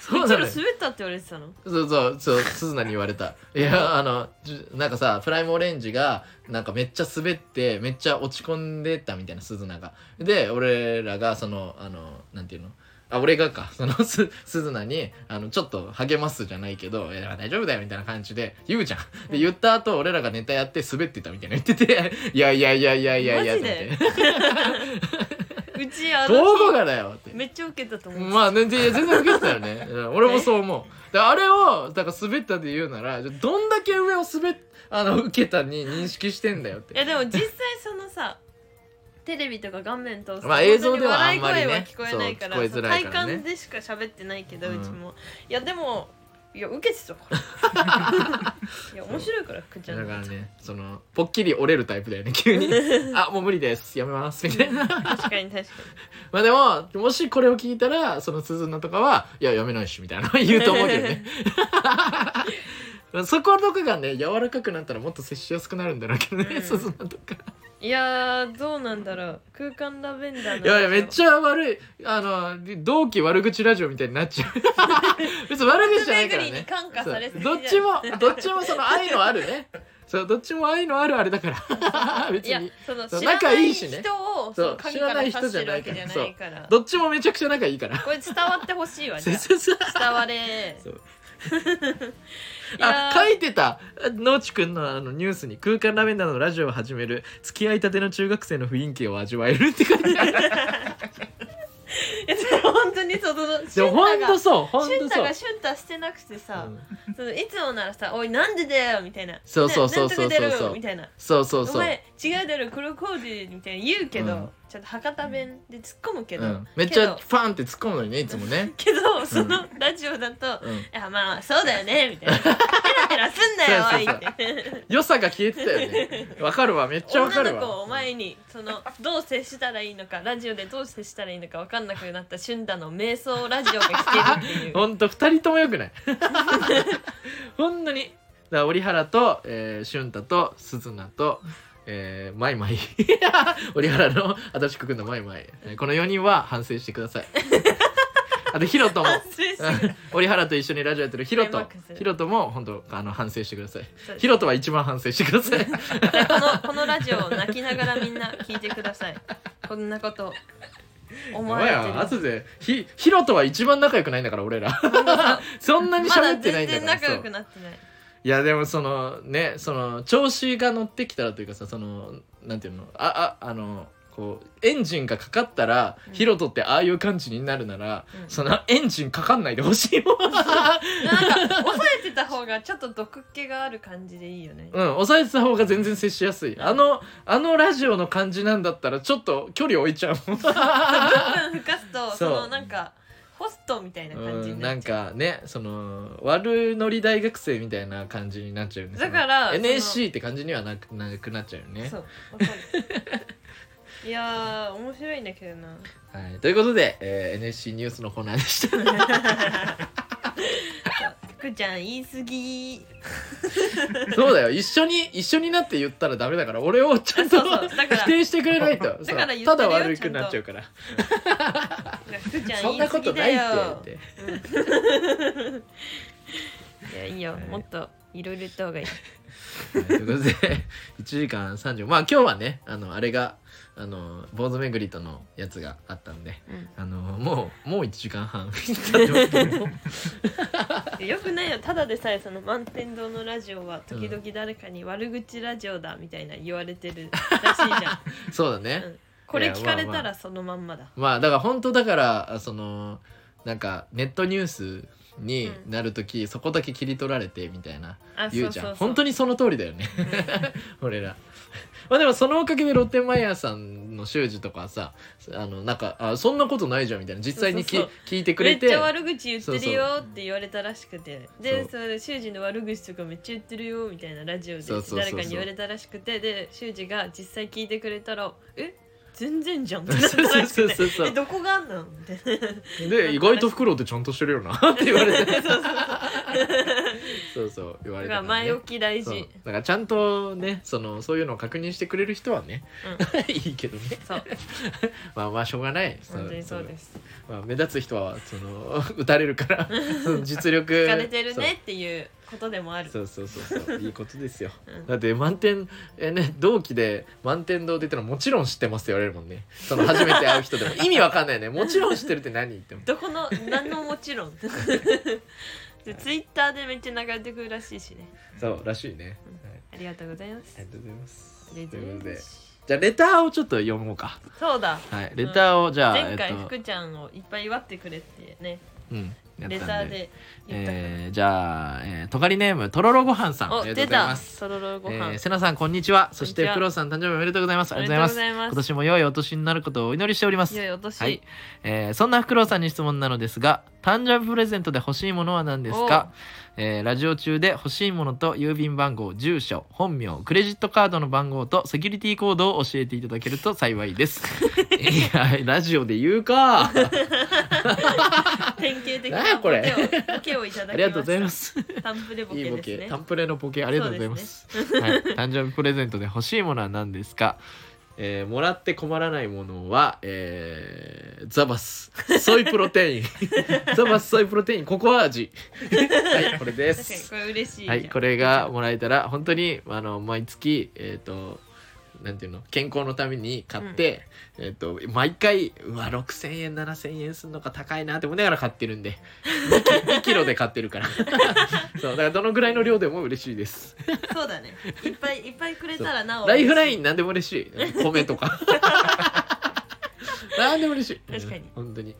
S5: そう
S2: う
S5: な
S2: ち
S5: の
S2: ら
S5: よ
S2: 滑ったって言われてたの
S5: そうそうそう鈴名に言われたいやあのじゅなんかさプライムオレンジがなんかめっちゃ滑ってめっちゃ落ち込んでたみたいな鈴名がで俺らがそのあのなんていうのあ俺がかそのす鈴名にあのちょっと励ますじゃないけど「いや大丈夫だよ」みたいな感じで言うじゃんで言った後俺らがネタやって滑ってたみたいな言ってて 「いやいやいやいやいやいや」
S2: マジで
S5: って
S2: うちあ
S5: ど
S2: の
S5: こ
S2: 日
S5: がだよ」って
S2: めっちゃ受けたと思う
S5: まあ全然全然受けてたよ ねうん俺もそう思うであれをだから滑ったで言うならじゃあどんだけ上を滑っあの受けたに認識してんだよっ
S2: いや
S5: て
S2: でも実際そのさテレビとか画面通すと
S5: まあ映像ではあんまりね
S2: 本当に笑い声は聞こえないから
S5: そう聞こえづらいからね
S2: 体感でしか喋ってないけど、
S5: う
S2: うんちもいやでもいや受けてたから いや面白いから福ちゃ
S5: だ
S2: ん
S5: か
S2: の
S5: らねそのぽっきり折れるタイプだよね 急にあもう無理ですやめますみたいな
S2: 確かに確か
S5: まあでももしこれを聞い たらその鈴菜とかはいややめないしみたいなの言うと思うけどねそこのとこがね柔らかくなったらもっと接しやすくなるんだろうけど
S2: う
S5: ね
S2: ん
S5: 鈴菜とか
S2: いやーどうなんだろう空間ラベンダーの
S5: いやいやめっちゃ悪いあの同期悪口ラジオみたいになっ ちゃう別に悪口じゃないから
S2: スズメグリに
S5: ね
S2: 感化されすぎじゃん
S5: そうどっちもどっちもその愛のあるねそうどっちも愛のあるあれだから 別
S2: いや
S5: に
S2: その
S5: そう
S2: 知ら
S5: 仲
S2: ない
S5: い
S2: い
S5: いしね
S2: 人を
S5: そう
S2: その影から察してるわけ
S5: 知
S2: じ
S5: ら
S2: ゃ
S5: ない
S2: な
S5: 人じゃない
S2: いから
S5: どっちもめちゃくちゃ仲いいから
S2: これ伝わってほしいわじゃあ
S5: そうそう
S2: 伝われ
S5: そう
S2: いや ー
S5: あ書いてた農地くんのあのニュースに空間ラベンダーのラジオを始める付き合いたての中学生の雰囲気を味わえるって書いてある
S2: いやでも本当にその
S5: で
S2: 俊
S5: もほ
S2: 太
S5: ん
S2: が
S5: とそうほん
S2: 俊
S5: と
S2: 太
S5: そう
S2: が俊太してなくてさ、
S5: うん
S2: そのいつもならさ「おいなんでだよ」みたいな「
S5: そう
S2: ね
S5: そうそうそう
S2: なんとか
S5: そう
S2: だ
S5: そ
S2: よ
S5: う
S2: みたいな
S5: そうそう
S2: お
S5: そう
S2: 前違うだろ黒コーデみたいな言うけど、
S5: うん
S2: ちょっと博多弁で突っ込むけど、
S5: うん、めっちゃ
S2: けど、
S5: ファンって突っ込むのにねいつもね
S2: けどそのラジオだと「
S5: うん、
S2: いやまあそうだよね」み たいな「ヘラヘラすんなよおい」って
S5: 良さが消えてたよねわかるわめっちゃわか
S2: 女
S5: る
S2: の子を
S5: わ
S2: 前にそのどう接したらいいのかラジオでどう接したらいいのか分かんなくなった俊太の瞑想ラジオが聞けるっていう。
S5: ほんと2人ともよくない ほんとにだから折原と、えー、俊太と鈴菜と、えー、マイマイ 折原の足立区君のマイマイえーこの4人は反省してください あとヒロトも
S2: 反省してください
S5: 折原と一緒にラジオやってるヒロ
S2: クレイマ
S5: ト
S2: ックス
S5: ヒロトも本当あの反省してください
S2: そうです
S5: ヒロトは一番反省してく ださい
S2: このこのラジオを泣きながらみんな聞いてくださいこんなこと思
S5: お
S2: わ
S5: 前
S2: れて
S5: は
S2: る
S5: 後でひヒロとは一番仲良くないんだから俺ら そんなに
S2: まだ
S5: 喋ってない
S2: 全
S5: んだか
S2: 然仲
S5: ら
S2: 良く
S5: そう
S2: なってない
S5: いやでもそのねその調子が乗ってきたらというかさそのなんていうのあああのこうエンジンがかかったら、
S2: うん
S5: ヒロトってああいう感じになるなら、
S2: うん
S5: そのエンジンかかんないでほしい もん
S2: なんか抑えてた方がちょっと毒気がある感じでいいよね
S5: うん抑えてた方が全然接しやすいあのあのラジオの感じなんだったらちょっと距離置いちゃうもん
S2: 10分吹かすと
S5: そう
S2: そのなんかホストみたいな感じ
S5: うん
S2: に
S5: な
S2: なっ
S5: ん
S2: ちゃう
S5: かねその悪ノリ大学生みたいな感じになっちゃうよね
S2: だから
S5: その
S2: その
S5: NSC って感じにはなくなくなっちゃうよね
S2: そうわかるいやー面白いんだけどな
S5: はい、ということで、えー NSC ニュースのコーナーでした
S2: くーちゃん言い過ぎ
S5: そうだよ一緒に一緒になって言ったらダメだから俺をちゃんと
S2: あそうそうだから
S5: 否定してくれないとそう
S2: だから言ってるよ
S5: ただ悪くなっちゃうから
S2: くーちゃん
S5: そん
S2: 言
S5: ない
S2: 過
S5: こと
S2: ぎ
S5: な
S2: だ
S5: いって
S2: よ
S5: って
S2: いやいいよもっといろいろ言った方がいい
S5: はいということで1時間30まあ今日はねあのあれがあの坊主巡りとのやつがあったんで、
S2: うん
S5: あのもうもう1時間半 経ってますけど
S2: でよくないよただでさえその満天堂のラジオは時々誰かに悪口ラジオだみたいな言われてるらし いじゃん、
S5: そうだね、
S2: うんこれ聞かれ
S5: いやま
S2: た
S5: あま
S2: らそのまんまだ、
S5: まあだから本当だからあそのなんかネットニュースになる時、そこだけ切り取られてみたいな
S2: あ
S5: 言うじ
S2: そう
S5: ゃん
S2: そうそう
S5: 本当にその通りだよね 俺らまあでもそのおかげでロッテンマイヤーさんの習字とかさあのなんかあそんなことないじゃんみたいな実際にき
S2: そうそう
S5: 聞いてくれて
S2: めっちゃ悪口言ってるよ
S5: そ
S2: って言われたらしくて
S5: そ
S2: で
S5: う
S2: それ修二の悪口とかめっちゃ言ってるよみたいなラジオで
S5: そうそうそうそう
S2: 誰かに言われたらしくてで修二が実際聞いてくれたらえ全然じゃんってなったらし
S5: そう
S2: く
S5: そうそうそう
S2: てえどこがあんのみたいな
S5: で意外とフクロウってちゃんとしてるよな って言われて
S2: そうそう
S5: そうそう言わ
S2: だか
S5: れてた
S2: ら
S5: ね
S2: 前置き大
S5: そう
S2: 事
S5: だからちゃんとねそのそういうのを確認してくれる人はね、 いいけどね
S2: そう
S5: まあまあしょうがない
S2: 本当にそうです
S5: まあ、目立つ人はその 打たれるから その実力
S2: 疲れてるねっていうことでもある
S5: そうそうそうそうそういいことですよ、
S2: うん
S5: だって満点えね同期で満点堂出てるのもちろん知ってますって言われるもんねその初めて会う 人でも意味わかんないねもちろん知ってるって何っても
S2: どこの何のもちろん でツイッターでめっちゃ流れてくるらしいしね
S5: そうらしいね、はい、
S2: ありがとうございま
S5: あ
S2: す
S5: りがとうございます
S2: ありが
S5: と
S2: とう
S5: いうこ
S2: ご
S5: と
S2: ざい
S5: で
S2: ます
S5: じゃあレターをちょっと読もうか
S2: そうだ
S5: はいレターをじゃあ、
S2: 前回
S5: えっと
S2: 福ちゃんをいっぱい祝ってくれってね
S5: うんやったん
S2: レターで言ったから、
S5: えーじゃあ、えー、とがりネームとろろごはんさんあ
S2: お
S5: りがと
S2: 出
S5: うござい
S2: た
S5: ます
S2: とろろご飯、
S5: えーせなさんこんにちはそし
S2: こんに
S5: て
S2: ちは
S5: プロさん誕生日おめでとうございますありがとう
S2: おめでとうご
S5: ございます
S2: ざいます
S5: 今年も良いお年になることをお祈りしております
S2: いよいよお年、
S5: はい、えーそんなフクロウさんに質問なのですが誕生日プレゼントで欲しいものは何ですか、えーラジオ中で欲しいものと郵便番号住所本名クレジットカードの番号とセキュリティコードを教えていただけると幸いですいやラジオで言うか
S2: 典型的
S5: なんや
S2: な
S5: これ
S2: ボケをボケをいただきました
S5: ありがとうございます。
S2: タンプレボ
S5: い
S2: ケ
S5: いボ
S2: です
S5: ケ、
S2: ね
S5: タンプレのボケありがとうございます。はい、誕生日プレゼントで欲しいものは何ですか。えー、もらって困らないものは、えー、ザバスソイプロテイ ンザバスソイプロテインココア味はいこれで
S2: 確かに
S5: す
S2: これ嬉しい、
S5: はいこれがもらえたら本当にあの毎月えっ、となんていうの健康のために買って、えっ、と毎回うわ6,000円7,000円するのか高いなって思いながら買ってるんで2キ ,2 キロで買って るからそうだからどのぐらいの量でも嬉しいです
S2: そうだねいっぱいいっぱいくれたらなお
S5: ライフライ
S2: ン
S5: ン何でも 嬉しい米とか何でも嬉しい
S2: 確かに
S5: 本当に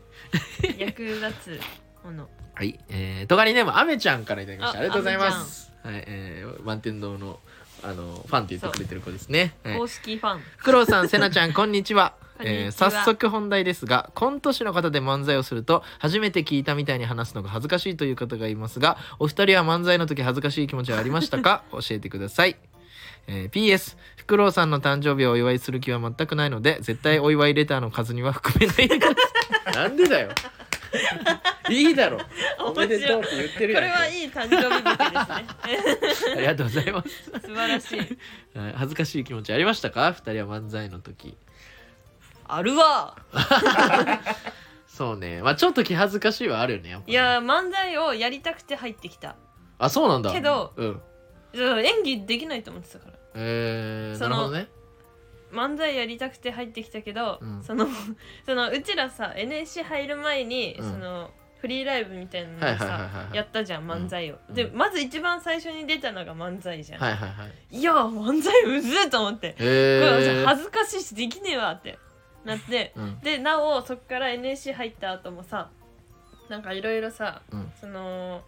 S2: 役立つもの
S5: はい、えー、とがりネームあめちゃんからいただきました
S2: あ
S5: ありがとうございますはい、えー、満天堂のあのファンって言ってくれてる子です ね、はい、
S2: 公式ファン
S5: 黒さん、せなちゃん、 こんにちは。
S2: こんにちは
S5: えー早速本題ですがコント師の方で漫才をすると初めて聞いたみたいに話すのが恥ずかしいという方がいますがお二人は漫才の時恥ずかしい気持ちはありました か教えてください、えー PS フクロウさんの誕生日をお祝いする気は全くないので絶対お祝いレターの数には含めないでください なんでだよいいだ ろ
S2: おめでとうって
S5: 言って
S2: これはいい誕生日ボケですね
S5: ありがとうございます
S2: 素晴らし い
S5: はい恥ずかしい気持ちありましたか二人は漫才の時
S2: あるわ
S5: そうねまあちょっと気恥ずかしいはあるよねやっぱね
S2: いやー漫才をやりたくて入ってきた
S5: あそうなんだ
S2: けど
S5: うん
S2: いや演技できないと思ってたから
S5: えー、
S2: その
S5: なるほどね
S2: 漫才やりたくて入ってきたけど、
S5: うん
S2: その そのうちらさ NSC 入る前に、
S5: うん
S2: そのフリーライブみたいなのをさ、
S5: はいはいはいはいはい
S2: やったじゃん漫才を、
S5: うん
S2: でまず一番最初に出たのが漫才じゃん、
S5: はいはいはい
S2: い、やー漫才むずいと思って、これ
S5: え
S2: 私
S5: ー
S2: 恥ずかしいしできねえわってなって
S5: うん
S2: でなおそっから NSC 入った後もさなんかいろいろさ、
S5: うん
S2: その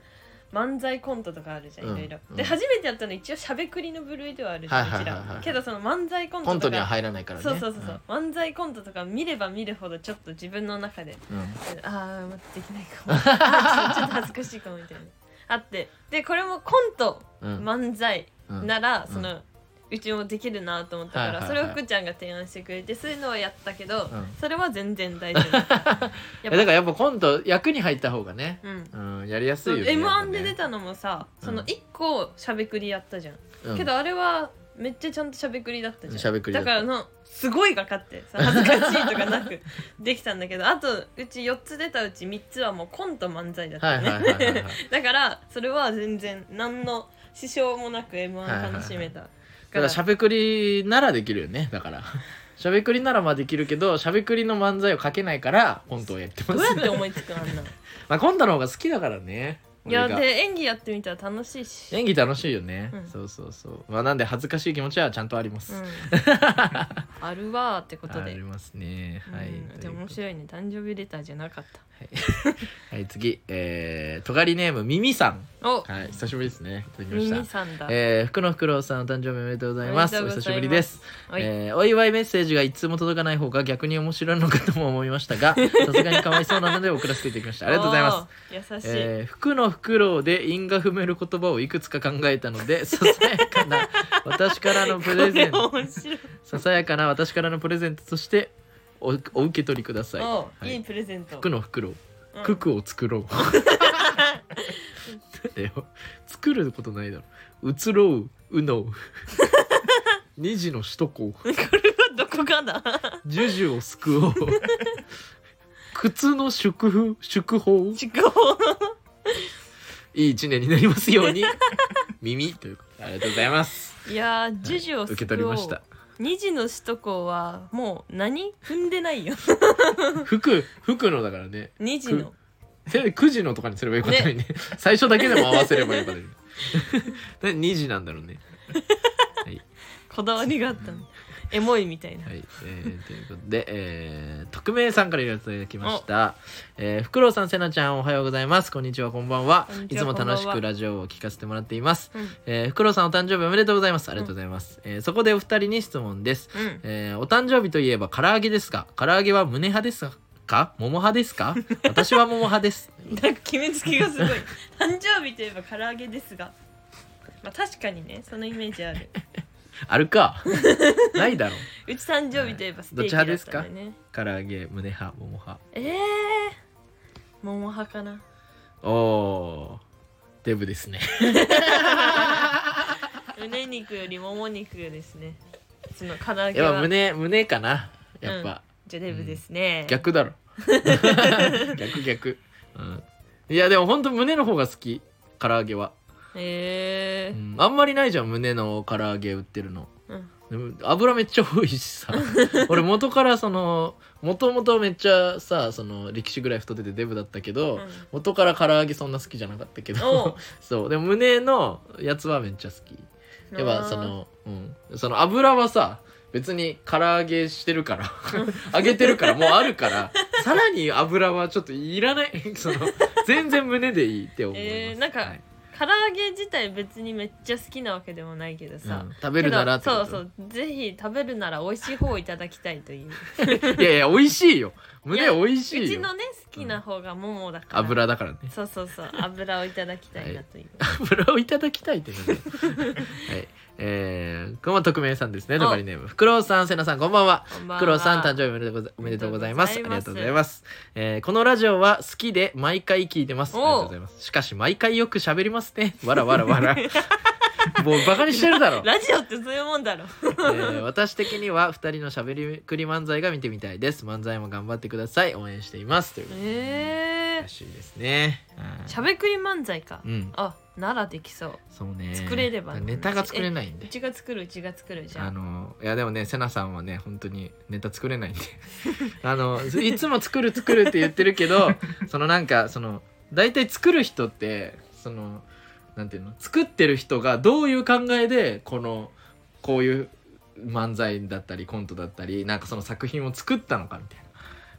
S2: 漫才コントとかあるじゃんいろいろ、
S5: うん
S2: で
S5: うん
S2: 初めてやったの一応しゃべくりの部類ではあるじゃん、
S5: はいはいはいはいう
S2: ちらけどその漫才コントとか
S5: コントには入らないからね
S2: そうそうそうそう、漫才コントとか見れば見るほどちょっと自分の中で
S5: うん、うん
S2: ああまたできないかもあーちょちょっと恥ずかしいかもみたいなあってでこれもコント、
S5: うん
S2: 漫才
S5: うん
S2: なら、
S5: うん
S2: そのうちもできるなと思ったから、
S5: はいはいはい
S2: それを福ちゃんが提案してくれてそういうのはやったけど、
S5: ん
S2: それは全然大丈夫や っ
S5: えだからやっぱコント役に入った方がね、
S2: うん
S5: うん、やりやすいよね
S2: m 1で
S5: や
S2: 出
S5: っぱね
S2: たのもさ、
S5: うん
S2: その1個しゃべくりやったじゃん、
S5: うん、
S2: けどあれはめっちゃちゃんとしゃべくりだったじゃん
S5: しゃべくり
S2: だ
S5: だっ
S2: か
S5: た
S2: らのすごいがかってさ恥ずかしいとかなく できたんだけどあとうち4つ出たうち3つはもうコント漫才だっ
S5: は
S2: た
S5: い
S2: よ
S5: はい
S2: ね、
S5: はいはいはい
S2: だからそれは全然何の支障もなく m
S5: はいはいは
S2: 1
S5: い
S2: 楽しめた、
S5: だからしゃべくりならできるよねだからしゃべくりならまあできるけどしゃべくりの漫才をかけないからコントをやって
S2: ど
S5: ま
S2: う や
S5: す、
S2: って思いつくのあんない
S5: まあ、コントの方が好きだからね
S2: や
S5: 俺が
S2: で演技やってみたら楽しいし、
S5: 演技楽しいよね、
S2: うん
S5: そうそうそうまあなんで恥ずかしい気持ちはちゃんとあります、
S2: うん、あるわーってこと
S5: あ
S2: で
S5: りますねはい、
S2: うん、で
S5: ということで
S2: も面白いね誕生日レターじゃなかっ
S5: はい次えー、とがりネームみみさん
S2: たお
S5: はい久しぶりですねいただきま
S2: ミ
S5: した
S2: ニさんだ、
S5: えー、福野福郎さんお誕生日おめでとうございます
S2: おめでと
S5: お
S2: うございます
S5: 久しぶりです
S2: はい
S5: えーお祝いメッセージが一通も届かない方が逆に面白いのかとも思いました がさすがにかわいそうなので送らせていただきましたありがとうございます
S2: す優しい、
S5: えー、服のフクロウで因果踏める言葉をいくつか考えた のでささやかな私からのプレゼント
S2: これ面白い
S5: ささやかな私からのプレゼントとしておお受け取りください。
S2: お
S5: は
S2: ういい
S5: い、
S2: プレゼント。
S5: 服の袋、
S2: うん
S5: ククを作ろう。だよ作ることないだろ。移ろううのう。二時の首都高。
S2: どこか だ。
S5: ジュジュを救おう。靴の祝福祝報
S2: ちくほ。
S5: いい一年になりますように。耳ということでありがとうござ います。
S2: いやー、ジュジュを救おう
S5: 受け取りました。。
S2: 二時の首都高はもう何踏んでないよ。
S5: 服服のだからね。
S2: 二時の。
S5: せめて9時のとかにすればよかったのにね最初だけでも合わせればよかったのに で2時なんだろうねはい、
S2: こだわりがあったの。エモいみたいな
S5: は。いえーということで、えー、匿名さんからいただきました、えー、ふくろうさんせなちゃんおはようございますこんにちはこんばんは
S2: こんにち
S5: い
S2: は
S5: つも楽し
S2: こんばんは
S5: くラジオを聞かせてもらっています、
S2: うん
S5: えー、ふくろうさんお誕生日おめでとうございますありがとうございます、えーそこでお二人に質問です、
S2: うん。
S5: えーお誕生日といえば唐揚げですが唐揚げは胸派ですか桃派で すか私は桃派です
S2: なんか決めつけがすごい。誕生日といえば唐揚げですが。まあ確かにね、そのイメージある。
S5: あるかないだろう
S2: うち誕生日といえばステーキだ
S5: どっち
S2: った
S5: 派
S2: んだ
S5: で
S2: よ
S5: すか
S2: ね。
S5: 唐揚げ胸派桃派
S2: ええー。モン派かな
S5: おおーデブですね
S2: 胸肉よりもも肉ですねその唐揚げ
S5: や
S2: は
S5: っぱ胸胸かなやっぱ、
S2: じゃデブですね、
S5: 逆 だろ逆逆、うん、いやでもほんと胸の方が好き唐揚げは、
S2: へ
S5: う
S2: え
S5: んあんまりないじゃん胸の唐揚げ売ってるの
S2: うん
S5: でも油めっちゃ多いしさ 俺元からその元々めっちゃさその力士ぐらい太っててデブだったけど、
S2: うん
S5: 元から唐揚げそんな好きじゃなかったけ
S2: お
S5: ど そうでも胸のやつはめっちゃ好きやっぱその、うん、その油はさ別に唐揚げしてるから揚げてるからもうあるからさらに油はちょっといらないその全然胸でいいって思います、
S2: えーなんか
S5: はい
S2: 唐揚げ自体別にめっちゃ好きなわけでもないけど
S5: う
S2: さ、
S5: ん食べるならって
S2: け
S5: こ
S2: ど
S5: と
S2: そうそうぜひ食べるなら美味しい方をいただきたいという
S5: いやいや美味しいよ胸美味し
S2: う
S5: い
S2: ち
S5: よ
S2: のね好きな方がももだから、
S5: 油だからね
S2: そうそうそう油をいただきたいなという、
S5: 油をいただきたいってことはいえー、こんばんは匿名さんですね
S2: お
S5: とばりネームふくろうさんせなさんこんばんは
S2: こんばんは
S5: ふくろうさん誕生日おめでとうござおめでとうございますあ
S2: お
S5: り
S2: めで
S5: が
S2: と
S5: と
S2: う
S5: う
S2: ござ
S5: ござ
S2: い
S5: い
S2: ま
S5: ます、えーこのラジオは好きで毎回聞いてますあ
S2: お
S5: り
S2: う
S5: がとうございますしかし毎回よく喋りま すねわらわらわらもうバカにしてるだろ
S2: ラジオってそういうもんだろ
S5: えー私的には二人のしゃべりくり漫才が見てみたいです漫才も頑張ってください応援していますということで
S2: え
S5: らしいですねうん
S2: しゃべくり漫才か、
S5: うん
S2: あならできそう
S5: そうね
S2: 作れれば
S5: ネタが作れないんで
S2: うちが作るうちが作るじゃ
S5: あ
S2: ん
S5: のいやでもねセナさんはね本当にネタ作れないんで あのいつも作る作るって言ってるけど そのなんかその大体作る人ってそのなんていうの作ってる人がどういう考えでこのこういう漫才だったりコントだったりなんかその作品を作ったのかみたいな。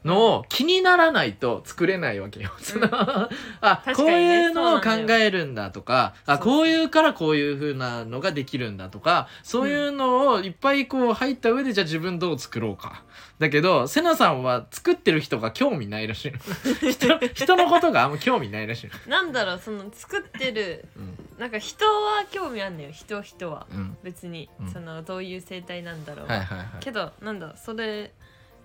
S5: のを気にならないと作れないわけよ。そのあ、
S2: 確か
S5: こ
S2: に
S5: う
S2: ね
S5: いうのを
S2: そ
S5: 考
S2: うなんだよ
S5: えるんだとかあ
S2: そう
S5: こういうからこういうふうなのができるんだとかそういうのをいっぱいこう入った上でじゃあ自分どう作ろうかだけどセナさんは作ってる人が興味ないらしいの 人人のことがあんま興味ないらしいの、
S2: なんだろうその作ってる
S5: うん
S2: なんか人は興味あんのよ人人は
S5: うん、
S2: 別に、
S5: うん
S2: そのどういう生態なんだろう、
S5: はいはいはい
S2: けどなんだそれ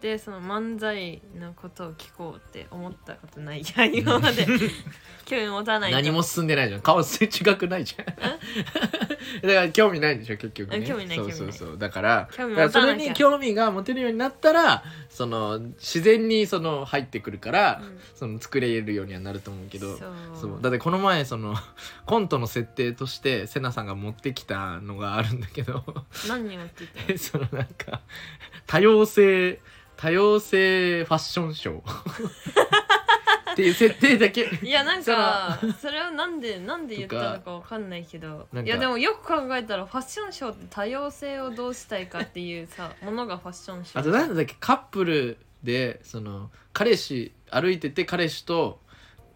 S2: でその漫才のことを聞こうって思ったことない や今ま で興味持たないと
S5: 何も進んでないじゃん顔すれ違くないじゃん だから興味ないんでしょ結局ね
S2: 興味ない
S5: そう
S2: 興味
S5: そ
S2: な
S5: う
S2: い
S5: そうだから
S2: 興味
S5: だ
S2: 持
S5: か
S2: た
S5: ら
S2: なきゃ
S5: それに興味が持てるようになったらその 自然にその入ってくるから、
S2: うん
S5: その作れるようにはなると思うけど
S2: そう
S5: そうだってこの前その コントの設定としてセナさんが持ってきたのがあるんだけど
S2: 何に持ってた
S5: そのなんか多様性多様性ファッションショーっていう設定だけ
S2: いやなんかそれをなんでなんで言ったのかわかんないけど
S5: なんか
S2: いやでもよく考えたらファッションショーって多様性をどうしたいかっていうさものがファッションショ
S5: あ
S2: ー
S5: となんだっけカップルでその彼氏歩いてて彼氏と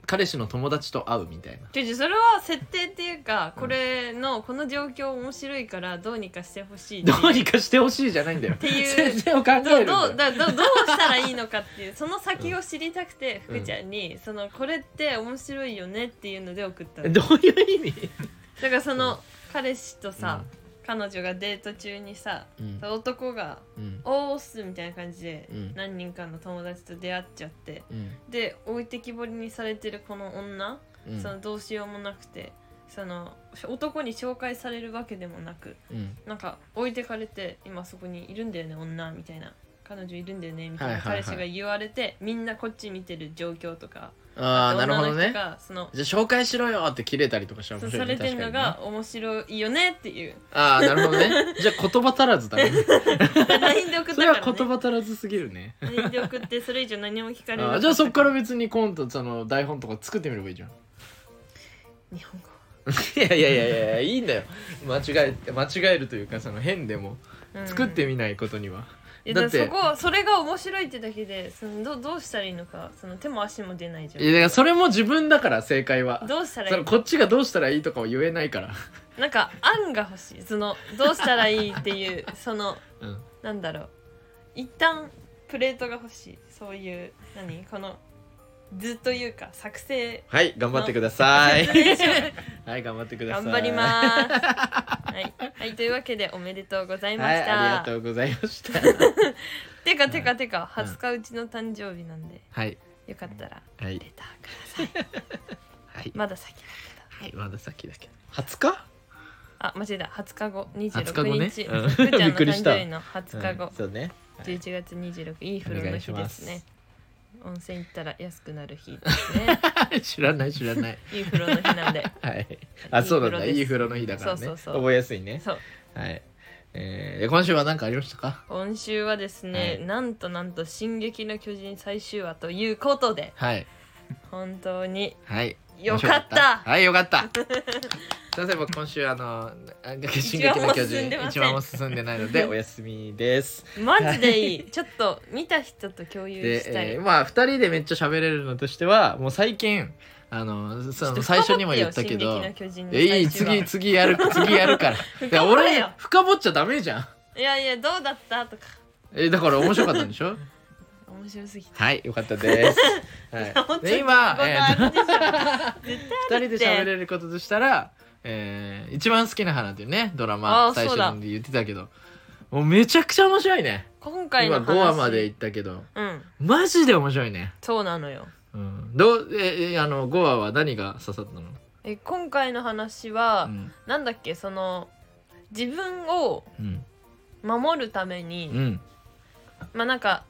S5: 彼氏の友達と会うみたいな
S2: 違う違うそれは設定っていうかこれのこの状況面白いからどうにかしてほしいって
S5: ど
S2: いう
S5: うにかしてほしいじゃないんだよ
S2: ていう
S5: 設定を考えるんだ
S2: どう
S5: よ
S2: どうだどうどうしたらいいのかっていうその先を知りたくて、
S5: うん
S2: 福ちゃんにそのこれって面白いよねっていうので送ったのだ
S5: どういう意味、
S2: からその彼氏とさ、彼女がデート中にさ
S5: うん
S2: 男が
S5: うん
S2: 「おーっす」みたいな感じで
S5: うん
S2: 何人かの友達と出会っちゃって
S5: うん
S2: で置いてきぼりにされてるこの女、
S5: うん
S2: そのどうしようもなくてその男に紹介されるわけでもなく
S5: うん
S2: なんか置いてかれて今そこにいるんだよね女みたいな彼女いるんだよねみたいな、
S5: はいはいはい
S2: 彼氏が言われてみんなこっち見てる状況とか
S5: ああなるほど
S2: 女の
S5: ね
S2: 人がその
S5: じゃあ紹介しろよって切れたりとかしたら
S2: そ
S5: 面
S2: う
S5: 白
S2: さ
S5: いね
S2: れてるのが面白いよねっていう
S5: 確かにねああなるほど ねじゃあ言葉足らずだね
S2: LINE で送っ
S5: それは
S2: たか
S5: 言
S2: ら、ね、
S5: 葉足らずすぎるね
S2: LINE で送ってそれ以上何も聞かれな
S5: あ
S2: か
S5: あ
S2: っ
S5: じゃあ
S2: た
S5: そっから別にコントその台本とか作ってみればいいじゃん
S2: 日本語
S5: いやいやいやいやいいんだよ間違えて間違えるというかその変でも
S2: うん
S5: 作ってみないことには、
S2: いや
S5: だ
S2: だ
S5: っ
S2: っててそこそれが面白いってだけでそのどうどうしたらいいのかその手も足も出ないじ
S5: いやだからそれも自分だから正解
S2: ゃん
S5: は
S2: どうしたら
S5: そ
S2: いい
S5: のこっちがどうしたらいいとかは言えないから、
S2: なんか案が欲しいそのどうしたらいいっていうその
S5: うん、
S2: なんだろう一旦プレートが欲しいそういう何この図というか作成
S5: はい頑張ってください
S2: 説明書
S5: はい頑張ってください
S2: 頑張りますはい、はい、というわけでおめでとうございま
S5: はい
S2: し
S5: あ
S2: た、
S5: りがとうございました
S2: てかてかてか
S5: うん
S2: 20日うちの誕生日なんで
S5: はい
S2: よかったら
S5: はい
S2: レターください
S5: はい
S2: まだ先だけど
S5: はいまだ先だけど20日
S2: あ間違えた20日後
S5: 20日後ね
S2: 26日
S5: うん
S2: ふーちゃん
S5: びっ
S2: の
S5: くりした
S2: 誕生日の20日後
S5: うん、そうねはい
S2: 11月26いい風呂の日ですね温泉行ったら安くなる日です ね
S5: 知らない知らない
S2: いい風呂の日なんで
S5: はい あそうなんだ
S2: い
S5: い
S2: い
S5: い
S2: 風
S5: 風
S2: 呂
S5: 呂
S2: です
S5: の日だからね
S2: そうそうそう
S5: 覚えやすいね
S2: そう
S5: はいえー、今週は何かありましたか
S2: 今週はですね、
S5: はい
S2: なんとなんと「進撃の巨人」最終話ということで
S5: はい
S2: 本当に
S5: はい
S2: よかった
S5: はいよかった すいません僕今週あの「あ進撃の巨人」
S2: 一
S5: 一
S2: 番も
S5: 番も進んでない のでお休みです
S2: マジでいいちょっと見た人と共有したい、
S5: で、えーまあ2人でめっちゃ喋れるのとしてはもう最近あのその最初にも言ったけど
S2: え
S5: 「えい次次やる次や るから」で
S2: 俺
S5: 俺
S2: よ
S5: 深掘っちゃダメじゃん
S2: いやいやどうだったとか
S5: えだから面白かったんでしょ
S2: 面白すぎた
S5: はいよかっ たです、はい、で今、えー
S2: 本当にこんなあるでしょ
S5: 二人で喋れることとしたら、えー、一番好きな花っていうねドラ
S2: あ
S5: マ
S2: ー
S5: 最
S2: そう
S5: 初
S2: だ
S5: ので言ってたけどもうめちゃくちゃ面白いね
S2: 今回
S5: 今
S2: の話
S5: 5話まで行ったけど
S2: うん
S5: マジで面白いね、
S2: そうなのよ
S5: うん、どうええあの5話は何が刺さったの、
S2: え今回の話は、
S5: うん
S2: なんだっけその自分を
S5: うん
S2: 守るために、
S5: うん
S2: まあなんか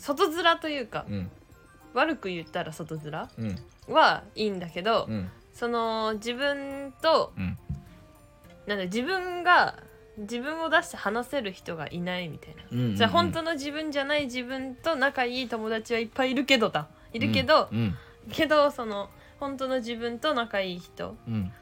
S2: 外面というか、
S5: うん
S2: 悪く言ったら外面
S5: うん
S2: はいいんだけど、
S5: うん
S2: その自分と、
S5: うん
S2: なんだ自分が自分を出して話せる人がいないみたいな、
S5: うん
S2: じゃあ本当の自分じゃない自分と仲いい友達はいっぱいいるけどだいるけど、
S5: うん
S2: けどその本当の自分と仲いい人
S5: うん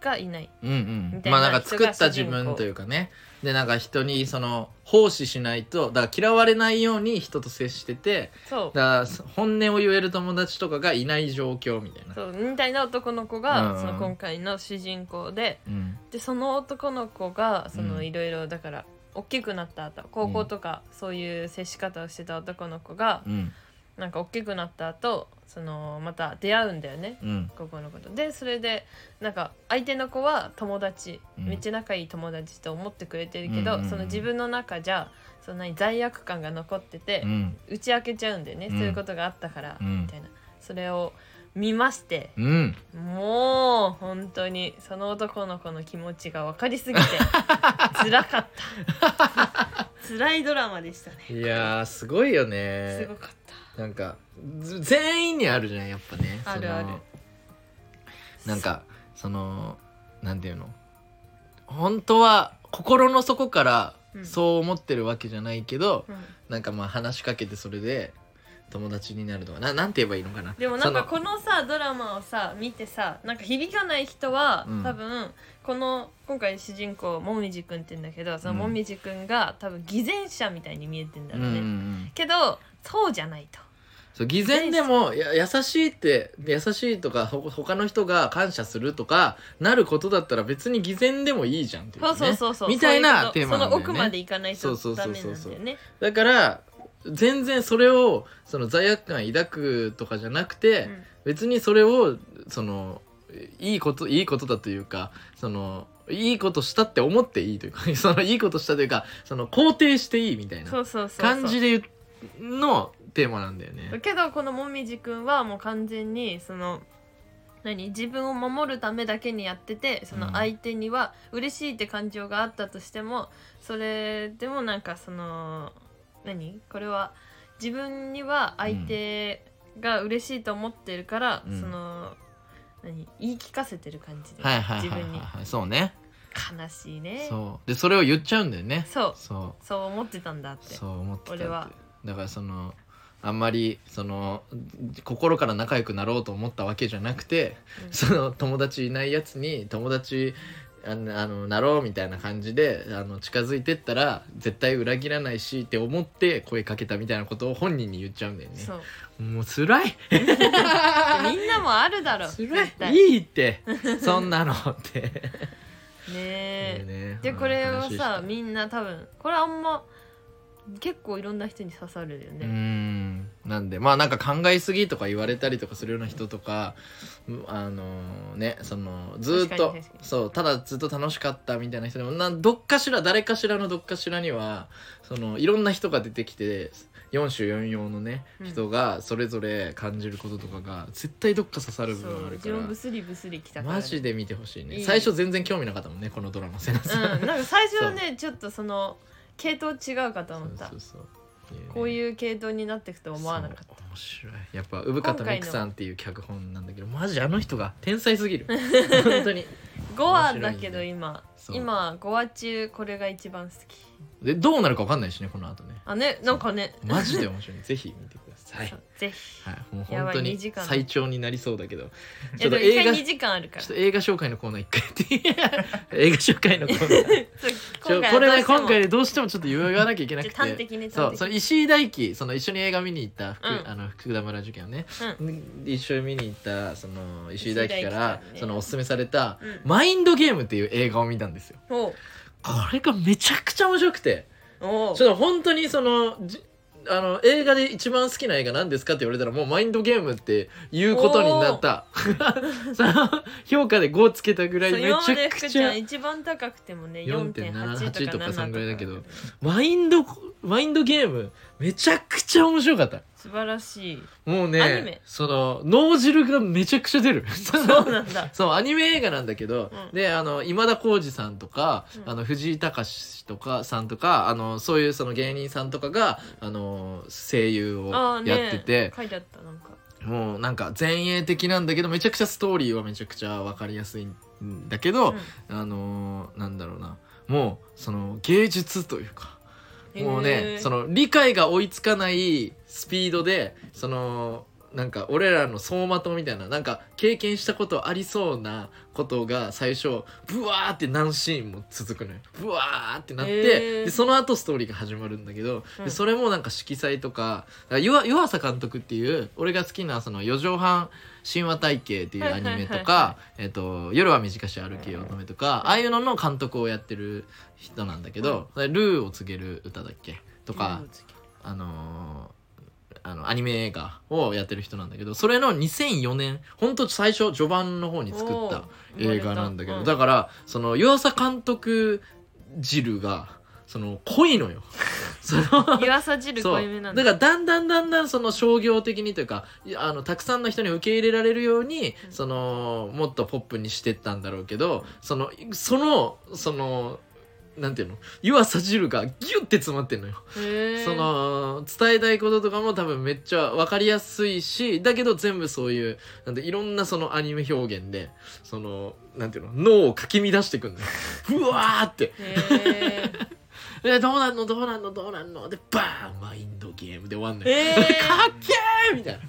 S2: がいない
S5: うんう
S2: み
S5: ん
S2: たいな
S5: まあなんか作った自分というかねでなんか人にその奉仕しないとだから嫌われないように人と接してて
S2: そう
S5: だから本音を言える友達とかがいない状況みたいな
S2: そうみたいな男の子が、
S5: うん
S2: その今回の主人公で
S5: うん
S2: でその男の子がその
S5: うん
S2: いろいろだから大きくなった後高校とかそういう接し方をしてた男の子が、
S5: うん
S2: なんか大きくなった後そのまた出会うんだよね
S5: うん
S2: 高校の子と。でそれでなんか相手の子は友達、
S5: うん
S2: めっちゃ仲いい友達と思ってくれてるけど、
S5: うんうんうん
S2: その自分の中じゃそんなに罪悪感が残ってて、
S5: うん
S2: 打ち明けちゃうんだよね、
S5: うん
S2: そういうことがあったから、
S5: うん
S2: みたいなそれを見まして。
S5: うん
S2: もう本当にその男の子の気持ちが分かりす ぎて辛かった辛いドラマでしたね
S5: いやーすごいよ
S2: す
S5: ね
S2: ごかった
S5: なんかず全員にあるじゃんやっぱね
S2: ある
S5: その
S2: ある
S5: なんかそのなんていうの本当は心の底から
S2: うん
S5: そう思ってるわけじゃないけど、
S2: うん
S5: なんかまあ話しかけてそれで友達になるとかななんて言えばいいのかな
S2: でもなんか
S5: その
S2: このさドラマをさ見てさなんか響かない人は、
S5: うん
S2: 多分この今回主人公もみじくんって言うんだけどその
S5: うん
S2: もみじくんが多分偽善者みたいに見えてんだ
S5: う
S2: ろ
S5: ん
S2: う
S5: う
S2: ね、
S5: んうん
S2: けどそうじゃないと
S5: そう偽善でもや優しいって優しいとかほ他の人が感謝するとかなることだったら別に偽善でもいいじゃんっていう、ね、
S2: そうそうそうそう
S5: みたいな
S2: そうう
S5: テー
S2: こと
S5: マなんだよ、ね、
S2: その奥までいかない
S5: そう
S2: と
S5: そう
S2: ダ
S5: そうそ
S2: メ
S5: う
S2: なんだよね
S5: だから全然それをその罪悪感抱くとかじゃなくて、
S2: うん
S5: 別にそれをそのいいこといいことだというかそのいいことしたって思っていいというか そのいいことしたというかその肯定していいみたい
S2: そ
S5: な
S2: うそうそうそう
S5: 感じで言うのテーマなんだよね。
S2: けどこのもみじくんはもう完全にその何自分を守るためだけにやっててその相手には嬉しいって感情があったとしてもそれでもなんかその何これは自分には相手が嬉しいと思ってるから、
S5: うん
S2: その何言い聞かせてる感じで、
S5: はいはいはい
S2: 自
S5: はい
S2: 分に
S5: はいそうね。
S2: 悲しいねそう
S5: そうでそれを言っちゃうんだよね。
S2: そう
S5: そう
S2: 思ってたんだって
S5: そう思ってたって
S2: 俺 は
S5: だからそのあんまりその心から仲良くなろうと思ったわけじゃなくて、
S2: うん
S5: その友達いないやつに友達あのあのなろうみたいな感じであの近づいてったら絶対裏切らないしって思って声かけたみたいなことを本人に言っちゃうんだよね
S2: そう
S5: もう辛い
S2: でみんなもあるだろう
S5: 辛
S2: 絶対
S5: い
S2: ね
S5: い いってそんなのって
S2: え
S5: ね
S2: でこれをさ
S5: うん
S2: みんな多分これあんま結構いろんな人に刺さるよ
S5: う
S2: ね、
S5: んなんでまあなんか考えすぎとか言われたりとかするような人とかうんあのねそのずーっ
S2: 確か
S5: と
S2: に確かに
S5: そうただずっと楽しかったみたいな人でもなんどっかしら誰かしらのどっかしらにはそのいろんな人が出てきて4種4様のね
S2: うん
S5: 人がそれぞれ感じることとかが絶対どっか刺さる部
S2: そ
S5: 分ある
S2: う
S5: か
S2: ジ
S5: ら
S2: オンブスリブスリ来たからね
S5: マジで見てほしいね
S2: いい
S5: 最初全然興味なかったもんねこのドラマセナ
S2: う
S5: さ
S2: ん
S5: ん、
S2: なんか最初はねちょっとその系統違うかと思った
S5: そうそうそう
S2: こう
S5: う
S2: いう系統になっていくとは思わなかった
S5: そう面白いやっぱ生方美久さんっていう脚本なんだけどマジあの人が天才す ぎる本当に
S2: 5話だけど
S5: 面白い
S2: 今
S5: そう
S2: 今5話中これが一番好き
S5: でどうなるかわかんないしねこの後ね
S2: あねなんかね
S5: マジで面白いぜひ見てください
S2: そうぜひ
S5: はいもう
S2: や
S5: 本
S2: ばい
S5: 当
S2: 二
S5: に
S2: 時間
S5: 最長になりそうだけど
S2: い
S5: ちょ
S2: やで
S5: っと
S2: も一
S5: 映
S2: 回
S5: 画
S2: 2時間あるか
S5: ち
S2: ら
S5: ょっと映画紹介のコーナー一回やって 映画紹介のコーナー
S2: そう
S5: ちょ
S2: 今回
S5: これ
S2: は
S5: は
S2: どうしても
S5: 今回でどうしてもちょっと言わ言わなきゃいけなく
S2: じゃあ端
S5: て
S2: 的に
S5: そ
S2: 端
S5: う
S2: 的
S5: その
S2: に
S5: 石井大輝その一緒に映画見に行った福,、
S2: うん
S5: あの福田村受験ね、一緒に見に行ったその石井大輝か
S2: 石井大
S5: ら
S2: 輝さんね
S5: そのおすすめされた
S2: うん
S5: 「マインドゲーム」っていう映画を見たんですよ
S2: おう
S5: これがめちゃくちゃ面白くて
S2: おう
S5: ちょっと本当にそのじあの映画で一番好きな映画何ですかって言われたらもうマインドゲームっていうことになった その評価で5つけたぐらい
S2: そう
S5: めち
S2: 今まで
S5: ゃ
S2: 福
S5: く
S2: ち
S5: ち
S2: ゃ
S5: ゃ
S2: ん一番高くてもね4.8
S5: 4.78
S2: と
S5: と
S2: か
S5: か
S2: 7
S5: そんぐらいだけど
S2: とか
S5: マインドマインドゲームめちゃくちゃ面白かった
S2: 素晴らしいア
S5: もう
S2: ニメ
S5: ねその脳汁がめちゃくちゃ出るその
S2: そうなん だ
S5: そうアニメ映画なんだけど、
S2: うん
S5: であの今田耕司さんとか、
S2: うん
S5: あの藤井隆とかさんとかあのそういうその芸人さんとかがあの声優を
S2: ああ
S5: やって
S2: ね
S5: て、
S2: 書いてあったなんか
S5: もうなんか前衛的なんだけどめちゃくちゃストーリーはめちゃくちゃ分かりやすいんだけど、あのなんだろうなもうその芸術というか。もうねそ
S2: の
S5: の理解が追いつかないスピードでそのなんか俺らの走馬灯みたいななんか経験したことありそうなことが最初ブワーって何シーンも続くのよブワーってなって、
S2: へー
S5: でその後ストーリーが始まるんだけど、
S2: うん
S5: でそれもなんか色彩とかだから湯あ湯浅監督っていう俺が好きなその四畳半神話体系っていうアニメとか「えっと夜は短し歩きよ乙女」とかああいうのの監督をやってる人なんだけど「ルーを告げる歌」だっけとか、あのーあのアニメ映画をやってる人なんだけどそれの2004年ほんと最初序盤の方に作った映画なんだけど、だからその湯浅監督汁がその濃いのよ。その
S2: 湯浅汁
S5: そ
S2: 濃
S5: う
S2: いめなん
S5: だ
S2: だ
S5: からだんだんだんだんその商業的にというかいあのたくさんの人に受け入れられるように、
S2: うん
S5: そのもっとポップにしてったんだろうけどそのそのそのなんていうの湯浅汁がギュッて詰まってんのよ。
S2: へえ
S5: その伝えたいこととかも多分めっちゃ分かりやすいしだけど全部そういうなんていろんなそのアニメ表現でそのなんていうの脳をかき乱してく んのよ。うわーって
S2: へ
S5: えどうなんのどうなんのどうなんのでバーンマインドゲームで終わんのよ。
S2: え
S5: かっけーみたいな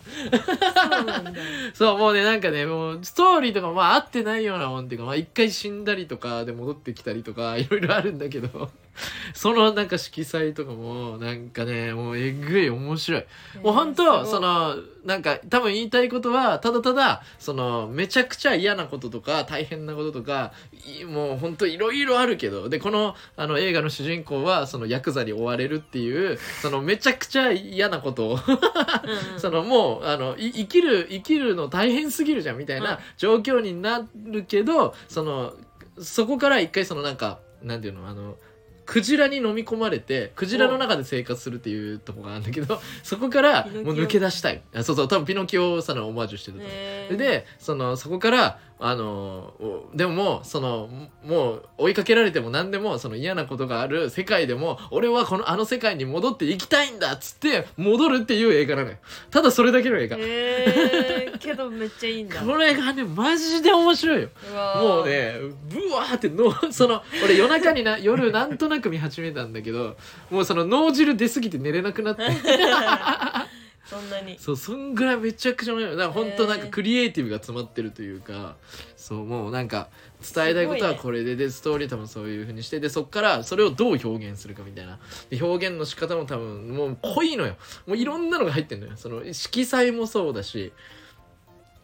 S2: そうなんだ
S5: そうもうねなんかねもうストーリーとかまあ合ってないようなもんっていうかまあ一回死んだりとかで戻ってきたりとか いろいろあるんだけど そのなんか色彩とかもなんかねもうえぐい面白いもう 本当そのなんか多分言いたいことはただただそのめちゃくちゃ嫌なこととか大変なこととかいもう本当いろいろあるけどでこのあの映画の主人公はそのヤクザに追われるっていうそのめちゃくちゃ嫌なことをそのもうあのい生きる生きるの大変すぎるじゃんみたい
S2: うん
S5: な状況になるけど、そのそこから一回そのなんかなんていうのあのクジラに飲み込まれてクジラの中で生活するっていうとこがあるんだけどそこから
S2: ピノキオ
S5: もう抜け出したいあそうそう多分ピノキオさんのオマージュしてたと思う
S2: の
S5: でそのそこからあのおでももうそのもう追いかけられても何でもその嫌なことがある世界でも俺はこのあの世界に戻っていきたいんだっつって戻るっていう映画なのよただそれだけの映画、
S2: へえけどめっちゃいいんだ
S5: これがねマジで面白いよもうねブワーっての その俺夜中にな夜なんとなく見始めたんだけどもうその脳汁出すぎて寝れなくなって
S2: そんなに
S5: そうそんぐらいめちゃくちゃ面白いだから本当なん
S2: へ
S5: か
S2: ー
S5: クリエイティブが詰まってるというかそうもうなんか伝えたいこと
S2: すごい
S5: は
S2: ね
S5: これで、でストーリー多分そういう風にしてでそっからそれをどう表現するかみたいなで表現の仕方も多分もう濃いのよもういろんなのが入ってんのよその色彩もそうだし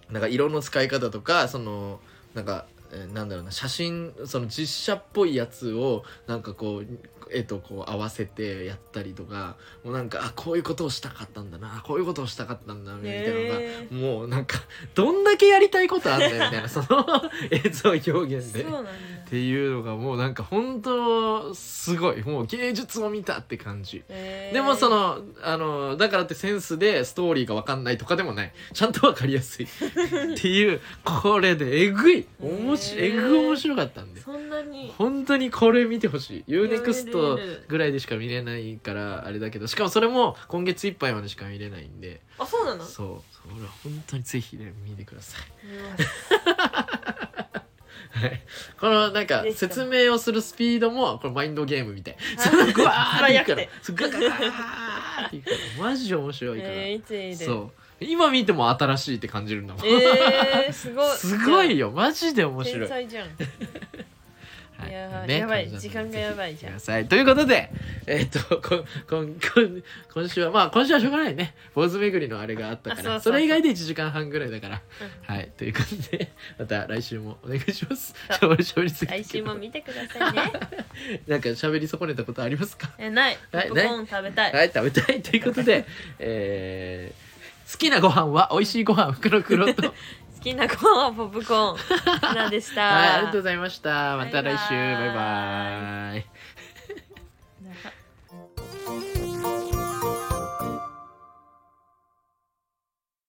S5: なんか色の使い方とかそのなんかえーなんだろうな写真その実写っぽいやつをなんかこう絵とこう合わせてやったりとかもうなんかあこういうことをしたかったんだなあこういうことをしたかったんだなみたいなのが、
S2: へー
S5: もうなんかどんだけやりたいことあんだよみたいなその 映像表現
S2: そう
S5: で。
S2: なんだ
S5: っていうのがもうなんか本当すごいもう芸術を見たって感じ。
S2: へー
S5: でもそのあのだからってセンスでストーリーが分かんないとかでもないちゃんと分かりやすいっていうこれでえぐい面白
S2: へ
S5: え
S2: ー
S5: ぐ面白かったんで
S2: そんなに
S5: 本当にこれ見てほしい UNEXT
S2: UNEXT
S5: ぐらいでしか見れないからあれだけどしかもそれも今月いっぱいまでしか見れないんで
S2: あそうなの
S5: そうそれは本当にぜひね見てください。はい、このなんか
S2: ぜひとも
S5: 説明をするスピードもこれマインドゲームみたいそのグワーってい くからそうガガガーっていくからマジで面白いから、
S2: えーいついいで
S5: そう今見ても新しいって感じるんだもん、
S2: えー、すごい
S5: すごい
S2: よ
S5: よマジで面白
S2: 天
S5: い、 は
S2: 才じゃんいやー
S5: ね
S2: やばい
S5: 感じ
S2: 時
S5: なの
S2: 間
S5: で
S2: がやばい
S5: ぜ
S2: じ
S5: ひ見
S2: ゃん
S5: てくださいということでえーっとこんこんこん今週はまあ今週はしょうがないね坊主巡りのあれがあったか
S2: あ
S5: らそ
S2: そうそうそう
S5: れ以外で1時間半ぐらいだから、はいということでまた来週もお願いします
S2: そう
S5: ちょ俺喋りすぎた
S2: 来
S5: けど
S2: 週も見てください ね
S5: なんか喋り損ねたことありますか
S2: えないポ
S5: ない
S2: ップコーン食べたい
S5: はい、食べたいということで、えー好きなご飯は美味しいご飯袋黒と。はい、
S2: 好きな子はポップコーン。なでした。
S5: ありがとうございました。また来
S2: バイ
S5: 週、
S2: バーイ
S5: バイバイ